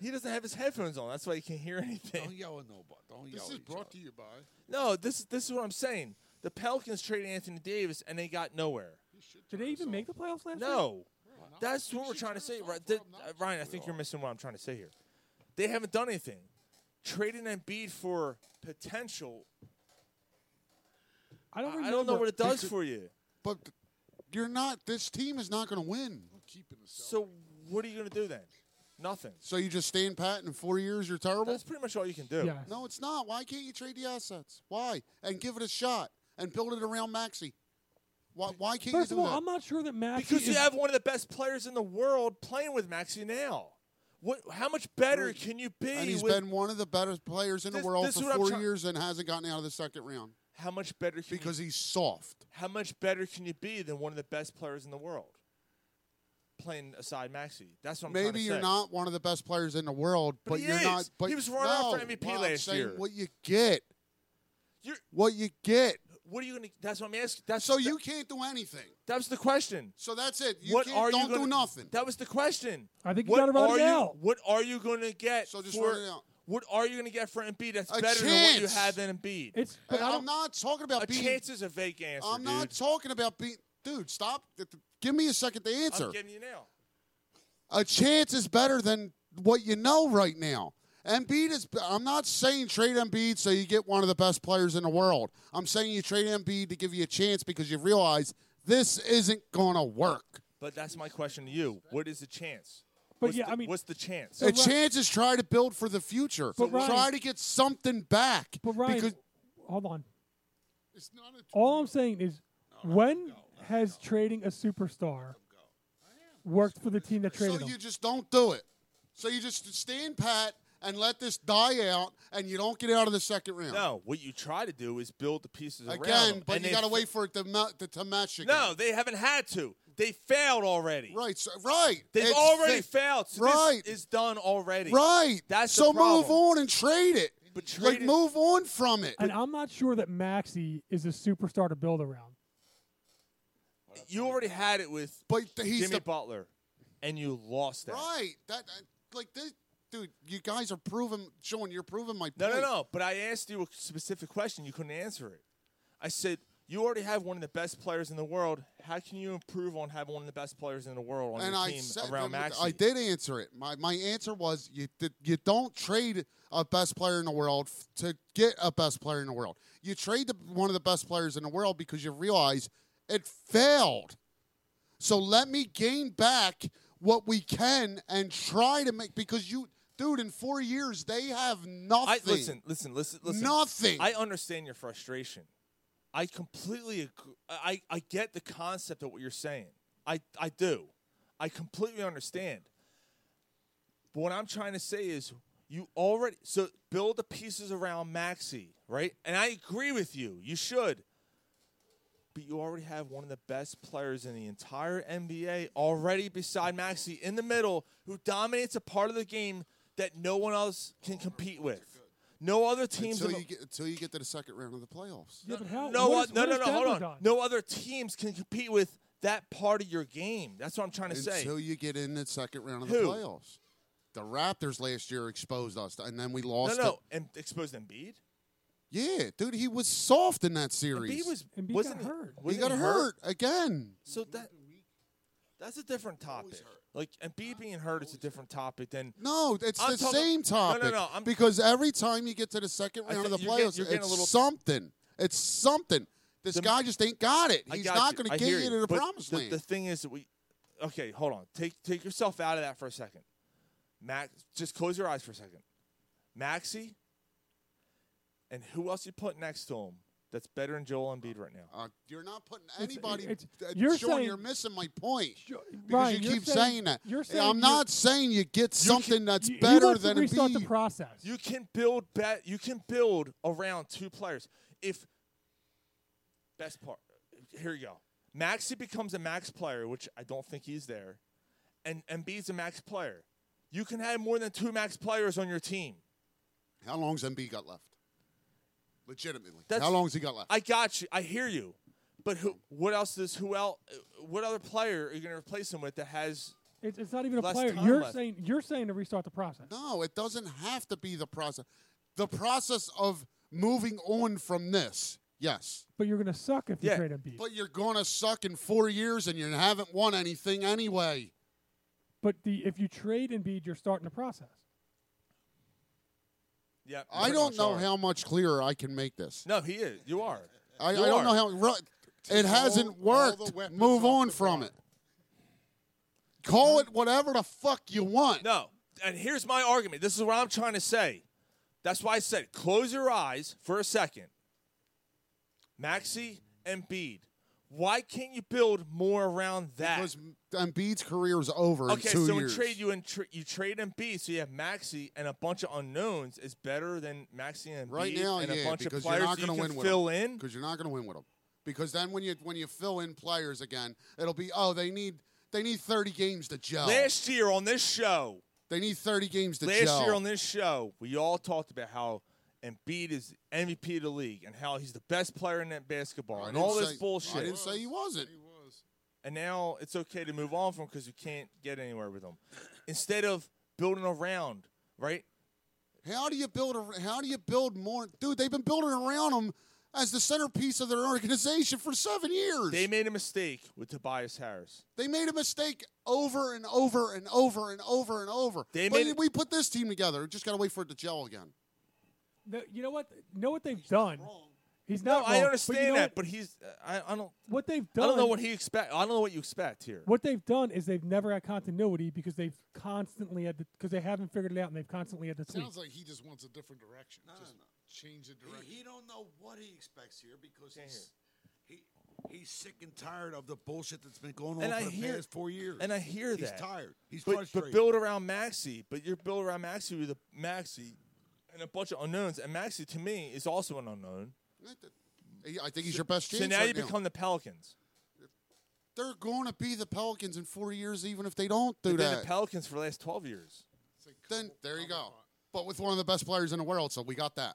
D: He doesn't have his headphones on. That's why he can't hear anything.
B: Don't yell at nobody. Don't
G: This
B: yell.
G: is
B: at each
G: brought
B: other.
G: to you by.
D: No, this this is what I'm saying. The Pelicans traded Anthony Davis and they got nowhere.
E: Did they even make the playoffs last year?
D: No. That's what we're trying to say. Ri- th- uh, Ryan, I think you're missing what I'm trying to say here. They haven't done anything. Trading Embiid for potential,
E: I don't.
D: I
E: Remember.
D: don't know what it does
F: Because-
D: for you.
F: But you're not. This team is not going to win.
G: I'm keeping the
D: So
G: celery.
D: what are you going to do then? Nothing.
F: So you just stand pat and in four years you're terrible.
D: That's pretty much all you can do.
E: Yeah.
F: no, it's not. Why can't you trade the assets? Why and give it a shot and build it around Maxi? Why, why can't
E: First
F: you
E: of
F: do
E: all,
F: that?
E: I'm not sure that Maxi
D: Because you
E: is-
D: have one of the best players in the world playing with Maxi now. What? How much better can you be?
F: and he's
D: with,
F: been one of the better players in
D: This-
F: the world
D: this is
F: for
D: what I'm
F: four
D: try-
F: years and hasn't gotten out of the second round
D: how much better can you
F: because he's soft.
D: How much better can you be than one of the best players in the world? Playing aside Maxi, that's what I'm trying to
F: Maybe you're
D: say.
F: not one of the best players in the world,
D: But
F: but,
D: he
F: you're
D: is.
F: not. But
D: He was running
F: no,
D: up for MVP
F: well, I'm
D: last
F: saying
D: year.
F: What you get?
D: You're-
F: what you get?
D: What are you gonna? That's what I'm asking. That's
F: So you can't do anything.
D: That was the question.
F: So that's it. You
D: what
F: can't,
D: are
F: don't
D: you gonna,
F: do nothing.
D: That was the question.
E: I think you
D: what
E: gotta write
D: are
E: it
D: you,
E: out.
D: What are you gonna get?
F: So just
D: for,
F: write it out.
D: What are you gonna get for Embiid? That's
F: A
D: better than what you
F: chance.
D: have in Embiid.
E: It's.
F: Hey,
E: But I
F: I'm
E: don't.
F: not talking about
D: a
F: being.
D: chance is a vague answer.
F: I'm not
D: dude.
F: talking about being. Dude, stop. Th- th- Give me a second to answer.
D: I'm giving you now.
F: a chance is better than what you know right now. Embiid is. I'm not saying trade Embiid so you get one of the best players in the world. I'm saying you trade Embiid to give you a chance because you realize this isn't gonna work.
D: But that's my question to you. What is the chance?
E: But
D: What's
E: yeah,
D: the-
E: I mean-
D: what's the chance?
F: a chance is try to build for the future.
E: But Ryan-
F: try to get something back.
E: But Ryan,
F: because
E: hold on.
G: It's not a.
E: All I'm saying is, when has trading a superstar worked for the team that
F: so
E: traded him?
F: you just don't do it. So you just stand pat and let this die out, and you don't get out of the second round.
D: No, what you try to do is build the pieces around
F: Again,
D: them,
F: but
D: and
F: you
D: they
F: got to
D: fa-
F: wait for it to, ma- to, to match again.
D: No, they haven't had to. They failed already.
F: Right, so, right.
D: They've
F: It's-
D: already
F: they-
D: failed. So
F: right.
D: This is done already.
F: Right.
D: That's the
F: so move
D: problem.
F: on and trade it.
D: But trade
F: like
D: it-
F: move on from it.
E: and I'm not sure that Maxi is a superstar to build around.
D: You already had it with
F: but th- he's
D: Jimmy
F: the
D: Butler, and you lost that.
F: right. That, like this, dude. You guys are proving, showing you're proving my point.
D: No, no, no. But I asked you a specific question. You couldn't answer it. I said, You already have one of the best players in the world. How can you improve on having one of the best players in the world on
F: and
D: your
F: I
D: team
F: said,
D: around
F: I
D: Maxey?
F: I did answer it. My my answer was you did, you don't trade a best player in the world f- to get a best player in the world. You trade the, one of the best players in the world because you realize it failed. So let me gain back what we can and try to make because you, dude, in four years they have nothing.
D: I, listen, listen, listen, listen.
F: Nothing.
D: I understand your frustration. I completely agree. I, I get the concept of what you're saying. I, I do. I completely understand. But what I'm trying to say is you already so build the pieces around Maxi, right? And I agree with you. You should. But you already have one of the best players in the entire NBA already beside Maxi in the middle who dominates a part of the game that no one else can compete with. No other teams in
F: until
D: the-
F: you get until you get to the second round of the playoffs.
E: Yeah, but how?
D: no,
E: what
D: uh,
E: is-
D: no,
E: what
D: no,
E: has
D: no. Hold
E: Denver
D: on.
E: done?
D: No other teams can compete with that part of your game. That's what I'm trying to say.
F: until you get in the second round of
D: Who?
F: the playoffs. The Raptors last year exposed us, and then we
D: no,
F: lost. to-
D: no. And exposed Embiid.
F: yeah, dude, he was soft in that series.
D: Embiid was
E: Embiid got
D: wasn't he-
E: hurt.
F: he
D: wasn't
F: got hurt again.
D: So that that's a different topic. Like Embiid being hurt is a different topic than
F: No, it's
D: I'm
F: the
D: talking-
F: same
D: No, no,
F: topic.
D: no, I'm-
F: because every time you get to the second
D: I
F: round of
D: think
F: the
D: you're getting-
F: playoffs,
D: you're getting
F: it's
D: a little-
F: something. It's something. This
D: The-
F: guy just ain't got it.
D: I
F: He's
D: got
F: not
D: you.
F: going
D: I
F: to get
D: hear
F: you to the
D: But
F: promised
D: the,
F: land.
D: The thing is that we okay. Hold on. Take take yourself out of that for a second. Max, just close your eyes for a second. Maxi, and who else you put next to him that's better than Joel Embiid right now?
F: Uh, you're not putting
E: It's-
F: anybody.
E: it's-
F: uh,
E: you're
F: Sean,
E: saying-
F: you're missing my point
E: Jo-
F: because
E: Ryan,
F: you
E: you're
F: keep saying, that.
E: You're saying
F: I'm
E: you're-
F: not saying you get something that's
E: you- you
F: better
E: want to
F: than
E: restart the
F: Embiid.
E: process.
D: You can build bet. You can build around two players. If best part, here you go. Maxi becomes a max player, which I don't think he's there, and Embiid's a max player. You can have more than two max players on your team.
F: How long's Embiid got left? Legitimately,
D: That's-
F: how long's he got left?
D: I got you. I hear you. But who? What else does who else? What other player are you going to replace him with that has?
E: It's, it's not even a
D: Less
E: player.
D: time
E: You're
D: left.
E: saying you're saying to restart the process.
F: No, it doesn't have to be the process. The process of moving on from this. Yes.
E: But you're going to suck if
D: Yeah,
E: you trade Embiid. But,
F: But you're going to suck in four years and you haven't won anything anyway.
E: the if you trade Embiid, you're starting the process.
D: Yeah,
F: I
D: pretty
F: don't
D: much
F: know
D: are.
F: how much clearer I can make this.
D: No, he is. You are.
F: I, I
D: You
F: don't
D: are.
F: know how. ru- It hasn't
G: all- all the
F: worked.
G: weapons
F: Move
G: off
F: on
G: the
F: from
G: block.
F: it. Call it whatever the fuck you want.
D: No. And here's my argument. This is what I'm trying to say. That's why I said close your eyes for a second. Maxi and Bede. Why can't you build more around that?
F: Because Embiid's career is over
D: okay,
F: in two
D: so
F: years.
D: in trade you in tra- you trade Embiid, so you have Maxi and a bunch of unknowns is better than Maxi and Embiid
F: right now,
D: and
F: yeah,
D: a bunch of
F: because
D: players
F: you're not
D: that you
F: going to win
D: can
F: with
D: fill
F: them.
D: in.
F: Because you're not going to win with them. Because then when you when you fill in players again, it'll be oh they need they need 30 games to gel.
D: Last year on this show,
F: they need 30 games to
D: last
F: gel.
D: year on this show, we all talked about how Embiid is MVP of the league and how he's the best player in that basketball
F: I
D: and
F: didn't
D: all this
F: say-
D: bullshit.
F: I didn't say he wasn't.
G: He was.
D: and now it's okay to move on from because you can't get anywhere with them. Instead of building around, right?
F: How do you build? A, how do you build more, dude? They've been building around him as the centerpiece of their organization for seven years.
D: They made a mistake with Tobias Harris.
F: They made a mistake over and over and over and over and over.
D: They
F: but
D: made it-
F: we put this team together. Just gotta wait for it to gel again.
E: No, you know what? Know what they've done? He's not.
D: I
E: wrong,
D: understand
E: but you know
D: that,
E: What,
D: but he's I, I don't
E: what they've done.
D: I don't know what he expect. I don't know what you expect here.
E: What they've done is they've never had continuity because they've constantly had because they haven't figured it out and they've constantly had to tweak.
G: Sounds like he just wants a different direction. just change the direction.
B: He, he don't know what he expects here because he's, he he's sick and tired of the bullshit that's been going on
D: And
B: for
D: I
B: the
D: hear-
B: past four years.
D: and I hear
B: he's
D: that.
B: He's tired. He's
D: But, but
B: frustrated.
D: build around Maxi, but you're build around Maxi with a Maxi and a bunch of unknowns, and Maxi to me is also an unknown.
F: I think he's your best chance.
D: So now
F: right
D: you become the Pelicans.
F: They're going to be the Pelicans in four years, even if they don't do
D: They've been
F: that.
D: the Pelicans for the last twelve years.
F: then there you go. But with one of the best players in the world, so we got that.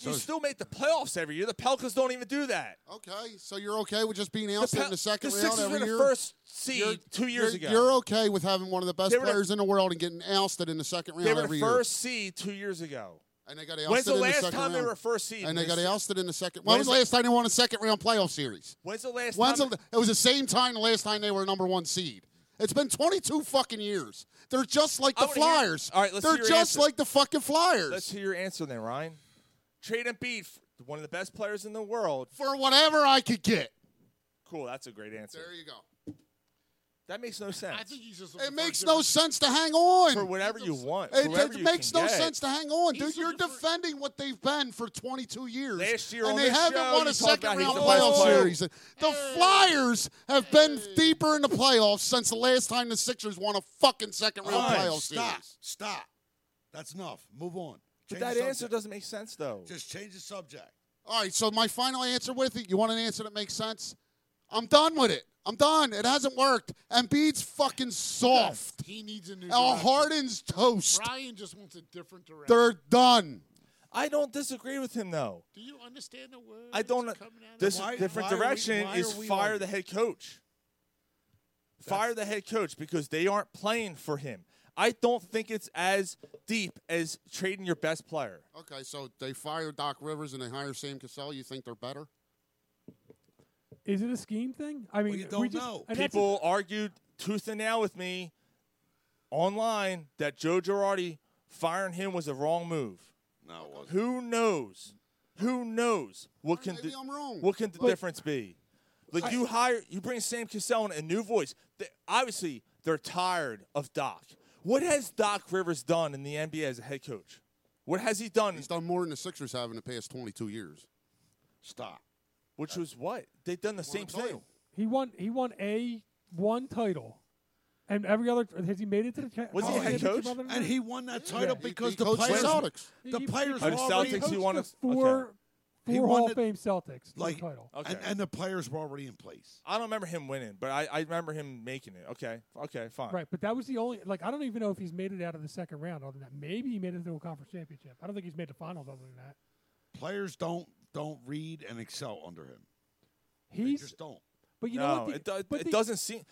D: you still make the playoffs every year. The Pelicans don't even do that.
F: Okay, so you're okay with just being ousted
D: Pel-
F: in the second
D: the
F: round
D: Sixers
F: every
D: were the
F: year.
D: first seed two years ago.
F: you're, You're okay with having one of the best
D: They were the-
F: players in the world and getting ousted in the second round
D: They were
F: every
D: the
F: year.
D: first seed two years ago.
F: And they got
D: When's
F: ousted
D: the
F: in
D: last
F: second
D: time they
F: round.
D: were first seed?
F: And they got
D: This-
F: ousted in the second. When was the
D: When's
F: last time they won a second round playoff series?
D: When's the last
F: When's
D: time?
F: the, it was the same time the last time they were number one seed. It's been 22 fucking years. They're just like
D: I
F: the
D: wanna hear-
F: Flyers.
D: All right, let's
F: They're
D: hear your
F: just
D: answer.
F: like the fucking Flyers.
D: Let's hear your answer then, Ryan. Trade Embiid, f- one of the best players in the world.
F: For whatever I could get.
D: Cool, that's a great answer.
F: There you go.
D: That makes no sense. I
G: think he's just
F: It makes no sense to hang on.
D: for whatever you want.
F: It,
D: for whatever
F: it
D: you
F: makes
D: can
F: no
D: get.
F: sense to hang on, dude. You're defending what they've been for 22 years,
D: Last year on
F: and they
D: this
F: haven't
D: show,
F: won
D: you
F: a
D: talked about
F: second
D: he's
F: round
D: the best
F: playoff
D: player.
F: series. The Flyers have been deeper in the playoffs since the last time the Sixers won a fucking second round
B: Fine,
F: playoff
B: stop,
F: series.
B: stop. That's enough. Move on.
D: But
B: Change
D: that
B: the
D: answer
B: subject.
D: doesn't make sense though.
B: Just change the subject.
F: All right, so my final answer with it. You want an answer that makes sense? I'm done with it. I'm done. It hasn't worked. Embiid's fucking soft.
G: He needs a new.
F: Al
G: direction.
F: Harden's toast.
G: Ryan just wants a different direction.
F: They're done.
D: I don't disagree with him though.
G: Do you understand the word?
D: I don't. This different
B: why are we-
D: direction
B: why
D: is
B: are we
D: fire
B: on-
D: the head coach. Fire the head coach because they aren't playing for him. I don't think it's as deep as trading your best player.
F: Okay, so they fire Doc Rivers and they hire Sam Cassell. You think they're better?
E: Is it a scheme thing? I mean,
B: you
E: we
B: don't
E: just-
B: know.
E: and that's-
D: People argued tooth and nail with me online that Joe Girardi firing him was the wrong move.
B: No, it wasn't.
D: Who knows? Who knows what can
F: Maybe
D: the-
F: I'm wrong.
D: what can the difference be? Like you hire, you bring Sam Cassell in a new voice. They- obviously, they're tired of Doc. What has Doc Rivers done in the NBA as a head coach? What has he done?
F: He's done more than the Sixers have in the past 22 years.
B: Stop.
D: Which was what they've done the same thing.
E: he won. He won a one title, and every other has he made it to the. cha-
D: Was he
E: Oh,
D: a head
E: championship
D: coach?
E: other than
B: And
E: that?
B: he won that title
E: He-
B: because
F: he
B: the
F: coached the
B: players.
F: Celtics.
E: He-
B: The
E: he-
B: players
D: Oh,
B: were
D: the
B: already
D: Celtics, he won a-
E: four,
D: okay.
B: He
E: four
B: won
E: Hall of
B: the-
E: Fame Celtics for
B: like,
E: the title.
D: Okay.
B: and, and the players were already in place.
D: I don't remember him winning, but I, I remember him making it. Okay, okay, fine.
E: Right, but that was the only like I don't even know if he's made it out of the second round. Other than that, maybe he made it to a conference championship. I don't think he's made the finals. Other than that,
B: Players don't don't read and excel under him.
E: he's.
B: they just don't.
E: but you know
D: no,
E: what? The,
D: it, do,
E: but
D: it
E: the-
D: doesn't seem.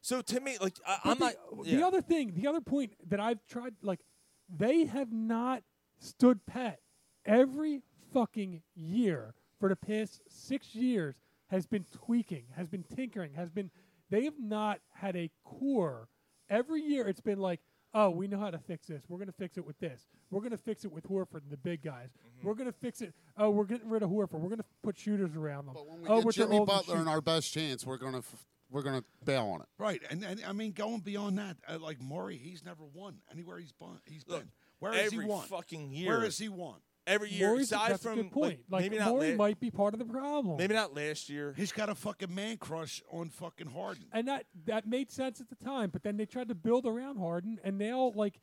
D: So to me, like I,
E: but
D: I'm
E: the,
D: not.
E: The
D: yeah.
E: other thing, the other point that I've tried, like they have not stood pat every fucking year for the past six years. Has been tweaking, has been tinkering, has been. They have not had a core. Every year, it's been like, oh, we know how to fix this. We're going to fix it with this. We're going to fix it with Horford and the big guys.
D: Mm-hmm.
E: We're going to fix it. Oh, we're getting rid of Horford. We're going to put shooters around them.
F: But when we
E: oh,
F: get
E: with their
F: Jimmy
E: old
F: Butler and
E: shoot-
F: our best chance, we're gonna f- we're gonna bail on it.
B: Right, and, and I mean going beyond that, uh, like Murray, he's never won anywhere he's been. He's
D: Look,
B: been. Where has he
D: every
B: won?
D: fucking year.
B: Where has he won?
D: every year,
E: Maury's-
D: aside
E: that's a
D: from
E: good point.
D: Like,
E: Like,
D: maybe not
E: Maury
D: la-
E: might be part of the problem.
D: maybe not last year.
B: He's got a fucking man crush on fucking Harden.
E: and that that made sense at the time. But then they tried to build around Harden, and now like,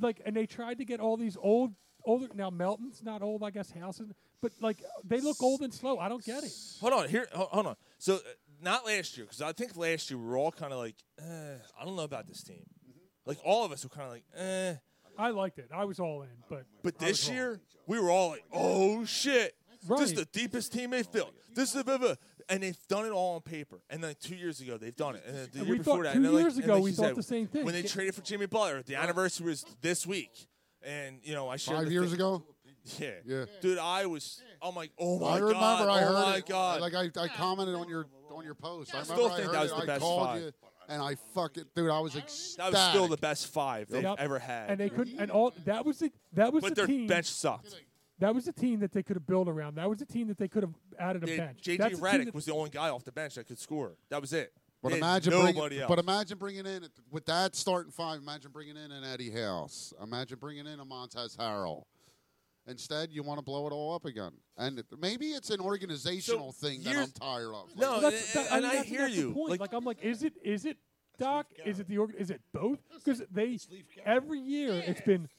E: like, and they tried to get all these old, older. Now Melton's not old, I guess. House isn't, but like they look old and slow. I don't get it.
D: Hold on, here. ho- Hold on. So, uh, not last year, because I think last year we were all kind of like, eh, I don't know about this team.
F: Mm-hmm.
D: Like all of us were kind of like, eh.
E: I liked it. I was all in, but
D: But this year we were all like, oh shit, this is
E: Right.
D: the deepest team they've built. This is the and they've done it all on paper. And then two years ago they've done it. And then the
E: And
D: year
E: we
D: before
E: thought
D: that,
E: two
D: and then, like-
E: years
D: and
E: ago
D: like
E: we
D: you
E: thought
D: said,
E: the same thing.
D: when they
E: Yeah.
D: traded for Jimmy Butler. The anniversary was this week. And you know, I shared
F: Five
D: the
F: years
D: thi-
F: ago,
D: Yeah.
F: Yeah.
D: Dude, I was. I'm like, oh my
F: I remember
D: god.
F: I
D: oh
F: heard
D: my
F: it.
D: god.
F: Like I, I commented on your on your post. I
D: I still
F: remember
D: think
F: I
D: that
F: heard
D: was
F: it.
D: the
F: I
D: best
F: called
D: five.
F: you, and I fucking dude, I was
D: that was still the
F: ecstatic.
D: best five they've
E: Yep.
D: ever had.
E: and they couldn't. And all that was the that was
D: but
E: the
D: their
E: team.
D: bench sucked.
E: That was the team that they could have built around. That was the team that they could have added a
D: They-
E: bench.
D: JJ
E: That's the team
D: Redick
E: that-
D: was the only guy off the bench that could score. That was it.
F: But
D: They had
F: imagine,
D: nobody
F: bringing,
D: else.
F: but imagine bringing in with that starting five. Imagine bringing in an Eddie House. Imagine bringing in a Montez Harrell. Instead, you want to blow it all up again, and maybe it's an organizational thing that I'm
D: years-
F: tired of.
D: No,
F: Like,
E: That's-
D: and-
E: that-
D: and I
E: that's-
D: hear
E: that's the
D: you.
E: point.
D: Like-
E: Like, I'm like, is it is it Doc? Is it the org? Is it both? Because they every year it's been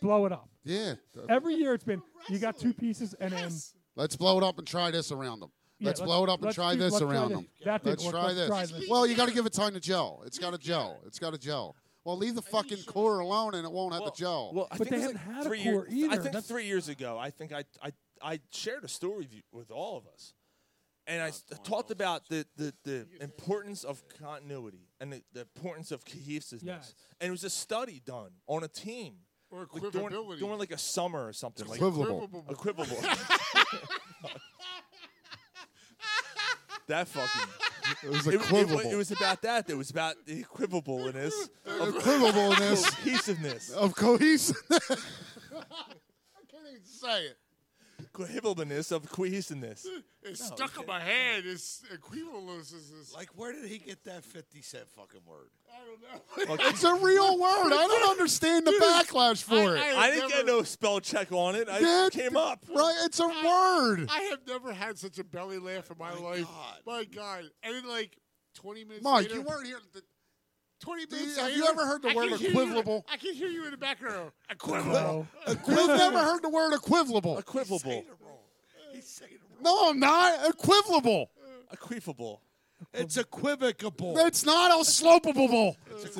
E: blow it up.
F: yeah,
E: Every year it's been you got two pieces and then
F: Let's blow it up and try this around them.
E: Yeah,
F: let's, blow it up and
E: let's
F: try
E: do-
F: this
E: let's try
F: around
E: this.
F: them.
E: That didn't
F: let's
E: work.
F: try
E: Let's
F: this.
E: try this.
F: Well, you got to give it time to gel. It's got to gel. It's got to gel. Well, leave the fucking core alone, and it won't have
D: Well-
F: the gel.
D: Well, I
E: But
D: think
E: they
D: it was
E: haven't
D: like
E: had a
D: three year-
E: core either.
D: I think
E: That's-
D: three years ago, I think I I, I shared a story with, you- with all of us, and I s- talked about the, the, the importance of continuity and the, the importance of cohesiveness.
E: Yes.
D: And it was a study done on a team.
G: Or
D: Like during,
G: equivalability.
D: during like a summer or something. Like
F: Equivable.
D: Equivable. that fucking.
F: It was
D: It, it, wa-
F: equivalent.
D: it was about that. It was about the equivableness of
F: Equivalableness.
D: cohesiveness,
F: of cohesion.
G: I can't even say it.
D: cohesibleness of cohesiveness.
G: It's
D: No,
G: stuck in my head. It's equivalence is is-
B: Like, where did he get that 50 cent fucking word?
G: I don't know.
D: Look,
F: it's a real word. I don't understand the backlash for it.
D: I didn't get
G: never-
D: no spell check on it. I
F: Yeah,
D: just came up.
F: Right? It's a word.
G: I have never had such a belly laugh in my, life. My God. And then like 20 minutes
F: Mike,
G: later.
F: you weren't here.
G: 20
F: Do
G: minutes
F: you- have
G: later,
F: you ever heard the
G: I
F: word
G: can hear you-
F: equivalable?
G: I can hear you in the background.
E: No.
G: Equivalable.
F: We've never heard the word equivalable.
D: Equivable.
F: No, I'm not. Equivalable.
D: Equivable.
B: It's equivocable.
F: It's not slopable.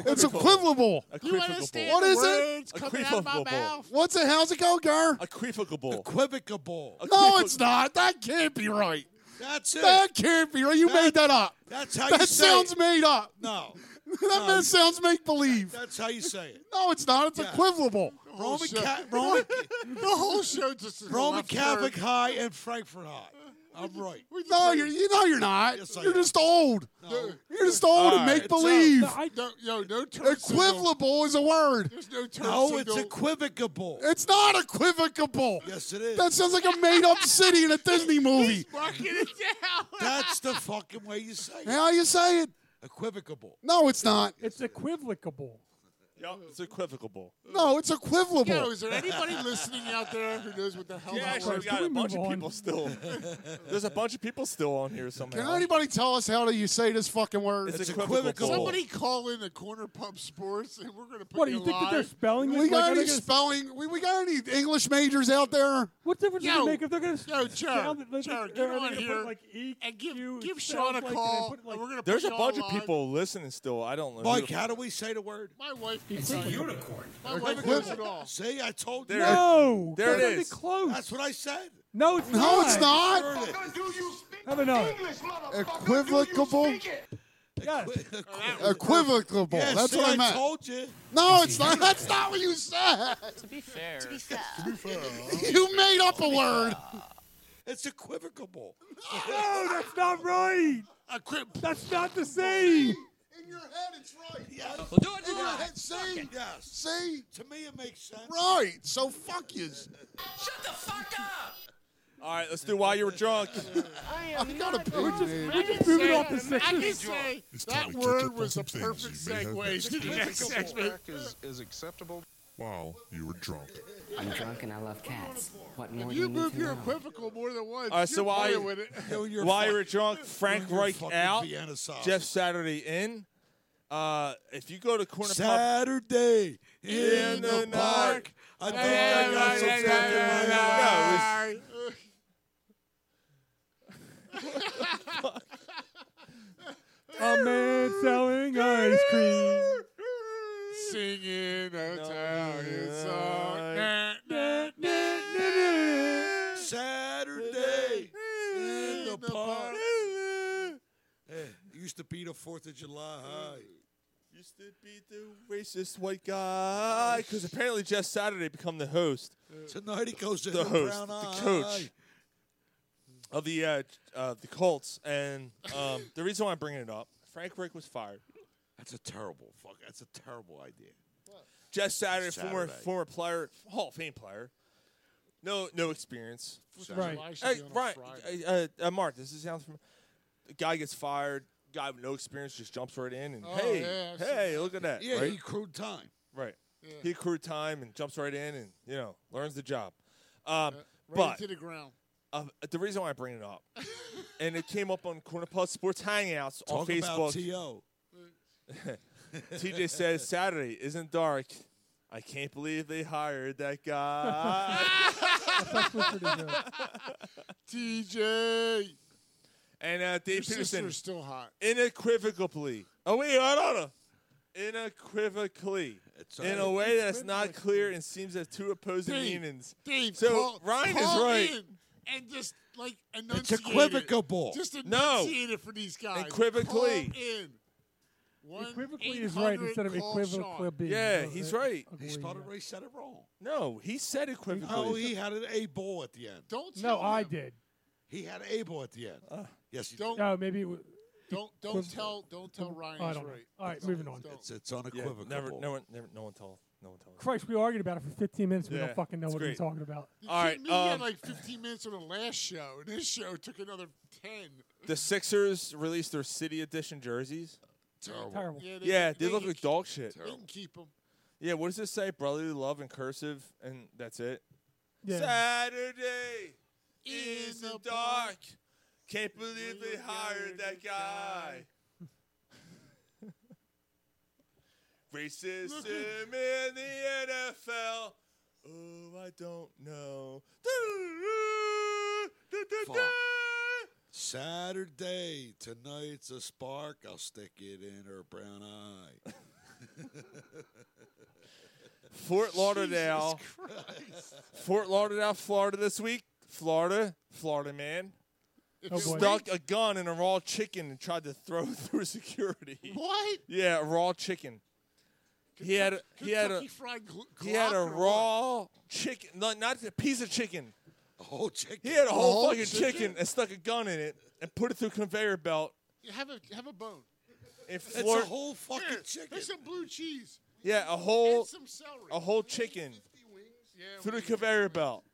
F: It's equivalable.
G: You
D: Equivocable.
G: understand
F: What
G: the
F: is it?
G: words coming out of my
D: Equivalable.
G: mouth?
F: What's it? How's it go, Gar?
D: Equivocable.
B: Equivocable.
F: No, it's not. That can't be right.
B: That's it.
F: That can't be right. You made that up.
B: That's how you
F: That
B: say
F: sounds
B: it.
F: made up.
B: No.
F: That
B: No.
F: sounds make believe.
B: That's how you say it.
F: No, it's not. It's
B: Yeah.
F: equivalable.
B: Roman, Ca- Roman,
G: The whole show just is a
B: Roman
G: left
B: Catholic
G: turn.
B: High and Frankfurt High. I'm right.
G: We just
F: No,
G: made-
F: you're you know you're not.
B: Yes, I
F: You're
B: am.
F: just old.
B: No.
F: You're just old and
B: All right,
F: make
B: so-
F: believe.
E: No, I,
G: No, yo, no turn signal.
F: Equivalable is a word.
G: There's no turn
B: No, it's
G: signal.
B: equivocable.
F: It's not equivocable.
B: Yes, it is.
F: That sounds like a made up city in a Disney movie.
G: Walking it down.
B: That's the fucking way you say it.
F: How you say it?
B: Equivocable.
F: No, it's not.
E: it's equivocable.
D: Yup, it's equivocal.
F: No, it's
G: Yo,
F: equivalable.
G: is there anybody listening out there who knows what the hell
D: Yeah,
G: that
D: actually,
G: was?
D: we got
E: Can
D: a
E: we
D: bunch
E: move
D: of
E: on?
D: people still. There's a bunch of people still on here somehow.
F: Can anybody tell us how do you say this fucking word?
D: It's,
B: It's
D: equivocal.
B: equivocal.
G: Somebody call in the corner pub sports, and we're gonna put
E: What do
G: you
E: you think that they're
G: live.
E: spelling?
F: We
E: this? Like,
F: got
E: are they
F: any
E: gonna-
F: spelling? We, we got any English majors out there?
E: What difference does
G: Yo,
E: it make if they're going to
G: yo, Jared, Jared, get on here
E: like uh, E EQ,
G: and give give
E: it
G: Sean
E: sounds
G: a
E: like, and
G: call,
E: put, like,
G: and we're gonna.
D: There's a
G: put you
D: bunch
G: all
D: of
G: live.
D: people listening still. I don't know.
B: Mike, how do we say the word?
G: My wife can
E: It's
G: tell
E: a
G: you.
K: Unicorn.
G: My wife knows it all.
B: See, I told you.
D: There it is.
E: no,
D: There it
E: that's not
D: is.
E: Close.
B: That's what I said.
E: no, it's not.
F: No, it's not.
B: Heard it.
E: Have another.
F: Equivocable.
E: Yes.
F: Equivocable.
B: Yeah,
F: That's
B: see,
F: what I
B: I
F: meant.
B: told you.
F: No, it's not. That's not what you said. You made up a word.
B: It's equivocable.
E: No, that's not right.
B: Equip.
E: That's not the same.
F: In your head, it's right.
B: Yes.
F: See,
B: Yes.
F: see,
B: To me, it makes sense.
F: right. So fuck yous.
K: Shut the fuck up!
D: All right, let's do while you were drunk.
F: I got a page.
E: We just moved it off the
G: I can
E: sixes.
G: say
J: time
G: that
J: to catch up
G: word
J: on
G: was a
J: some things
G: perfect
J: you may have
G: segue to the next segment.
H: Is, is acceptable.
J: Wow, you were drunk.
I: I'm drunk and I love cats. What more do
G: You
I: you need
G: move
I: to
G: your
I: know?
G: equivocal more than once.
D: All right, so
G: You're
D: why-
G: playing with it.
B: Doing your
D: while you
B: fuck-
D: were drunk, Frank
B: doing your
D: Reich
B: fucking
D: out.
B: Vienna sausage.
D: Jeff Saturday in. Uh, if you go to corner pub,
B: Saturday in the park. I think I got some fucking money.
D: No,
E: A man selling ice cream.
G: Singing Italian song. Nah, nah, nah.
B: Saturday in the
G: the
B: park.
G: park.
B: Eh, it used to be the Fourth of July.
D: used to be the racist white guy because apparently Jeff Saturday become the host
B: Tonight he goes to
D: The host,
B: brown
D: the
B: eye.
D: coach. of the uh, uh, the Colts, and um, the reason why I'm bringing it up, Frank Reich was fired.
B: That's a terrible fuck. That's a terrible idea.
D: Jeff Saturday, former
B: Saturday.
D: former player, Hall of Fame player, no no experience.
E: Right.
G: Why should
D: Hey,
G: be on a
D: Brian,
G: Friday?
D: uh, uh, Mark, this is sounds from. The guy gets fired. Guy with no experience just jumps right in and
G: Oh,
D: hey,
G: yeah, I've seen
D: hey, look at that,
B: Yeah,
D: right?
B: he accrued time.
D: Right. He accrued time and jumps right in and, you know, learns the job. Um,
G: Right
D: but
G: to the ground.
D: uh, the reason why I bring it up, and it came up on Corner Pod Sports Hangouts on
B: Talk about
D: Facebook.
B: T.O.
D: TJ says, Saturday isn't dark. I can't believe they hired that guy.
E: That's what it is.
G: TJ.
D: and uh, Dave
G: Your
D: Peterson,
G: sister's still hot.
D: unequivocally. Oh, wait, I don't know. unequivocally
B: all
D: in a
B: right.
D: way that's not clear and seems to have two opposing
G: Dave,
D: meanings.
G: Dave,
D: so
G: call,
D: Ryan
G: call
D: is right.
G: in and just like enunciate it.
D: equivocable.
G: Just
D: No.
G: enunciate it for these guys.
D: Equivocally.
G: Call in. One
E: Equivocally is right instead of
G: 800 call Sean.
E: equivoquibly.
D: Yeah, he's right.
B: He started he said it wrong.
D: No, he said equivocally.
B: Oh, he had an A ball at the end.
G: Don't
E: No, I did.
B: He had A ball at the end. yes, you
G: don't.
E: No, maybe it was.
G: Don't
E: Was-
G: don't tell don't tell Ryan
E: I
G: he's
E: don't know.
G: right.
E: All right,
G: Don't-
E: moving on.
G: don't.
B: It's it's
D: Yeah,
B: unequivocal.
D: never, no one, never, no one told, no one told.
E: Christ, we argued about it for 15 minutes. We
D: Yeah,
E: don't fucking know
D: it's
E: what we're
D: great.
E: talking about.
G: You
D: All
G: kidding
D: right,
G: me? He had
D: um,
G: like 15 minutes on the last show. and This show took another 10.
D: The Sixers released their City Edition jerseys.
E: Terrible.
G: Yeah, they,
D: Yeah,
G: they,
D: they look
G: can-
D: like dog shit.
G: They can keep them.
D: Yeah, what does this say? Brotherly love in cursive, and that's it.
E: Yeah.
D: Saturday
G: In
D: is
G: the
D: the dark. Can't believe they hired that guy. Racism in the NFL. Oh, I don't know.
B: Saturday tonight's a spark. I'll stick it in her brown eye.
D: Fort Lauderdale. Fort Lauderdale, Florida this week. Florida, Florida man.
G: If
E: Oh,
G: it
E: boy.
D: Stuck a gun in a raw chicken and tried to throw it through security.
G: What?
D: Yeah, a raw chicken. He had a, he had a
G: Kentucky fried gl-
D: he had a
G: Glock or
D: raw chicken, no, not a piece of chicken.
B: A whole chicken.
D: He had a whole,
G: whole
D: fucking chicken?
G: chicken?
D: and stuck a gun in it and put it through a conveyor belt
G: what? Have a have a bone.
D: in
B: It's
D: Florida.
B: a whole fucking
G: Here,
B: chicken.
G: There's some blue cheese
D: yeah, a
G: and
D: whole
G: some celery.
D: a whole chicken
G: wings. Yeah,
D: through the
G: wings.
D: conveyor belt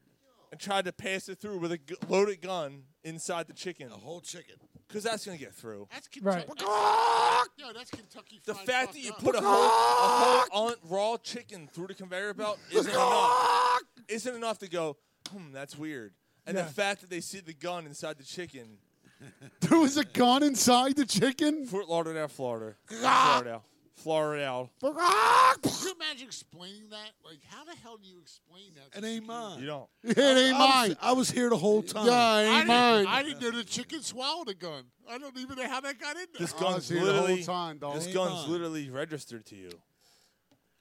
D: and tried to pass it through with a g- loaded gun inside the chicken
B: A whole chicken.
D: because that's gonna get through.
G: That's
E: Right.
G: Kentucky. Right. No, that's Kentucky
D: The
G: fried
D: fact that
G: fucked
D: you put
G: up.
D: a whole, a whole un- raw chicken through the conveyor belt isn't enough. Isn't enough to go. Hmm, that's weird. And
E: Yeah.
D: the fact that they see the gun inside the chicken,
F: There was a gun inside the chicken.
D: Fort Lauderdale, Florida, Florida, Florida.
G: Could you imagine explaining that? Like, how the hell do you explain that? to
B: It ain't
G: security?
B: mine.
D: You don't.
F: It ain't
B: I
F: mine.
B: was, I was here the whole time.
F: Yeah, it
G: I
F: ain't
G: didn't,
F: mine.
G: I didn't know the chicken swallowed a gun. I don't even know how that got in there.
D: This
F: I was
D: gun's
F: here the
D: literally
F: whole time, dog.
D: this
B: Ain't
D: gun's
B: mine.
D: literally registered to you.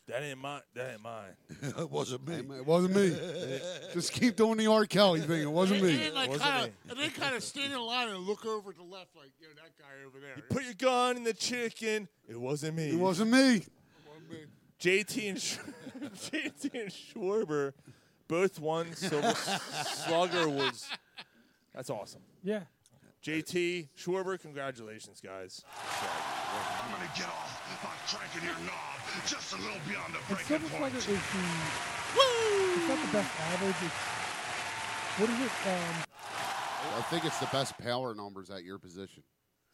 D: That ain't mine. That ain't mine.
B: it wasn't me.
F: It wasn't me. Just keep doing the R. Kelly thing. It wasn't
G: and,
F: me.
G: then, like,
D: Wasn't
G: kinda,
D: me.
G: and then kind of stand in line and look over to the left, like, yo, that guy over there.
D: Put your gun in the chicken. It wasn't me.
F: It wasn't me.
G: One minute.
D: JT and Sch- JT and Schwarber both won Silver Slugger awards. That's awesome.
E: Yeah.
D: JT Schwarber, congratulations, guys.
L: I'm gonna get off by cranking your knob just a little beyond the
E: And
L: breaking
E: Silver
L: point.
E: Slugger is the. It's not the best average. It's, what is it? Um,
F: I think it's the best power numbers at your position.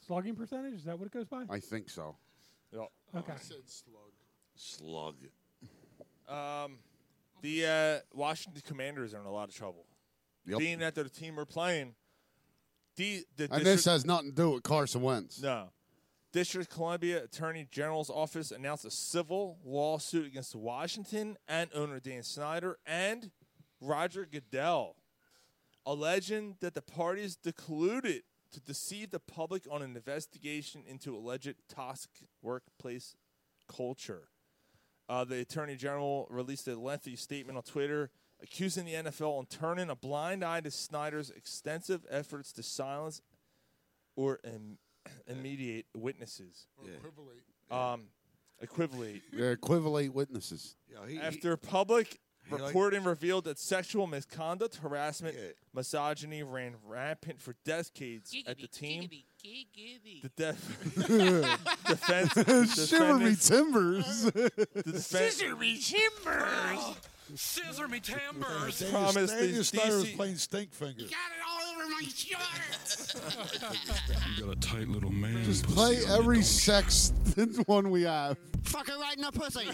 E: slugging percentage? Is that what it goes by?
F: I think so.
D: Yep.
E: Okay.
G: I said slug.
B: Slug.
D: Um, the uh, Washington Commanders are in a lot of trouble.
F: Yep.
D: Being that their team are playing, the the
F: And
D: district-
F: this has nothing to do with Carson Wentz.
D: No. District Columbia Attorney General's office announced a civil lawsuit against Washington and owner Dan Snyder and Roger Goodell, alleging that the parties de- colluded to deceive the public on an investigation into alleged toxic workplace culture. Uh, the Attorney General released a lengthy statement on Twitter accusing the NFL on turning a blind eye to Snyder's extensive efforts to silence or im- immediate witnesses.
G: Or equivalent.
D: Um, equivalent.
F: They're equivalent witnesses.
B: Yeah, he, he-
D: After public
B: he like-
D: reporting revealed that sexual misconduct, harassment,
B: Yeah.
D: misogyny ran rampant for decades at the team. The def- defense,
F: Shiver me
D: defendants-
F: timbers.
D: the defense
G: Oh.
K: Scissor me timbers.
B: Daniel-
D: promised
B: Daniel
D: these
B: Snyder was
D: DC
B: playing stink finger.
K: Got it all over my shirt.
L: You got a tight little man.
F: Just play every sex one we have.
K: Fucking right in the pussy.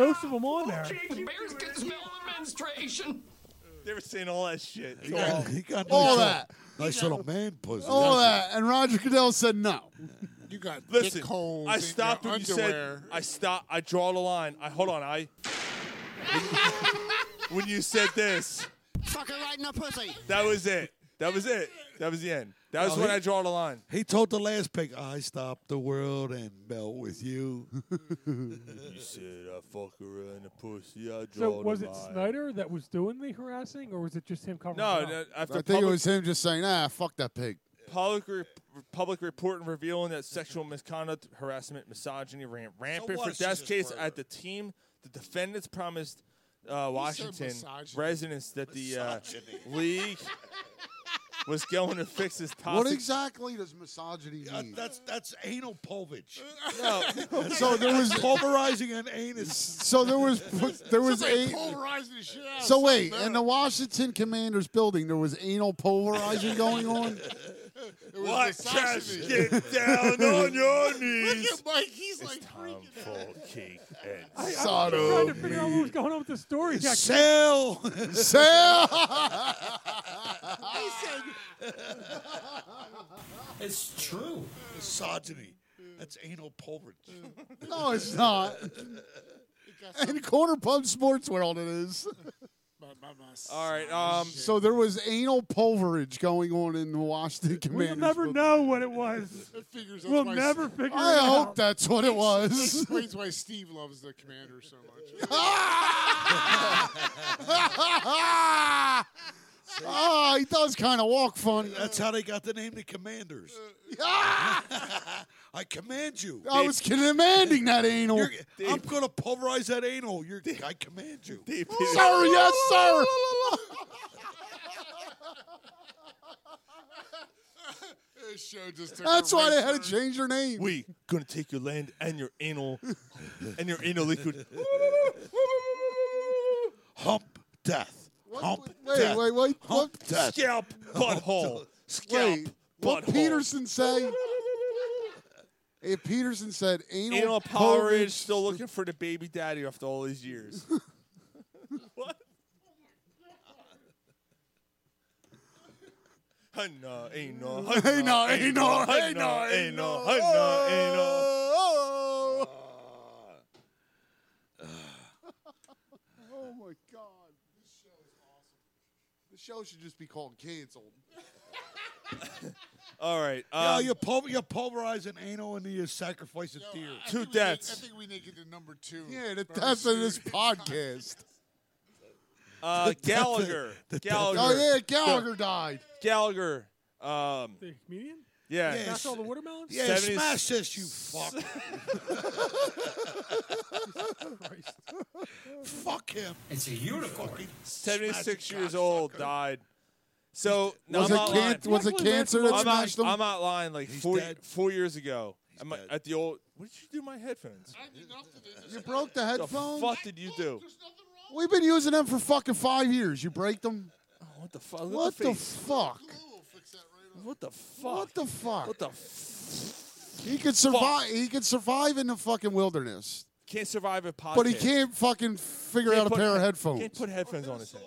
E: Most of them on there.
K: Cheeky bears can smell the menstruation.
D: they were saying all that shit. um,
B: He got, he got
F: All
B: nice
F: that.
B: Little, nice little man pussy.
F: All that. And Roger Goodell said no.
G: You got
D: Listen,
G: dick holes
D: I
G: in
D: stopped
G: your
D: when you said
G: underwear.
D: I stop. I draw the line. I hold on. I when you said this,
K: Fucking right in the pussy.
D: that was it. That was it. That was the end. That was
B: No,
D: when
B: he-
D: I draw the line.
B: He told the last pig, "I stopped the world and melt with you."
D: You said I fuck her in the pussy. I draw
E: So was
D: the
E: it
D: line.
E: Snyder that was doing the harassing, or was it just him covering?
D: No,
E: it up?
D: no,
F: I
D: after
F: think it
D: public-
F: was him just saying, "Ah, fuck that pig."
D: public re- public report and revealing that sexual misconduct, harassment, misogyny ran rampant
C: what
D: for
C: if she
D: death
C: just
D: case
C: wrote
D: at the team. The defendants promised uh, Washington
C: misogyny.
D: residents that the uh, league was going to fix this toxic.
F: What exactly does misogyny mean?
B: that's that's anal pulvage.
F: so there was
B: pulverizing an anus.
F: So there was there was
G: Somebody
F: a
G: pulverizing the shit out of
F: So wait,
G: something.
F: in the Washington Commanders building, there was anal pulverizing going on.
G: It was
C: What?
G: misogyny.
C: Just get down on your
G: Look
C: knees.
G: at Mike. He's like freaking.
D: cake and
E: I, I'm trying to figure out what was going on with the story. Yeah,
B: Sell,
C: It's true.
B: Misogyny. That's anal pulverage.
F: No, it's not. In corner pub sports world, it is.
D: All right. Um.
F: So there was anal pulverage going on in the Washington
E: We'll
F: Commanders.
E: never
F: building.
E: know what it was.
G: It figures
E: we'll
G: that's why
E: never figure it
F: I
E: out.
F: hope that's what it
G: This
F: was.
G: explains why Steve loves the commander so much.
F: Ah, he does kind of walk funny.
B: That's how they got the name the Commanders. I command you.
F: I was commanding that anal.
B: You're- I'm gonna pulverize that anal. You're, I command you.
F: Sir, yes, sir.
G: This show just took
F: That's
G: a
F: why they
G: right
F: had
G: turn.
F: to change their name.
D: We gonna take your land and your anal and your anal liquid.
B: Hump death. Hump
F: Wait,
B: death.
F: wait, wait.
B: Hump
F: What,
B: death.
D: Scalp butthole. Scalp
F: wait, what
D: butthole.
F: Peterson say? If Peterson said anal,
D: Anal Powerage
F: pulverage-
D: still looking for the baby daddy after all these years. what? Hunna, anal, hunna, anal, hunna, anal, hunna, anal.
F: Oh, oh my God. This show is awesome. The show should just be called Canceled.
D: All right.
B: Yeah,
D: Um,
B: you pulver, you pulverize an anal and you sacrifice a deer.
G: I
D: Two
G: think we need-
D: deaths.
G: I think we need to get to number two.
F: Yeah, the
G: Very
F: death of
G: soon.
F: this podcast.
D: uh, Gallagher.
B: the- the-
D: Gallagher.
F: Oh, yeah, Gallagher died.
D: Gallagher. Um,
E: The comedian?
D: yeah.
B: Yeah,
E: That's all the watermelons?
B: yeah,
D: 70s
B: smash this, you fuck.
E: Christ.
B: fuck him.
K: It's a unicorn.
D: 76 years old, died. So, no,
F: was
D: I'm
F: it,
D: not lying.
F: can- was it
E: Luckily, that's
F: cancer
E: the
F: that
D: I'm
F: smashed
D: out,
F: him?
D: I'm out lying like
B: He's
D: four,
B: dead.
D: four years ago. I'm
B: dead.
D: at the old. What did you do to my headphones?
G: I mean, nothing in this-
F: You broke the
D: The
F: headphones?
D: fuck did you do?
G: There's nothing wrong.
F: We've been using them for fucking five years. You break them?
D: Oh, What the fuck? Look
F: What
D: at the
F: the
D: face.
F: fuck?
G: We'll fix that right up.
D: what the fuck?
F: What the fuck?
D: What the f-
F: He could survive. He could survive in the fucking wilderness,
D: Can't survive a podcast.
F: but he can't fucking figure
D: Can't
F: out a
D: put-
F: pair of headphones.
D: Can't put headphones on his head.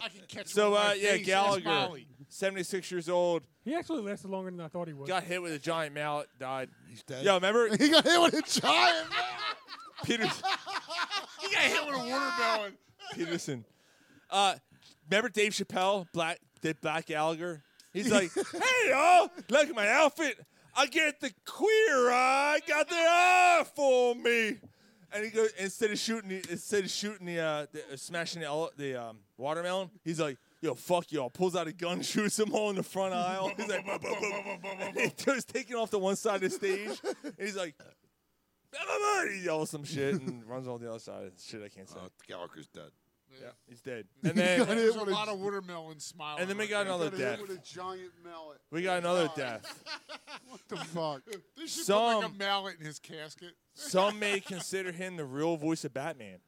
G: I can catch
D: So
G: one in my
D: uh, yeah,
G: face. That's
D: Gallagher,
G: Molly.
D: 76 years old,
E: He actually lasted longer than I thought he would.
D: got hit with a giant mallet, died.
B: He's dead.
D: Yo, remember
F: he got hit with a giant. man.
D: Peter
G: He got hit with a watermelon.
D: Peterson? Uh, remember Dave Chappelle, Black did Black Gallagher? He's like, hey y'all, look at my outfit. I get the queer eye, got the eye for me. And he goes instead of shooting, the, instead of shooting the, uh, the uh, smashing the, ele- the um, watermelon, he's like, "Yo, fuck y'all!" Pulls out a gun, shoots them all in the front aisle. He's like, "Boom, boom, boom, boom, boom, boom," and he goes taking off to one side of the stage. And he's like, "Everybody!" He yells some shit and runs on the other side. Shit, I can't say.
B: Uh, Gallagher's dead.
D: yeah, he's dead. And then
F: got
G: There's
F: hit
G: a
F: with a-
G: lot of watermelon smiling.
D: And then we
G: right
D: got
G: there.
D: another
F: got hit
D: death.
F: with a giant mallet.
D: We got another death.
F: What the fuck?
G: They should put like a
D: Some-
G: mallet in his casket.
D: Some may consider him the real voice of Batman.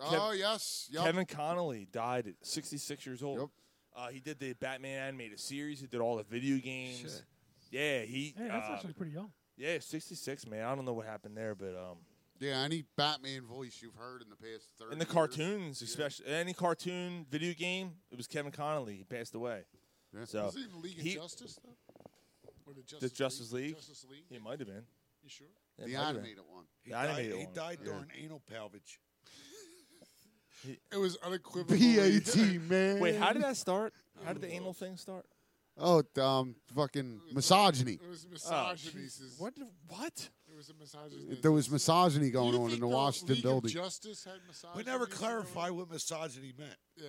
F: oh yes, yep.
D: Kevin Connolly died at 66 years old.
F: Yep.
D: Uh, he did the Batman animated series. He did all the video games. Yeah, he.
E: Hey, that's
D: uh,
E: actually pretty young.
D: yeah, 66, man. I don't know what happened there, but um,
F: Yeah, any Batman voice you've heard in the past thirty.
D: in the
F: years.
D: cartoons, especially any cartoon video game, it was Kevin Connolly. He passed away.
F: Yeah.
D: So
G: Is he in the League of
D: he-
G: Justice though? Or the Justice,
D: the Justice League.
G: Justice League.
D: He might have been.
G: You sure?
D: Yeah,
F: the
D: might have been.
F: animated one.
B: He
D: The
B: died,
D: animated
B: he
D: one.
B: died during anal pelvage.
G: It was unequivocal.
F: B A T man.
D: Wait, how did that start?
G: It
D: How did the anal thing start?
F: Oh, th- um, fucking misogyny.
G: It was
D: Oh,
G: misogyny.
D: jeez. what? the- What?
G: It was a misogyny.
F: There was misogyny going on in the Washington
G: League
F: building.
G: Of Justice had misogyny.
B: We never clarified what misogyny meant.
G: Yeah.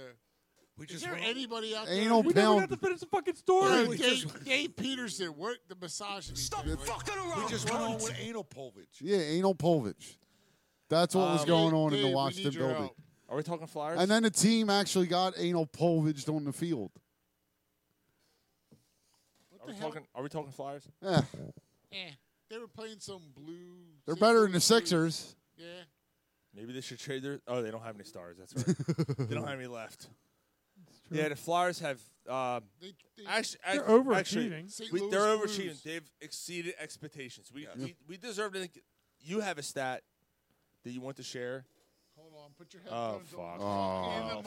B: We
G: Is
B: just
G: there
B: went-
G: anybody out there?
F: Anal We never got pound. to
E: finish the fucking
G: Yeah,
B: We
G: Dave,
B: just,
G: Dave Peterson, what the misogyny? Stop fucking
B: we just went on with anal pulvage.
F: yeah, anal pulvage. That's what was
D: Um,
F: going on in
D: Dave,
F: the
D: we
F: Washington
D: need your
F: building.
D: help. Are we talking flyers?
F: And then the team actually got anal pulvaged on the field.
D: are we talking? Are we talking flyers?
F: Eh,
G: They were playing some blue.
F: they're better than the Sixers.
G: Yeah.
D: Maybe they should trade their. Oh, they don't have any stars. That's right. they don't have any left. Yeah, the Flyers have. Um, actually, actually-
E: They're overachieving.
D: Actually,
E: St.
D: we-
E: Louis
D: they're
E: Blues.
D: overachieving. They've exceeded expectations. We, we we deserve to. think- You have a stat that you want to share.
G: Hold on, put your
D: Oh
G: headphones
D: fuck!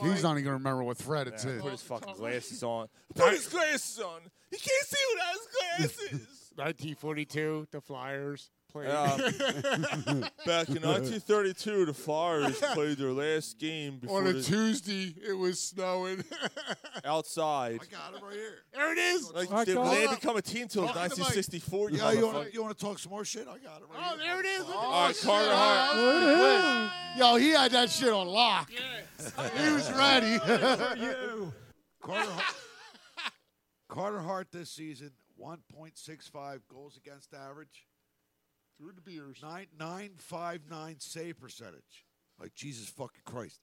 F: Oh, he's not even gonna remember what thread it's
D: Yeah,
F: in.
D: Put his fucking glasses on. Put his glasses on. He can't see without his glasses.
G: 1942, the Flyers played.
D: Um, back in 1932, the Flyers played their last game before
G: On a
D: the-
G: Tuesday, it was snowing.
D: outside.
B: got it right here.
G: there it is.
D: Like they
G: Hold
D: had
G: up.
D: become a team till
B: Hold on to the mic.
D: 1964. You
B: Yeah, you
D: motherfucker.
B: want to you wanna talk some more shit? I got it right
G: Oh, there it is. Look
D: All
G: at
D: right, Carter Hart.
F: Quick. Yo, he had that shit on lock. He was ready.
B: you. Carter Hart, Carter Hart this season, 1.65 goals against average.
G: Through the beers.
B: 9.959 save percentage. Like, Jesus fucking Christ.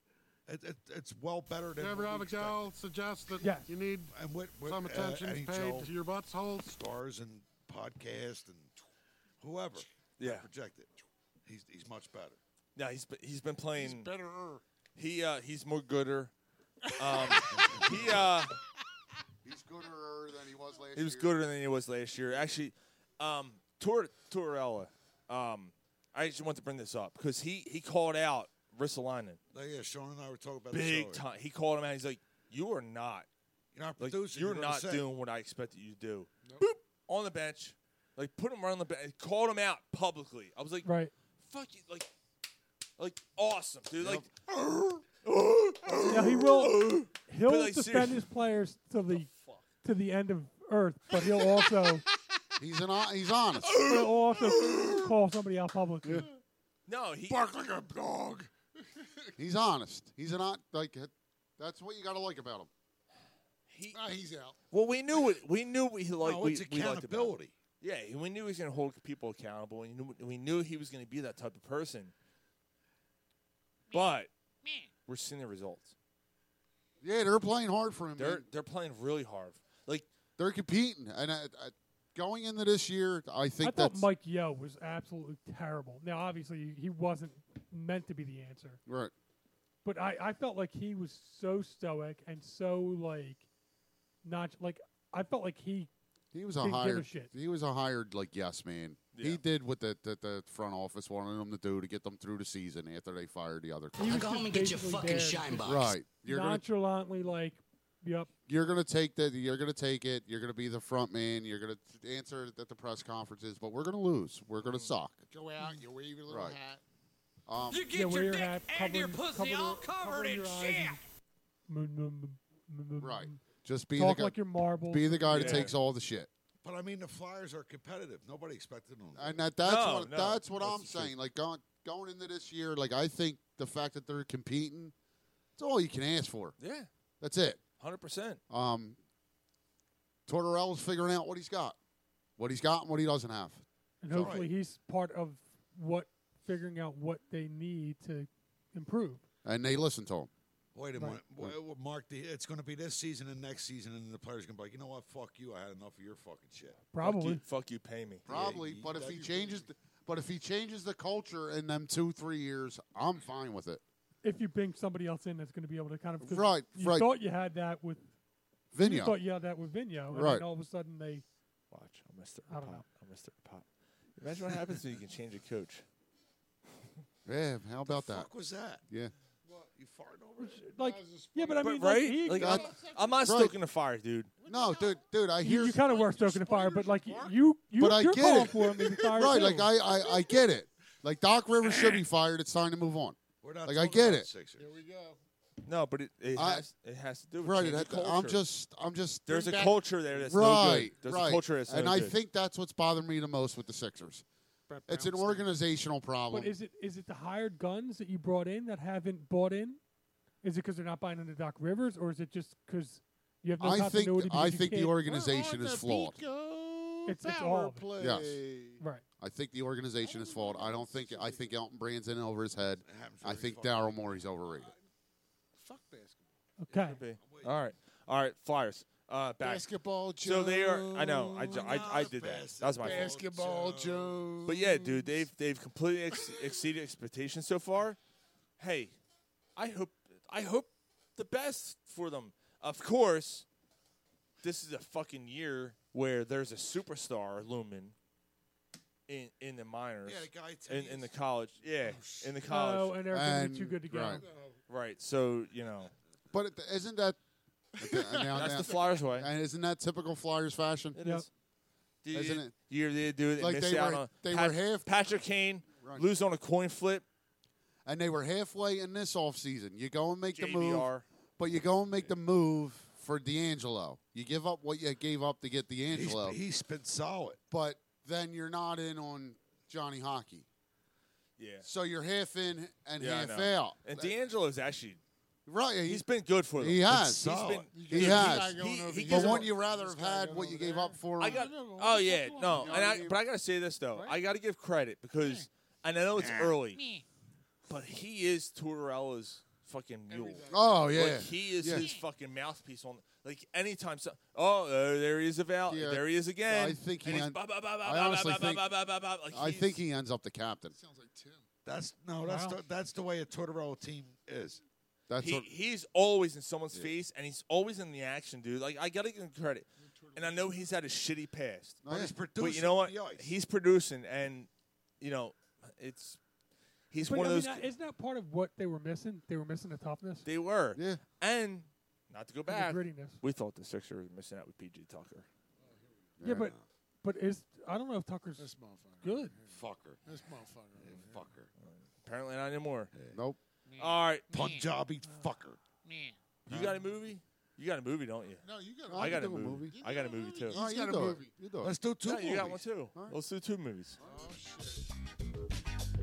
B: It, it, it's well better than.
M: Deborah
B: what we expected.
M: Abigail suggests that
E: Yes.
M: you need
B: And what, what,
M: some
B: uh,
M: attention
B: NHL
M: paid to your buttholes.
B: Stars and podcast and whoever.
D: Yeah.
B: Projected. He's, he's much better.
D: Yeah, he's been, he's been playing.
G: better.
D: He uh, he's more gooder. Um, he uh,
F: He's gooder than he was last
D: he was gooder than he was last year. Actually, um, Tor Torella, um, I just want to bring this up because he he called out Ristolainen
B: Like, yeah, Sean and I were talking about this
D: big
B: earlier.
D: time. He called him out. He's like, "You are not
B: You're not
D: like,
B: producing.
D: you're
B: you
D: not doing what I expected you to do." Boop on the bench, like put him right on the bench. Called him out publicly. I was like,
E: Right.
D: "Fuck you!" Like, like awesome, dude. Like.
E: Yeah, he will. He'll
D: But, like,
E: defend
D: seriously-
E: his players to the to the end of Earth, but he'll also
F: He's an hon- he's honest.
E: he'll also call somebody out publicly.
D: No, he
G: bark like a dog.
F: He's honest. He's not like uh, that's what you gotta like about him.
G: Ah, he's out.
D: Well, we knew it. We knew we like
B: No,
D: we,
B: it's
D: we liked about him.
B: accountability.
D: Yeah, we knew he was going to hold people accountable. And knew, we knew he was going to be that type of person. But we're seeing the results.
F: Yeah, they're playing hard for him. man.
D: They're they're playing really hard. Like
F: They're competing, and I, I, going into this year, I
E: I
F: think
E: thought
F: that's
E: Mike Yo was absolutely terrible. Now, obviously, he wasn't meant to be the answer,
F: right.
E: but I, I felt like he was so stoic and so like not like I felt like he
F: He was a
E: Didn't give a
F: hired.
E: shit.
F: He was a hired like yes man. He did what the, the the front office wanted him to do to get them through the season after they fired the other.
E: he
F: coach.
E: was
K: go home
E: just
K: and "Oh, get your
E: basically
K: fucking
E: there
K: shine box.
F: Right. You're gonna
E: nonchalantly like, yep,
F: you're gonna take that. You're gonna take it. You're gonna be the front man. You're gonna answer at the press conferences, but we're gonna lose. We're
E: Mm.
F: gonna suck.
G: Go out. You wave your little
F: Right.
G: hat.
F: Um,
K: You
E: yeah,
K: get
E: wear
K: your
E: your
K: dick
E: hat,
K: and your
E: covering-
K: pussy all
E: covering-
K: covered
E: covering
K: in
E: your eyes
K: shit.
E: and- mm, mm, mm, mm, mm,
F: right.
E: mm.
F: Just be
E: talk
F: the guy.
E: like your marbles.
F: be the guy that
D: Yeah.
F: takes all the shit.
B: But I mean, the Flyers are competitive. Nobody expected them. to
F: And that, that's
D: No,
F: what
D: no,
F: that's what
D: that's
F: I'm
D: the truth.
F: saying. Like going going into this year, like I think the fact that they're competing, it's all you can ask for.
D: yeah,
F: That's it.
D: hundred percent.
F: Um, Tortorella's figuring out what he's got, what he's got, and what he doesn't have.
E: and
B: It's all
E: hopefully
B: right.
E: he's part of what figuring out what they need to improve.
F: And they listen to him.
B: Wait a
E: Right.
B: minute, Well, well, Mark. The, it's going to be this season and next season, and the players going to be like, you know what? Fuck you. I had enough of your fucking shit.
D: Fuck
E: Probably.
D: you, fuck you pay me.
F: Probably,
B: you-
F: but if
B: that'd
F: he
B: be
F: changes, the, but if he changes the culture in them two three years, I'm fine with it.
E: if you bring somebody else in that's going to be able to kind of 'cause
F: Right,
E: you
F: right.
E: thought you had that with you
F: Vigneault.
E: thought you had that with Vigneault, and
F: Right.
E: then all of a sudden they
D: Watch, I'm gonna start
E: I
D: a
E: don't
D: pop.
E: know.
D: I'm gonna start a pop. Imagine what happens when you can change a coach.
F: Yeah, how about that?
B: Fuck was that?
F: Yeah,
B: What you farted over?
E: like yeah, but I mean like,
D: right?
E: he,
D: Like,
E: you-
D: I'm, I'm not
F: Right.
D: stoking the fire, dude.
F: no, dude, dude, I hear
E: you kind of were stoking the fire, but like you you
F: But I
E: you're
F: get
E: calling
F: it.
E: for him to be fired
F: right.
E: too.
F: Like I, I, I get it. Like Doc Rivers should be fired. It's time to move on.
B: We're not
F: Like, I
B: talking
F: get
B: about
F: it.
B: Sixers.
G: Here we go.
D: No, but it, it,
F: I-
D: has, it has to do with
F: right.
D: changing
F: that-
D: culture.
F: I'm just, I'm just.
D: There's a culture there that's no good.
F: right,
D: There's a
F: right.
D: culture that's no
F: and I
D: good.
F: think that's what's bothering me the most with the Sixers.
E: Brett
F: It's an
E: Brown's
F: organizational problem.
E: But is it is it the hired guns that you brought in that haven't bought in? Is it because they're not buying into Doc Rivers, or is it just because you have no
F: I think,
E: continuity?
F: I
E: because you
F: think the
E: can't-
F: organization is flawed.
E: It's, it's all of it.
F: Yes.
E: Right.
F: I think the organization is flawed. I don't think. I think Elton Brand's in over his head. I think Daryl Morey's overrated.
G: Fuck basketball.
E: Okay.
D: All right. All right. Flyers. Uh, back.
G: Basketball
D: So they are. I know. I, ju- I, I did that. That was my fault.
G: Basketball Joe.
D: But yeah, dude, they've they've completely ex- exceeded expectations so far. Hey, I hope I hope the best for them. Of course, this is a fucking year where there's a superstar looming in in the minors.
B: Yeah, the guy at
D: in, in the college. Yeah, in the
E: Oh,
D: college.
E: and they're gonna be And- too good to go.
D: Right.
E: right.
D: right. So you know.
F: But it- isn't that
D: That's the Flyers way?
F: And isn't that typical Flyers fashion?
D: It is. Did you-
F: Isn't it?
D: You did do it.
F: Like
D: miss
F: they
D: out
F: were-
D: on
F: they
D: Pat-
F: were half-
D: Patrick Kane lose on a coin flip.
F: And they were halfway in this offseason. You go and make the move,
D: JVR.
F: but you go and make the move for D'Angelo. You give up what you gave up to get
B: He's,
F: D'Angelo,
B: he's been solid.
F: but then you're not in on Johnny Hockey.
D: Yeah.
F: So you're half in and
D: Yeah, I
F: half
D: know.
F: out.
D: And D'Angelo's actually
F: Right, he,
D: he's been good for them.
F: He has.
D: He's been.
F: he has. but wouldn't you rather have had what you gave up for?
D: I
F: him?
D: got. Oh yeah, no. And I, but I gotta say this though. I gotta give credit because, and I know it's early, but he is Tortorella's fucking mule.
F: Oh, yeah.
D: like, he is
F: Yeah.
D: his fucking mouthpiece on. Like anytime, so, oh there, there he is about.
F: Yeah.
D: There he is again.
F: I think
D: And
F: he.
D: he's
F: en-
D: ba- ba- ba- ba-
F: I
D: ba-
F: honestly
D: ba- ba-
F: think.
D: ba- ba- ba- ba- like,
F: I
D: he's-
F: think he ends up the captain.
B: That's no. That's
D: Wow.
B: the, that's the way a Tortorella team is.
D: Oh,
F: That's
D: he,
F: what-
D: he's always in someone's face and he's always in the action, dude. Like I gotta give him credit, and I know he's had a shitty past,
B: No, he's
D: but you
B: producing
D: know
B: on
D: what?
B: the ice.
D: He's producing, and you know, it's he's
E: But,
D: one
E: I
D: of
E: mean,
D: those.
E: that- isn't that part of what they were missing? They were missing the toughness.
D: they were,
F: yeah,
D: and not to go
E: the
D: back,
E: grittiness.
D: we thought the Sixers were missing out with PG Tucker.
E: Yeah, but but is I don't know if Tucker's good.
B: Fucker.
G: This motherfucker.
B: Fucker.
D: Apparently not anymore.
F: Nope.
D: All right,
B: Punjabi fucker.
D: You got a movie? You got a movie, don't you?
G: No, you got.
D: I got a
F: do a
D: movie.
F: movie.
D: I got a movie too.
G: He's Alright, you got a do it. movie. You do it.
D: Let's do two.
G: No,
D: you got one too. Let's do two movies.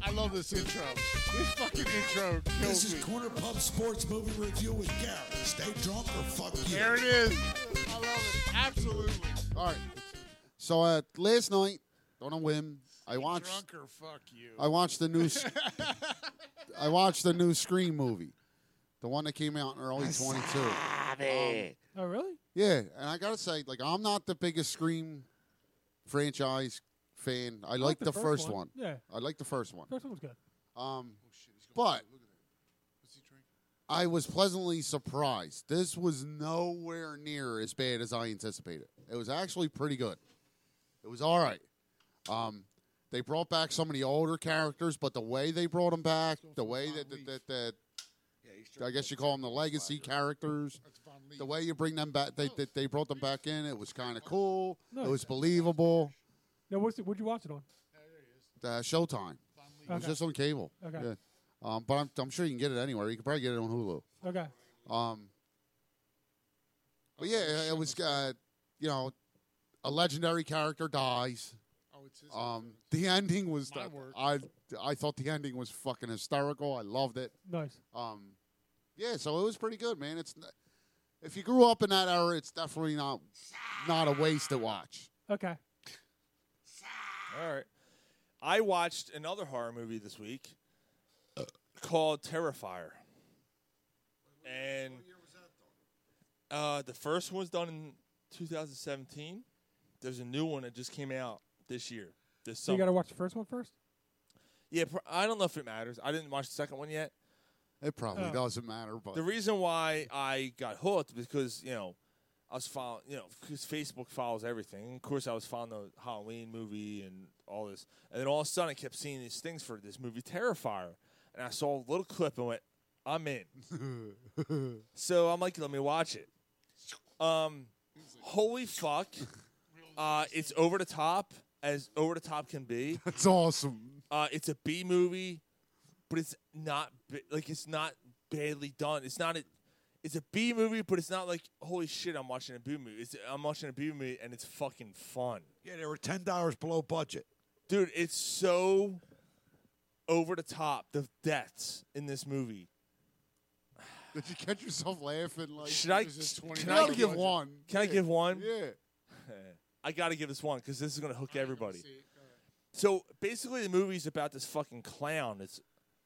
G: I love this intro. This fucking intro kills
B: This is
G: me.
B: Corner Pub Sports Movie Review with Gary. Stay drunk or fuck you.
G: There it is. I love it. Absolutely.
F: All right. So uh, last night, on a whim, I watched.
G: Drunk or fuck you.
F: I watched the new. s- I watched the new Scream movie, the one that came out in early twenty two.
E: Oh really?
F: Yeah, and I gotta say, like, I'm not the biggest Scream franchise fan. I, like the, first, one.
E: Yeah.
F: I like the first one.
E: First one was good.
F: Um, but I was pleasantly surprised. This was nowhere near as bad as I anticipated. It was actually pretty good. It was all right. Um, they brought back some of the older characters, but the way they brought them back, the way that that that, that I guess you call them the legacy characters. The way you bring them back, they they, they brought them back in. It was kind of cool. It was believable.
E: No, what's it? What'd you watch it on?
F: Uh, Showtime. It was
E: Okay.
F: just on cable.
E: Okay.
F: Yeah. Um, but I'm, I'm sure you can get it anywhere. You can probably get it on Hulu.
E: Okay.
F: Um, but yeah, it was uh, you know, a legendary character dies.
G: Oh, it's his.
F: Um, the ending was
G: My work.
F: I I thought the ending was fucking hysterical. I loved it.
E: Nice.
F: Um, yeah, so it was pretty good, man. It's n- if you grew up in that era, it's definitely not not a waste to watch.
E: Okay.
D: All right. I watched another horror movie this week called Terrifier. And uh, the first one was done in 2017. There's a new one that just came out this year. This
E: So
D: summer.
E: you got to watch the first one first.
D: yeah, pr- I don't know if it matters. I didn't watch the second one yet.
F: It probably
D: Oh.
F: doesn't matter, but
D: The reason why I got hooked because you know I was following you know because Facebook follows everything. And of course, I was following the Halloween movie and all this, and then all of a sudden I kept seeing these things for this movie Terrifier, and I saw a little clip and went, "I'm in." so I'm like, "Let me watch it." Um, holy fuck! Uh, it's over the top as over the top can be.
F: it's awesome.
D: Uh, it's a B movie, but it's not ba- like it's not badly done. It's not a it's a B movie, but it's not like holy shit, I'm watching a B movie. It's, I'm watching a B movie and it's fucking fun.
B: Yeah, they were ten dollars below budget.
D: Dude, it's so over the top. The deaths in this movie.
F: Did you catch yourself laughing? Like
D: Should I?
F: it was just
D: Can
F: 20
D: I
F: give one?
D: Can I
F: Yeah.
D: give one?
F: Yeah.
D: I got to give this one because this is going to hook everybody. So basically, the movie's about this fucking clown. It's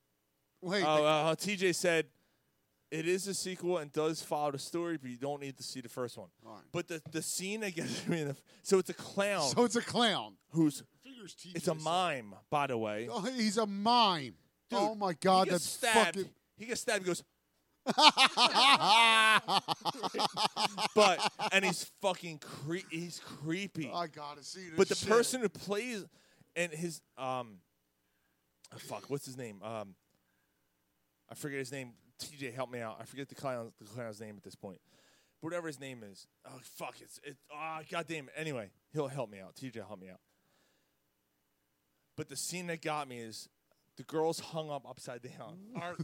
F: Wait,
D: Oh,
F: the-
D: uh, TJ said it is a sequel and does follow the story, but you don't need to see the first one. But the the scene that gets me in the so it's a clown.
F: So it's a clown
D: who's
F: Figures TJ
D: it's a mime, by the way.
F: Oh, he's a mime. oh my god,
D: he gets
F: that's
D: stabbed.
F: fucking.
D: He gets stabbed. and Goes. but and he's fucking cre- he's creepy.
F: I gotta see this.
D: But the
F: shit.
D: person who plays and his um oh, fuck, what's his name? Um I forget his name. TJ, help me out. I forget the clown the clown's name at this point. But whatever his name is. Oh fuck, it's it ah goddamn it. Anyway, he'll help me out. TJ help me out. But the scene that got me is the girl's hung up upside down.
G: Art,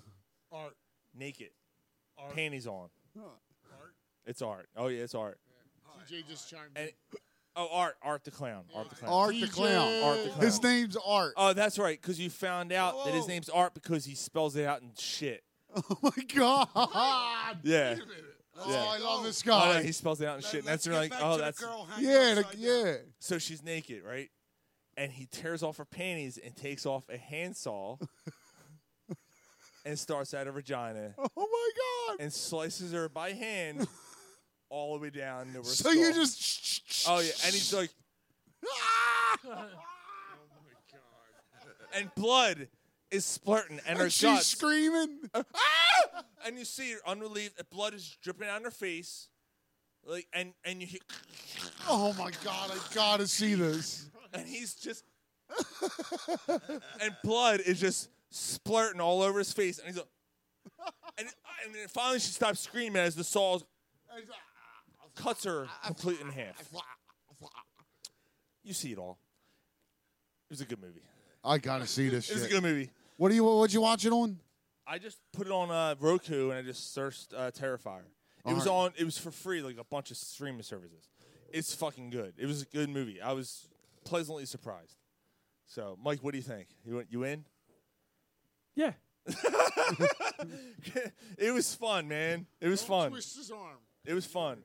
G: art,
D: naked.
G: Art.
D: Panties on.
G: art.
D: It's art. Oh yeah, it's art.
G: TJ just chimed
D: in. Oh, Art, Art the clown, Art the clown,
F: Art the clown.
D: Art the clown.
F: His name's Art.
D: Oh, that's right, because you found out that his
F: Oh.
D: name's Art because he spells it out in shit.
F: Oh my god.
D: Yeah.
F: Oh, I love this guy.
D: Oh, no, he spells it out in shit. And that's
F: let's
D: when you're like,
F: get back
D: oh,
F: to the
D: that's
F: girl hanging Yeah, the- upside down. yeah.
D: So she's naked, right? And he tears off her panties and takes off a handsaw and starts at her vagina. Oh
F: my
D: god! And slices her by hand all the way down to her.
F: So you
D: skull.
F: just-
D: Oh yeah, and he's like, and blood is splurting, and her
F: she's
D: guts.
F: screaming.
D: Ah! and you see her unrelieved uh, blood is dripping on her face like and and you hear,
F: Oh my god, I gotta see this.
D: and he's just and blood is just splurting all over his face and he's like and, and then finally she stops screaming as the saw cuts her completely in half you see it all it was a good movie
F: I gotta see this.
D: It was a
F: shit.
D: good movie.
F: What do you? What'd you watch it on?
D: I just put it on uh, Roku and I just searched uh, Terrifier. It was
F: Alright.
D: on. It was for free, like a bunch of streaming services. It's fucking good. It was a good movie. I was pleasantly surprised. So, Mike, what do you think? You you in?
E: Yeah.
D: it was fun, man. It was fun.
G: Twist his arm.
D: It was fun.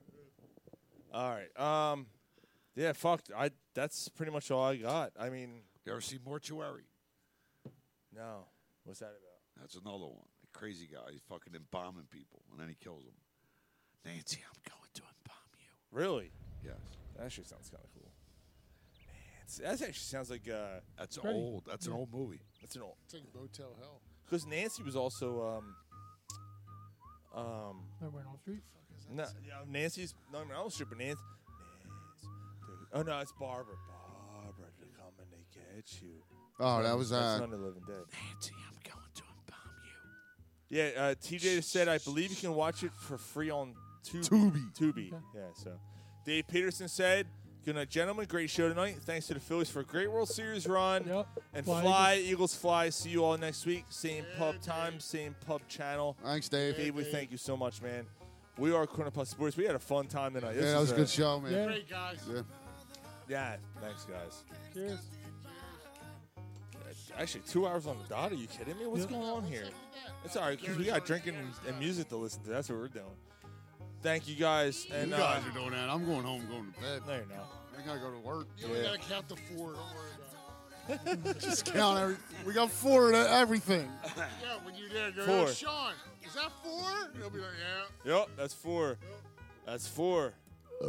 D: All right. Um, yeah. Fuck. I. That's pretty much all I got. I mean,
B: You ever see Mortuary?
D: No. What's that about?
B: That's another one. A crazy guy. He's fucking embalming people, and then he kills them. Nancy, I'm going to embalm you.
D: Really?
B: Yes.
D: That actually sounds kind of cool. Man, that actually sounds like uh.
B: That's
G: Freddy.
B: old. That's an old movie.
D: That's an old.
G: It's like Motel Hell.
D: Because Nancy was also um um
E: Remember on Elm Street?
D: no, yeah, Nancy's no I was stripping Nancy. Nancy. Oh no, it's Barbara. Barbara to come and they get you.
F: Oh, that
D: No,
F: was,
D: that's
F: uh,
D: not the Living Dead. Nancy, I'm going to embalm you. Yeah, uh, TJ said I believe you can watch it for free on Tubi. Tubi. Yeah. So, Dave Peterson said. Good night, gentlemen. Great show tonight. Thanks to the Phillies for a great World Series run. And
F: Fly,
D: fly, Eagles. fly. See you all next week. Same pub time, same pub channel.
F: Thanks, Dave.
D: Dave, we thank you so much, man. We are Corner Plus Sports. We had a fun time tonight.
F: yeah,
D: This
F: that
D: is
F: was a good show, man.
G: Great guys.
F: Yeah.
D: Yeah, thanks, guys.
E: Cheers.
D: Actually, two hours on the dot. Are you kidding me? What's going on here? It's all right because we got drinking and, and music to listen to. That's what we're doing. Thank you guys. And
F: you guys
D: uh,
F: are doing that. I'm going home, going to bed.
D: No, you're not.
F: I gotta go to work.
G: You only
D: Yeah.
G: gotta count the four. Don't worry
F: Just count every. We got four of everything.
G: about it. yeah, when you're there, go.
D: Four.
G: "Yo, Sean, is that four? He'll be like, yeah.
D: Yep, that's four. That's four.
F: Uh.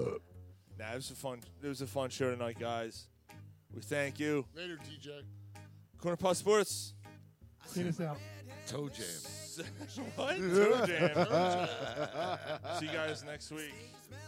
D: Nah, it was a fun. It was a fun show tonight, guys. We thank you.
G: Later, TJ.
D: Corner Plus Sports.
E: Clean us out.
B: Toe jam.
D: what? Toe jam. See you guys next week.